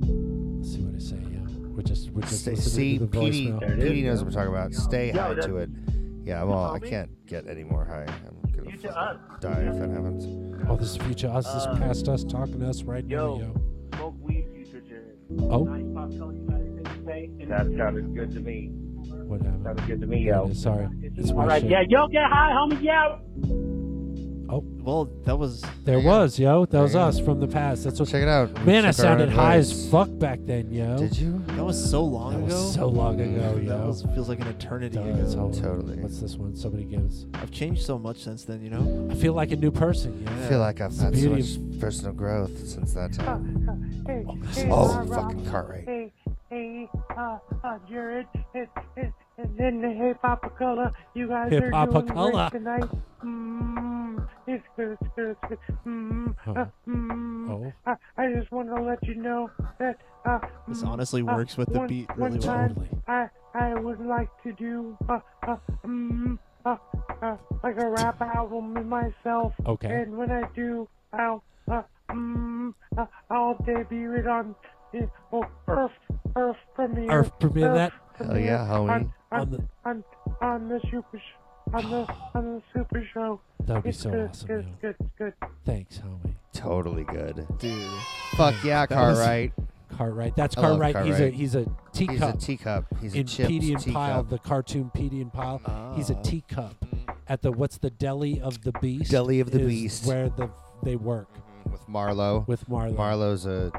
Let's see what I say. Yeah, we're just we're just
Stay,
listening
see,
to the
Petey,
voicemail.
Petey knows what I'm talking about. Stay
Yo,
high
that-
to it. Yeah, I'm all, I
Homie?
can't get any more high. I'm gonna
Future
fucking die if that happens.
Oh, this is future us. This
Uh,
is past us talking to us right now, yo.
Smoke weed, future Jared.
Oh.
Nice pop color, you got anything to say? And that sounded good to me.
What happened?
Sounded good to me, yo.
Sorry, it's my
All right,
shit.
yeah, yo, get high, homie, yeah.
Oh,
well, that was
There was, yo. That was
There you
us from the past. That's what.
Check it out.
Man, I
Check our
sounded high as
advice.
fuck back then, yo.
Did you?
That was so long
That
ago.
was so long ago,
That
yo.
was- feels like an eternity
Does.
ago.
Totally.
What's this one? Somebody gives.
I've changed so much since then, you know.
I feel like a new person. Yeah.
I feel like I've
It's the
had so
beauty
much personal growth since that time.
Hey,
hey, Oh, uh, Rob. fucking Cartwright.
Hey, hey, uh, uh, Jared, and, and, and then the Hip Hopacola. You guys
Hip
are doing
Hopacola.
great tonight. Mm, it's good, it's good, it's good. Mm,
Oh.
uh, mm,
Oh.
I, I just wanted to let you know that. Uh,
This
mm,
honestly
uh,
works with the
one-
beat
one
really well.
time I I would like to do uh, uh, mm, uh, uh, like a rap album in myself.
Okay.
And when I do, I'll uh, mm, uh, I'll debut it on the well, Earth Earth premiere.
Earth
uh,
premiere that?
Hell yeah, homie.
On, on,
On the-
on, on the super sh- on the on the super show.
That would be
It's
so
good,
awesome,
Good,
yo.
good, good.
Thanks, homie.
Totally good.
Dude.
Fuck yeah,
That was-
Cartwright.
Cartwright. That's
I love
Cartwright. He's a
Cartwright.
he's a
He's a
teacup.
teacup. He's a
in
chips
Petey and Pyle,
teacup. Ah.
the cartoon Petey and Pyle. He's a teacup at the what's the deli of the beast?
Mm. Deli of the
is
Beast.
where the they work.
With Marlo.
With Marlo.
Marlo's a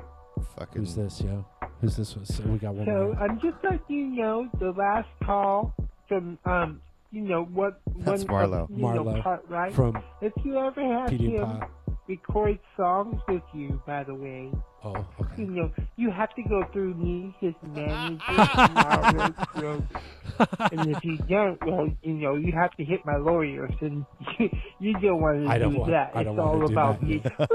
fucking.
Who's this, yo? Who's this? one? So we got one. more.
So I'm just letting you know the last call from um you know what
That's
one of,
Marlo.
you know,
Marlo
Cartwright.
from
if you ever have
Petey and
him
Pie.
record songs with you, by the way.
Oh, okay.
[LAUGHS] You know, you have to go through me, his manager, and all those folks. and if you don't, well, you know, you have to hit my lawyers, and [LAUGHS] you, you don't want to
I don't
do
want-
that.
I don't
it's
wanna
all
do
about
that.
me.
Oh.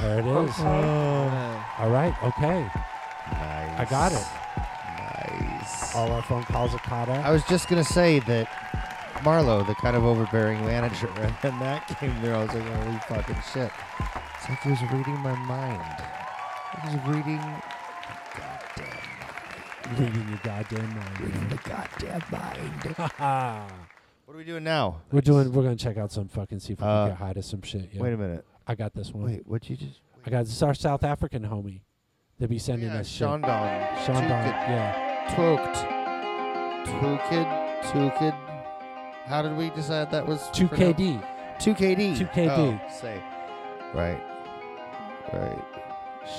There it is. Oh. All right. Okay.
Nice.
I got it. Oh,
Nice.
All our phone calls are caught up.
I was just gonna say that Marlo, the kind of overbearing manager, [LAUGHS] and then that came there. I was like, holy fucking shit! It's like he was reading my mind. He was reading.
Leaving your goddamn mind. Leaving [LAUGHS] the
goddamn mind. What are we doing now?
We're doing. We're gonna check out some fucking see if we
Uh,
can get high to some shit. Yeah.
wait a minute.
I got this one.
Wait, what you just?
I got this. is Our South African homie. They be sending
Yeah,
us shit.
Sean Don.
Sean Don. Yeah.
Twoked. Twoked. Twoked. How did we decide that was?
2KD.
2KD.
2KD.
Oh, say. Right. Right.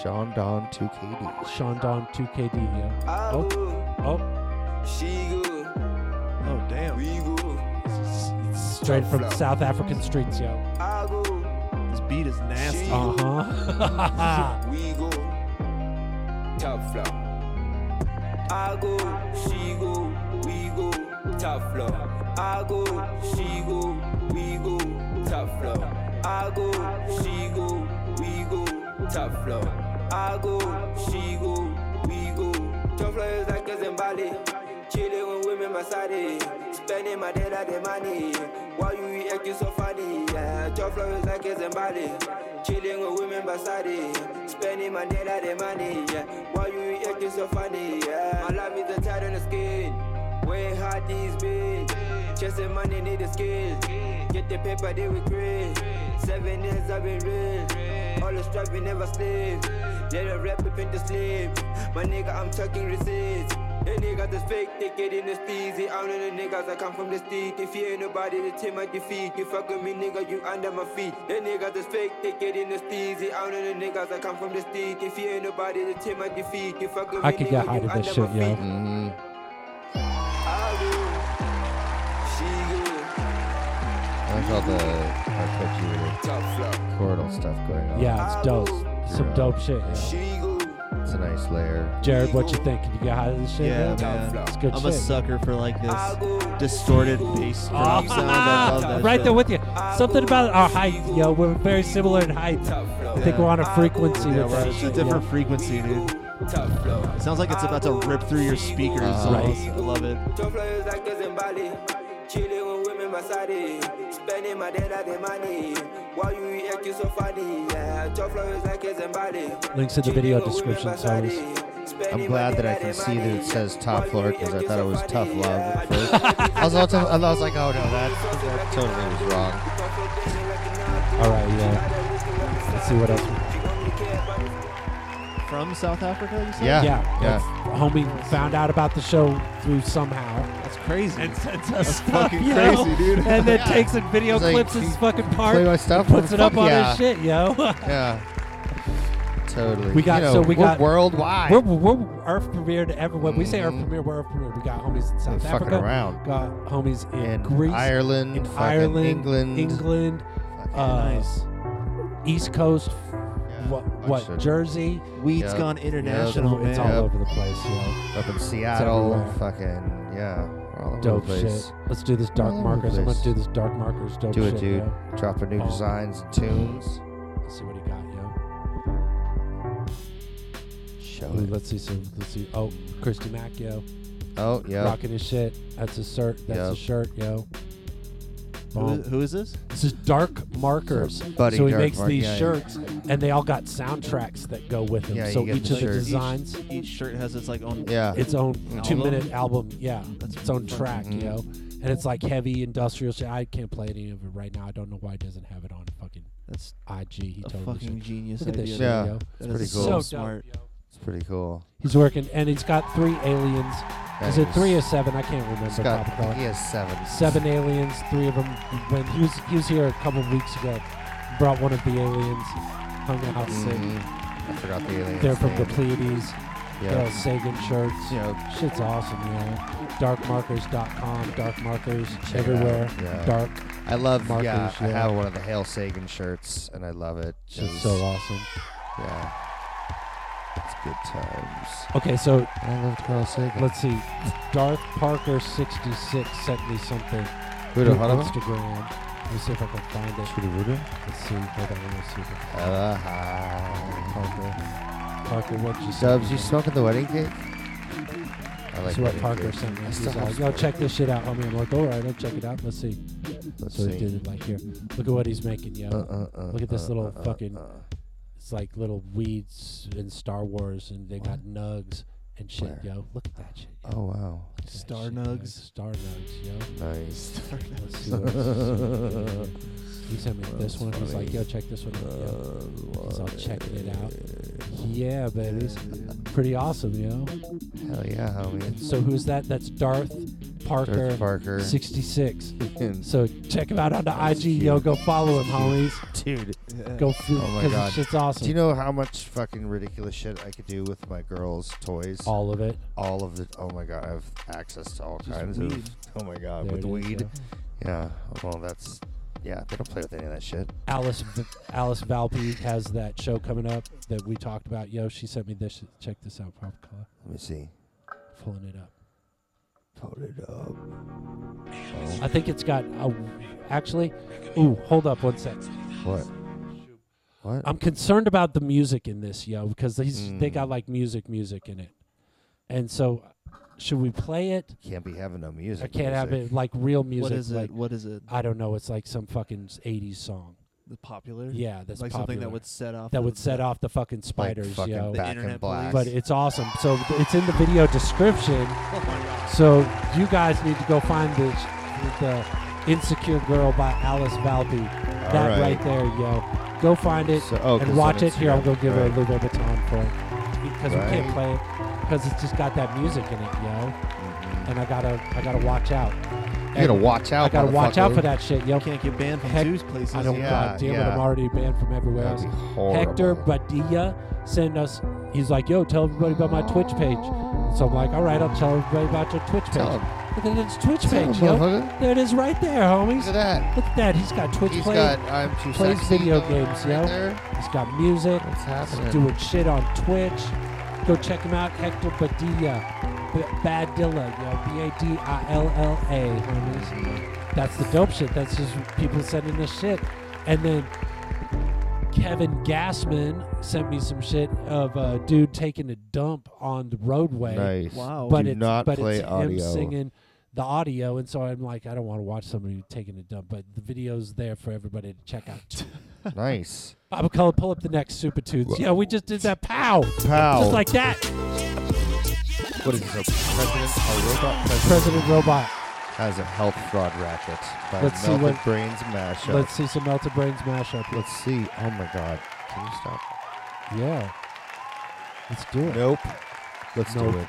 Sean Don 2KD.
Sean Don 2KD. Yeah. Oh. Oh.
Oh damn.
Straight from South African streets, yo.
This beat is nasty.
Uh huh.
we go. Top floor. I go, she go, we go. Top floor. I go, she go, we go. Top floor. I go, she go, we go. Top floor. I go, she go, we go. Top floor is like a Zimbabwe. Chilling with women my side. eh. Spending my day like the money. Why you acting so funny? Yeah, top floor is like a Zimbabwe. Chilling with women my side. eh. Spending my day like the money. Yeah, why you acting so funny? Yeah, my life is a tight on the skin. Way hard these been. Chasing money need the skills. Get the paper they we create. Seven years I've been real. All the strife we never sleep. Let a rap up in the sleep. My nigga, I'm talking receipts. The niggas that's fake, they get in the steezy. I'm not the niggas, I come from the street. If you ain't nobody, the team I defeat. You fuck with me, nigga, you under my feet. The niggas that's fake, they get in the steezy. I'm not the niggas, I come from the street. If you ain't nobody, the team I defeat. You fuck
[LAUGHS]
with
I
me,
could
nigga,
get high
you
to this
under
shit,
my
yo.
feet.
Mm-hmm.
I do. She do.
I like all the how catchy
little
chordal stuff going on.
Yeah, it's dope. Some dope shit. yo.
She go,
It's a nice layer.
Jared, what you think? Can you get high to this shit?
Yeah,
man?
man.
It's good
I'm
shit.
a sucker for like this distorted bass drop sound. I love that
right
shit.
there with you. Something about our height, yo. We're very similar in height. I think we're on a frequency
Yeah,
with
we're on
that
a
shit,
different
yeah.
frequency, dude. Sounds like it's about to rip through your speakers.
Uh,
almost. I love it.
Tough lawyers like us in Bali. Chilling with women Masari. Spending my dad at the money. Why you act you so funny? Yeah, tough lawyers like us in Bali.
Links in the video description, so always.
I'm glad that I can see that it says top floor because I thought it was tough love at first. I, was all tough- I was like, oh no, that, that totally was wrong.
All right, yeah. Let's see what else.
From South Africa, you said?
Yeah, that's- Homie found out about the show through somehow. That's
crazy.
And sends
That's
us stuff,
fucking
yo.
crazy, dude.
And then
Yeah.
takes and video
It's like,
clips his
you
fucking part,
play my stuff?
puts it up
Fuck
on
yeah.
his shit, yo.
Yeah. Totally.
We got
You know,
so we
we're
got
worldwide.
We're, we're Earth premiered everywhere. When we say Earth premiere, we're Earth premiere. We got homies in South
Mm-hmm. fucking
Africa.
around.
Got homies in,
In
Greece,
Ireland,
in
fucking
Ireland,
England.
England, uh, East Coast, what, what Jersey.
Weed's
Yep.
gone
Yep.
international,
It's
man.
all over the place. Yeah.
Up in
It's
Seattle,
everywhere.
fucking yeah, we're all over the
Dope
place.
shit. Let's do this dark
All over the
markers. I'm gonna
place.
do this dark markers. Dope
Do it,
shit,
dude.
yo.
Dropping new
Oh.
designs and tunes.
Let's see what he got, yo.
Show
Ooh,
it.
let's see some. Let's see. Oh, Christy Mack, yo.
Oh, yeah.
Rocking his shit. That's his shirt. That's
Yep.
his shirt, yo.
Who is-
Boom.
who is this?
This is Dark Markers.
Buddy
so he
Dark
makes
Mark-
these
yeah, yeah.
shirts, and they all got soundtracks that go with them.
Yeah,
so
you get
each
the
of the
shirts.
designs,
Each, each shirt has its like own
Yeah.
its own
An
two-minute
album?
album. Yeah, its own track,
Mhm.
yo. And it's like heavy industrial shit. I can't play any of it right now. I don't know why he doesn't have it on fucking
That's
IG. He
a
totally
fucking
should.
genius
Look at this
idea,
shit,
Yeah,
yo.
it's pretty
That is
cool.
So dope.
smart.
It's pretty cool.
He's working, and he's got three aliens. Is it
Nice.
three or seven? I can't remember.
He's got-
Papa Color.
he has seven.
Seven aliens. Three of them. When he was he was here a couple of weeks ago, brought one of the aliens, hung out. sick.
Mhm. I forgot the aliens.
They're from the
name.
Pleiades.
Yeah.
They're all Sagan shirts. Shit's awesome, man. Darkmarkers.com. Dark markers
Check it out.
everywhere.
Yeah.
Dark.
I love.
markers.
yeah, I have one of the Hail Sagan shirts, and I love it.
Shit's
It was-
so awesome.
Yeah, it's good times.
Okay, so
I love Carl Sagan.
Let's see. Darth Parker sixty six sent me something
Who the
through
hell?
Instagram. Let me see if I can find it. Let's see. Hold on. Let me see. If I can
Uh,
Parker. Parker, what you said?
Dubs, you smoking the wedding cake? I like
see what
wedding
Parker
cake.
sent me.
I
He's
still
like,
have
yo,
some.
check this shit out, homie. I'm like, all right, I'll check it out. Let's see.
Let's
so he
see.
did it like here. Look at what he's making, yo.
Uh, uh, uh,
Look at this
uh,
little
uh, uh,
fucking. It's like little weeds in Star Wars, and they got nugs and shit, yo. Look at that shit.
Oh wow,
Star Nugs.
Star nugs, yo.
nice.
Let's
[LAUGHS]
see what else. He sent me this one. He's like, yo, check this one out.
Uh,
Yo. He's all checking it out. Yeah, babies. Pretty awesome, yo.
Hell yeah, homie.
So who's that? That's Darth Parker.
Darth Parker. [LAUGHS]
66. so check him out on the IG, yo. Go follow him, homies.
Dude,
Go feel
oh my
because
god,
shit's awesome.
Do you know how much fucking ridiculous shit I could do with my girls' toys?
All of it.
All of it. Oh my god, I have access to all kinds
weed.
of. Oh my god,
There
with
it is,
weed.
yeah.
yeah. Well, that's. Yeah, they don't play with any of that shit.
Alice V- Alice Valpe has that show coming up that we talked about. Yo, she sent me this. Check this out, Pop Color.
Let me see.
Pulling it up.
Pull it up.
I think it's got a, actually. Ooh, hold up one sec.
What? What?
I'm concerned about the music in this, yo, because these they
Mm.
got like music, music in it, and so should we play it?
Can't be having no music.
I can't have
music.
it like real music.
is it?
like-
What is it?
I don't know. It's like some fucking s- '80s song.
The popular?
Yeah, that's
Like something that
popular.
would set off
That
the-
would set off the fucking spiders,
fucking
yo.
The Back in Internet Black. Police.
But it's awesome. So th- it's in the video description.
Oh,
So you guys need to go find this the Insecure Girl by Alice Valby. That
right.
right. there, yo. Go find it
So- oh, 'cause
and
then
watch it.
it's-
Here, I'm gonna give her a
right.
little bit of time for it because we
Right.
can't play it because it's just got that music in it, yo. And I gotta, I gotta watch out.
Mm-hmm. You gotta watch out,
I gotta watch out
motherfucker.
for that shit, yo. Can't
get banned from two places.
I don't.
Yeah,
God damn it!
yeah.
I'm already banned from everywhere
That'd be
else.
horrible.
Hector Badilla sent us. He's like, "Yo, tell everybody about my Twitch page." So I'm like, "All right, I'll tell everybody about your Twitch page."
Tell 'em.
Look at his Twitch
Tell 'em,
page, yo.
motherfucker.
There it is, right there, homies.
Look at that.
Look at that. He's got Twitch
He's
play.
got I'm Too
plays
Sexy
video
going
games,
right
yo.
there.
He's got music. What's
happening?
He's doing shit on Twitch. Go check him out, Hector Badilla. B- Badilla, yo. B A D I L L A, homies. That's the dope shit. That's just people sending us shit. And then Kevin Gassman sent me some shit of a dude taking a dump on the roadway.
Nice. Wow.
But
Do
it's,
not
but
play
it's him
audio.
singing the audio. And so I'm like, I don't want to watch somebody taking a dump, but the video's there for everybody to check out.
Nice.
Papa Color, pull up the next Super Tunes. Yeah, we just did that. Pow.
Pow.
Just like that.
What is this? A president, a robot president,
President Robot.
has a health fraud racket by
Let's see
Melted
what-
Brains mashup.
Let's see some Melted Brains mashup.
Let's see. Oh my God. Can you stop?
Yeah. Let's do it.
Nope. Let's
Nope.
do it.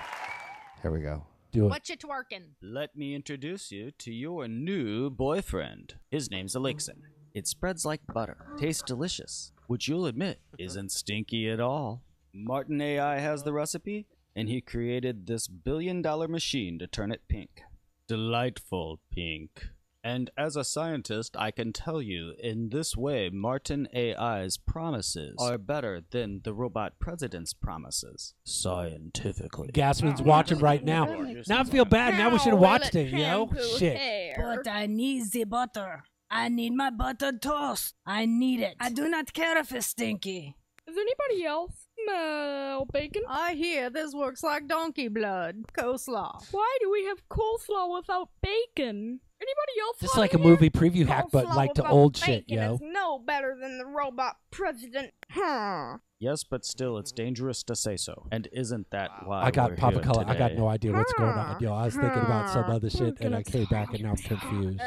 Here we go.
Do
What you twerking?
Let me introduce you to your new boyfriend. His name's Elixir. It spreads like butter, tastes delicious, which you'll admit isn't stinky at all. Martin AI has the recipe, and he created this billion dollar machine to turn it pink. Delightful pink. And as a scientist, I can tell you in this way, Martin AI's promises are better than the robot president's promises. Scientifically.
Gasman's watching right now. Now I feel bad. Now we should have watched it, yo. Shit.
But I need the butter. I need my butter toast. I need it. I do not care if it's stinky.
Is anybody else? No, bacon. I hear this works like donkey blood. Coleslaw. Why do we have coleslaw without bacon? Anybody else?
This is
wanna
like a
hear?
movie preview hack, but
Coleslaw
like the
without
old shit,
bacon
yo.
is no better than the robot president. Huh.
Yes, but still, it's dangerous to say so. And isn't that why
I got
we're
Papa
here
Color. I got
today?
no idea what's going on, yo. I was thinking about some other shit, and I came back, and now I'm confused.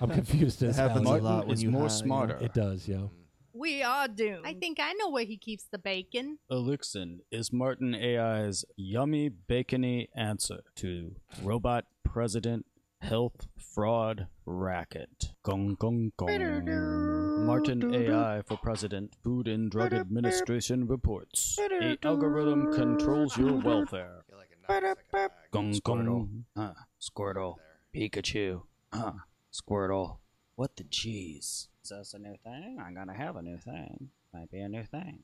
I'm confused
That
as hell.
happens a
yo.
lot when Is you more have, you know. smarter.
It does, yo.
We are doomed. I think I know where he keeps the bacon.
Elixin is Martin AI's yummy, bacony answer to robot president health fraud racket. Gong, gong, gong. Martin AI for president, Food and Drug Administration reports. The algorithm controls your welfare. Gong, gong. Huh, Squirtle. Pikachu. Huh, Squirtle. What the cheese? Is this a new thing? I'm gonna have a new thing. Might be a new thing.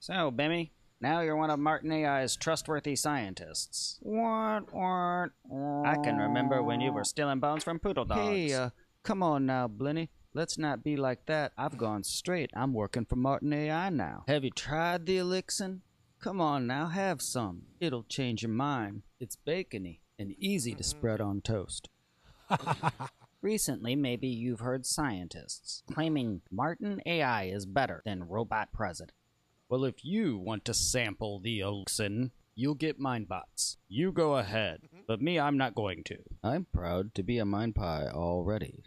So, Bimmy, now you're one of Martin AI's trustworthy scientists. What, what? I can remember when you were stealing bones from poodle dogs.
Hey, uh,
come on now, Blenny. Let's not be like that. I've gone straight. I'm working for Martin AI now. Have you tried the elixir? Come on now, have some. It'll change your mind. It's bacony and easy to spread on toast. Recently, maybe you've heard scientists claiming Martin AI is better than robot president. Well, if you want to sample the Olsen, you'll get mind bots. You go ahead, but me, I'm not going to. I'm proud to be a mind pie already.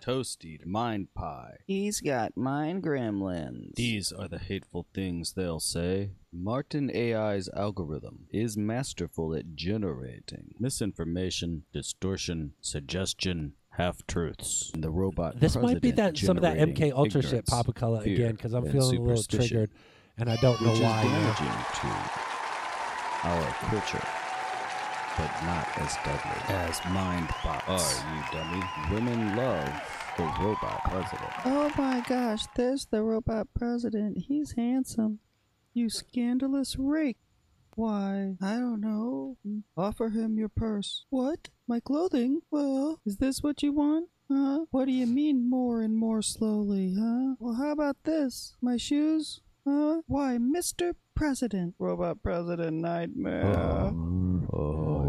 Toast eater, mind pie. He's got mind gremlins. These are the hateful things they'll say. Martin AI's algorithm is masterful at generating misinformation, distortion, suggestion, half truths. The robot.
Uh, This might be that
president
some of that MK
generating
Ultra shit,
ignorance,
Papa Color,
fear,
again, because I'm
and
feeling a little
superstition,
triggered, and I don't know
which is
why. yo.
damaging to our culture, but not as deadly as mind bots. Are you dummy? Women love the robot president.
Oh my gosh, there's the robot president. He's handsome. You scandalous rake. Why, I don't know. Offer him your purse. What? My clothing? Well, is this what you want? Huh? What do you mean more and more slowly, huh? Well, how about this? My shoes? Huh? Why, Mr. President. Robot President Nightmare.
Oh,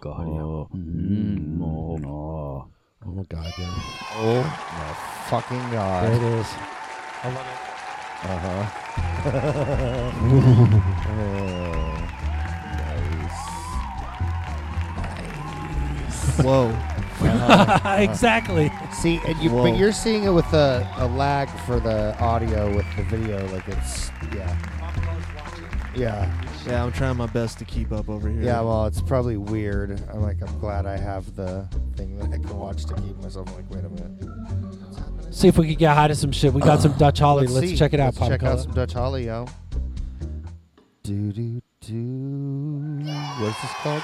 God,
Oh
my God, yeah.
Oh my fucking God.
[LAUGHS] There it is. I love it.
Uh huh. nice. Whoa. Uh-huh.
Exactly.
[LAUGHS] See, and you,
Whoa.
but you're seeing it with a, a lag for the audio with the video. Like it's, yeah. Yeah.
Yeah, I'm trying my best to keep up over here.
Yeah, well, it's probably weird. I'm like, I'm glad I have the thing that I can watch to keep myself. I'm like, wait a minute.
See if we can get high to some shit. We got some Dutch Holly. Let's,
see.
check it out,
Let's
Papa
check
Color.
out some Dutch Holly, yo. Do do do. What's this called?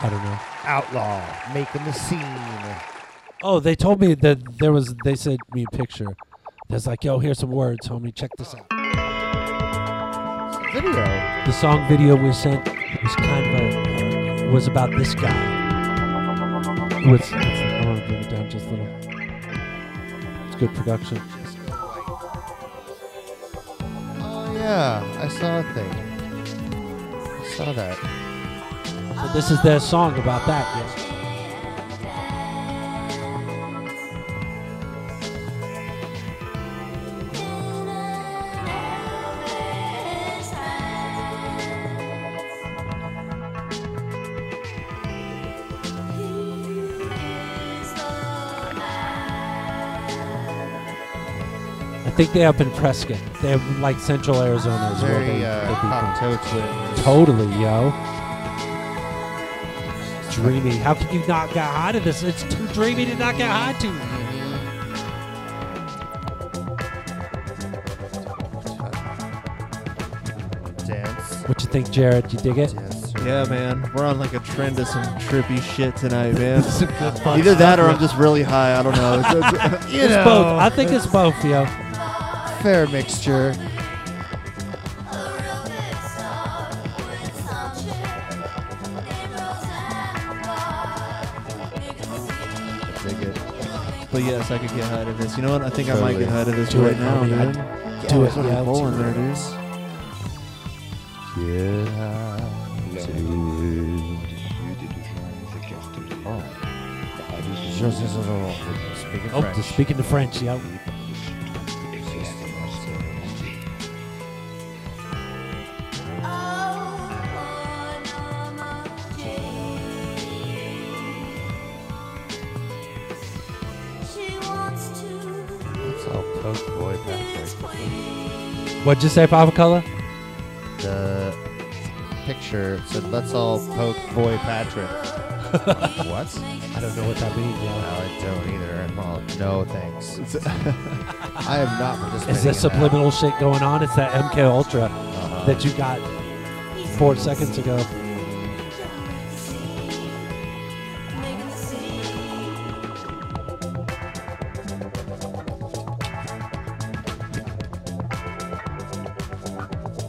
I don't know.
Outlaw making the scene.
Oh, they told me that there was. They sent me a picture. That's like, yo, here's some words, homie. Check this out.
video?
The song video we sent was kind of a, uh, was about this guy. It was, I want to bring it down just a little. It's good production.
Oh yeah, I saw a thing. I saw that.
So this is their song about that. Yes. I think they're up in Prescott. They're like central Arizona as well.
Very,
They-
uh,
they do
hot
things.
totes.
Totally, yo. Dreamy. How could you not get high to this? It's too dreamy to not get high to.
Dance.
What you think, Jared? You dig it?
Yeah, man. We're on like a trend of some trippy shit tonight, man.
Some good fun
Either that or
stuff.
I'm just really high. I don't know. It's- [LAUGHS] it's-
it's both. I think it's both, yo.
Fair mixture. Dig it.
But yes, I could get high to this. You know what? I think I might
Totally.
get high to this
Do
right
it,
now,
homie.
man.
I-
Yeah,
do it,
that's what
yeah,
I'm
let's
rolling
do
there,
it.
dude.
Get high to it. Oh. Just as a little- Speaking
Oh,
French.
just speaking to French, yo.
It's all poke boy Patrick.
What'd you say, Papa Color?
The picture said, "Let's all poke boy
[LAUGHS]
Patrick." what?
I don't know what that means. Yeah.
No, I don't either. I'm all,
[LAUGHS]
no thanks. I am not participating.
Is there
in that.
subliminal shit going on? It's that MK Ultra that you got four seconds ago.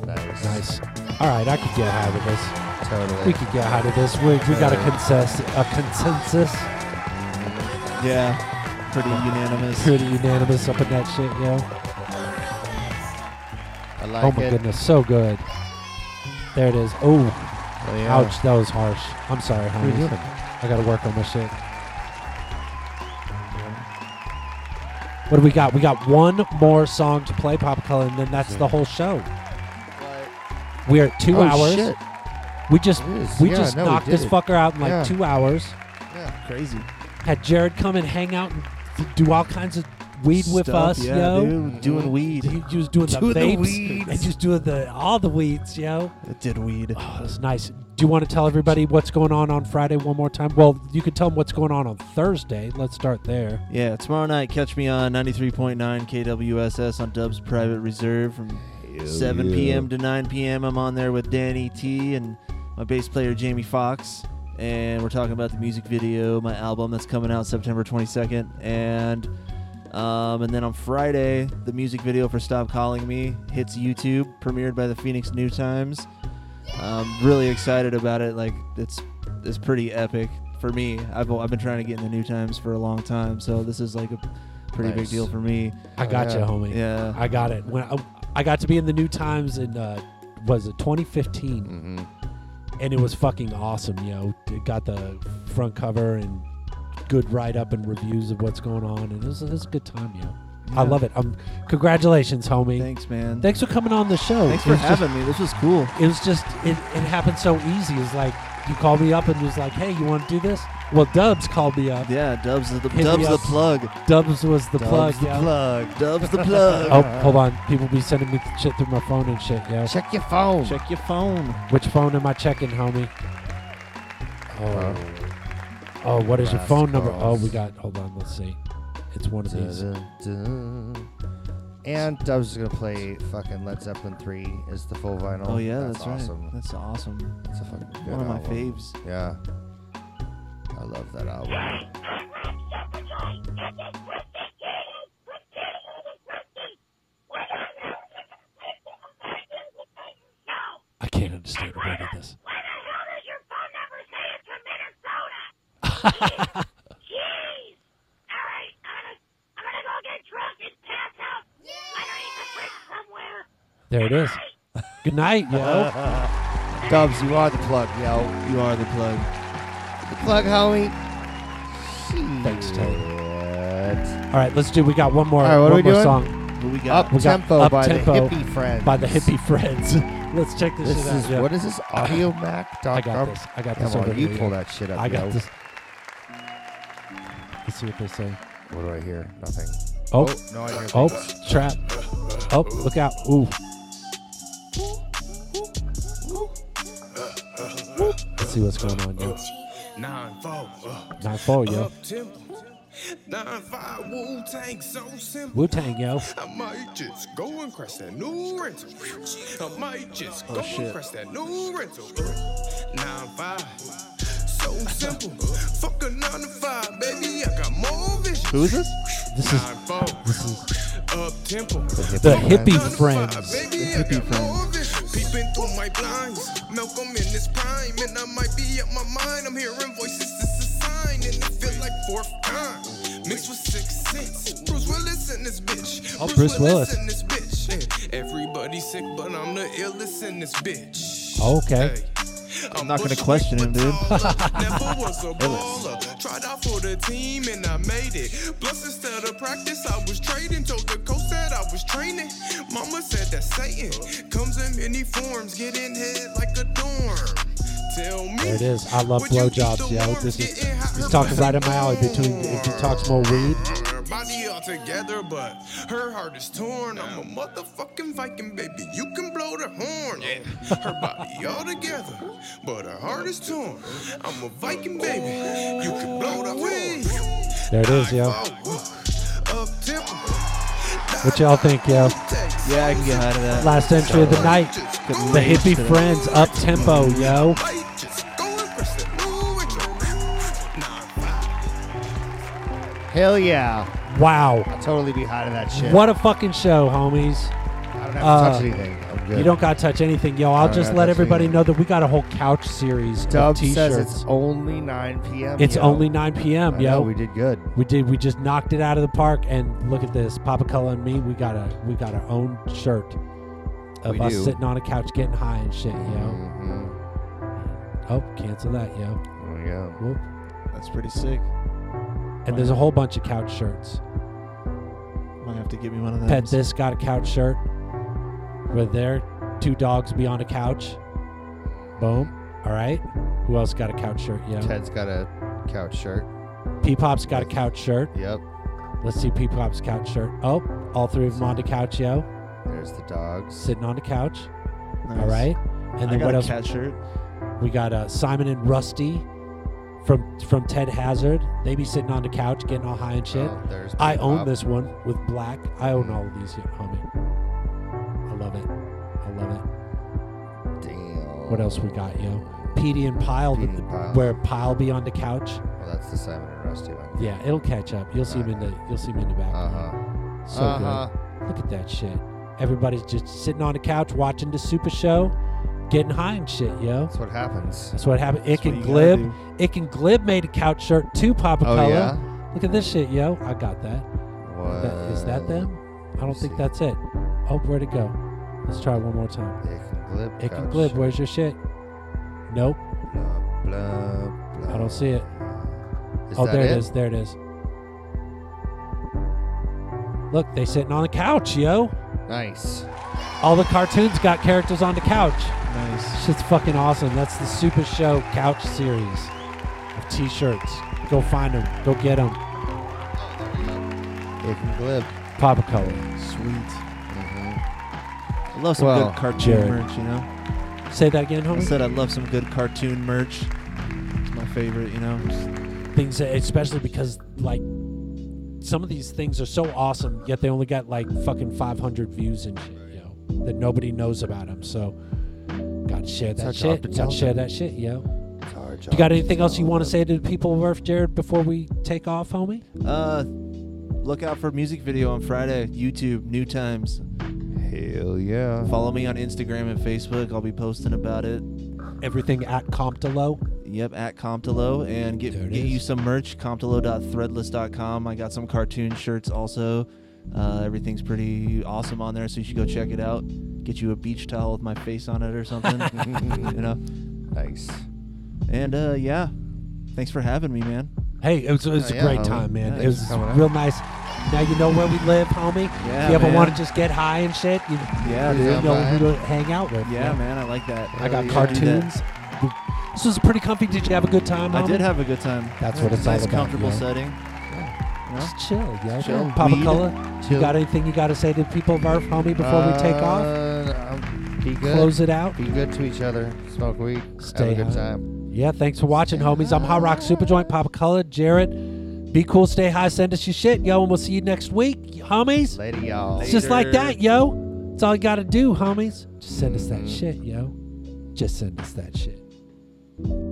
Nice.
Nice. All right, I could get high with this.
Totally.
We could get high with this. We, we got a
Totally.
consensus. A consensus.
Yeah, pretty unanimous. [LAUGHS]
Pretty unanimous up in that shit, yo.
I like
oh my
it.
goodness, so good. There it is. Oh,
yeah.
ouch, that was harsh. I'm sorry,
are you
honey.
doing?
I gotta work on this shit. What do we got? We got one more song to play, Pop Color, and then that's the whole show. We're at two
Oh,
hours.
shit.
We just we
Yeah,
just
no, we
knocked
did
this
it.
fucker out in like
Yeah.
two hours.
Yeah,
crazy.
Had Jared come and hang out and f- do all kinds of weed with
Stuff,
us,
yeah,
yo. Mm-hmm.
dude. Doing weed.
He was doing the
Doing the
vapes
weeds.
and just doing the all the weeds, yo.
It did weed.
Oh, that's nice. Do you want to tell everybody what's going on on Friday one more time? Well, you could tell them what's going on on Thursday. Let's start there.
Yeah, tomorrow night, catch me on 93.9 KWSS on Dub's Private Reserve from 7
yeah.
p.m. to 9 p.m. I'm on there with Danny T and my bass player Jamie Fox, and we're talking about the music video, my album that's coming out September 22nd, and um, and then on Friday, the music video for "Stop Calling Me" hits YouTube, premiered by the Phoenix New Times. I'm really excited about it. Like it's it's pretty epic for me. I've I've been trying to get in the New Times for a long time, so this is like a pretty big
Nice.
deal for me.
I got you, homie.
Oh, Yeah.
I got it. When I, I got to be in the New Times in uh, was it 2015,
Mm-hmm.
and it was fucking awesome. You know, it got the front cover and good write up and reviews of what's going on, and it was, it was a good time. You know, I
Yeah.
love it. Um, congratulations, homie.
Thanks, man.
Thanks for coming on the show.
Thanks
It
for
was just-
having me. This was cool.
It was just it, it happened so easy. It's like you called me up and was like, "Hey, you want to do this?" Well, Dubs called me up.
Yeah, Dubs is the
Hit me
Dubs the
up.
plug.
Dubs was the
Dubs
plug.
the
yeah.
plug. Dubs
[LAUGHS]
the plug.
Oh, hold on. People be sending me th- shit through my phone and shit. Yeah.
Check your phone.
Check your phone.
Which phone am I checking, homie?
Uh,
Oh. Oh, what is your
Last
phone number? Oh,
calls.
we got. Hold on. Let's see. It's one of these.
Dun-dun-dun. And Dubs is gonna play fucking Led Zeppelin three is the full vinyl.
Oh yeah,
that's,
that's, right.
awesome.
That's awesome.
That's a fucking good
One of my
album.
faves.
Yeah, I love that album.
can't understand a word of this. There
[LAUGHS]
it is. Good night, yo.
Dubs, you are the plug, yo.
You are the plug.
The plug, homie.
Thanks, Tony. All right, let's do. We got one more.
All right, what
one
are we
more
doing?
song.
What we got?
We got
Up-tempo by the
Up-tempo
Hippie Friends.
By the hippie friends. [LAUGHS] let's check this,
This
shit out.
is-
yeah.
what is this, audiomac.com?
I got this. I got
Come
this.
on,
over
you
here,
pull
yeah.
that shit up,
I got
yo.
this. Let's see what they say.
What do I hear? Nothing.
Oh,
no, I hear
oh,
things.
trap. Oh, look out. Ooh. Let's see what's going on, yo.
Nine four. Uh,
Nine four, yo.
Up tempo. Nine five. Wu Tang so simple.
Wu Tang, yo.
I might just go and crush that new rental. I might just
Oh,
go
shit.
and crush that new rental. Nine five. So simple. Fuck a nine to five, baby. I got more vision.
Who is this?
This is
Nine four.
this is
Up tempo.
the hippie friends.
hippie friends. Peeping through my blinds. Malcolm in his prime, and I might be up my mind. I'm hearing voices, it's a sign, and it feel like fourth time. Mixed with six sense. Bruce Willis in this bitch.
Oh, Bruce Willis.
in this bitch. Eh, Everybody sick, but I'm the illest in this bitch.
Okay.
I'm
not gonna question him, dude.
[LAUGHS]
Never was a baller. Tried out for the team and I made it. Plus, instead of practice, I was trading. Told the coach that I was training. Mama said that Satan comes in many forms. Get in head like a dorm. Tell me.
There it is. I love blowjobs, yo. This is he's talking right in my alley. Between if he talks more weed,
Her body all together, but her heart is torn. I'm a motherfucking Viking, baby. You can blow the horn. Yeah. Her body all together, but her heart is torn. I'm a Viking, baby. You can blow the horn.
there it is, yo.
Up tempo.
What y'all think, yo?
Yeah, I can get out of that.
Last entry of the night,
Couldn't
the
manage
hippie
to-
friends up tempo, yo.
Hell yeah.
Wow.
I'll totally be high to that shit.
What a fucking show, homies. I
don't have to touch anything. I'm good.
You don't got to touch anything, yo.
I
I'll
don't
just
gotta
let
touch
everybody
anything.
know that we got a whole couch series
Dub
of t-shirts.
says it's only 9 p.m.
It's
yo.
only 9 p.m.
I
yo.
know, we did good.
We did. We just knocked it out of the park. And look at this, Papa Cola and me. We got a we got our own shirt of
We
us
do. Mm-hmm.
sitting on a couch getting high and shit. Yo. Oh, cancel that, yo.
Oh, yeah.
Whoop.
That's pretty sick.
And there's a whole bunch of couch shirts.
Might have to give me one of those.
Pet this got a couch shirt. With there, two dogs be on a couch. Boom. All right. Who else got a couch shirt? Yo.
Ted's got a couch shirt.
P Pop's got a couch shirt.
Yep.
Let's see P Pop's couch shirt. Oh, all three of them on the couch, yo.
There's the dogs.
Sitting on the couch.
Nice.
All right.
I
And then
got
what
a
else?
cat shirt.
We got uh, Simon and Rusty from from Ted Hazard. They be sitting on the couch getting all high and shit.
Oh, there's
I
P
own
Pop.
this one with black. I own all of these, yeah, homie. I love it. I love it.
Damn.
What else we got, yo? Petey and Pile,
Petey and Pyle.
where Pile be on the couch.
Well, that's the Simon and Rusty one.
Yeah, it'll catch up. You'll see him in the you'll see him in the back.
Uh huh.
So
uh-huh.
good. Look at that shit. Everybody's just sitting on the couch watching the super show, getting high and shit, yo. That's
what happens.
That's what happened. Ick
what
and
you gotta
Glib. Ick and Glib made a couch shirt too, Papa
Oh,
Color.
yeah?
Look at this shit, yo. I got that.
What?
That- Is that them? I don't think that's it. Oh, where'd it go? Let's try one more time.
Ick and Glib.
Ick and
couch
Glib,
shirt.
where's your shit? Nope.
Blah, blah, blah.
I don't see it.
Is
oh,
that
there
it?
it is. There it is. Look, they sitting on the couch, yo.
Nice.
All the cartoons got characters on the couch. Nice. Shit's fucking awesome. That's the Super Show Couch series of t-shirts. Go find them. Go get them.
Ick and Glib.
Papa Color.
Sweet. I love some
Mm-hmm. Well,
good cartoon
Jared.
merch, you know.
Say that again,
I
homie.
said I love some good cartoon merch. It's my favorite, you know.
things that- especially because like some of these things are so awesome yet they only got like fucking 500 views and shit yo that nobody knows about them so gotta share
It's
that
our job to
shit
tell
gotta share
them.
that shit yo
It's our
you
job
got
to
anything else you
tell
want to
them.
say to the people of earth jared before we take off homie
Uh, look out for a music video on Friday, YouTube, New Times.
Hell yeah.
Follow me on Instagram and Facebook. I'll be posting about it.
Everything at Comptolo.
Yep, at Comptolo. And get, get you some merch, comptolo.threadless.com. I got some cartoon shirts also. Uh, everything's pretty awesome on there, so you should go check it out. Get you a beach towel with my face on it or
[LAUGHS]
something. you know?
Nice.
And uh, yeah, thanks for having me, man.
Hey, it was, it was a great time, man. it was real nice. Now you know where we live, homie.
Yeah,
if you ever
man.
want to just get high and shit, you,
Yeah,
you
dude.
know who
Yeah,
to hang out with.
Yeah, man, I like that.
I
Yeah,
got
do that.
cartoons. This was pretty comfy. Did you have a good time?
I
homie?
did have a good time.
That's
Yeah,
what it's
nice,
all about.
comfortable
yo.
setting.
Just chill, yo.
Chill.
Papa
Weed.
Cola, you got anything you got to say to people of Earth, homie, before we
Uh,
take off?
Uh, um, Be good.
Close it out.
Be good to each other. Smoke weed.
Stay
Have a
high.
good time.
Yeah, thanks for watching, homies. I'm Hot Rock Superjoint, Papa Color, Jarrett. Be cool, stay high, send us your shit, yo, and we'll see you next week, homies.
Later, y'all.
It's just like that, yo. It's all you
Mm.
gotta do, homies. Just send us that shit, yo. Just send us that shit.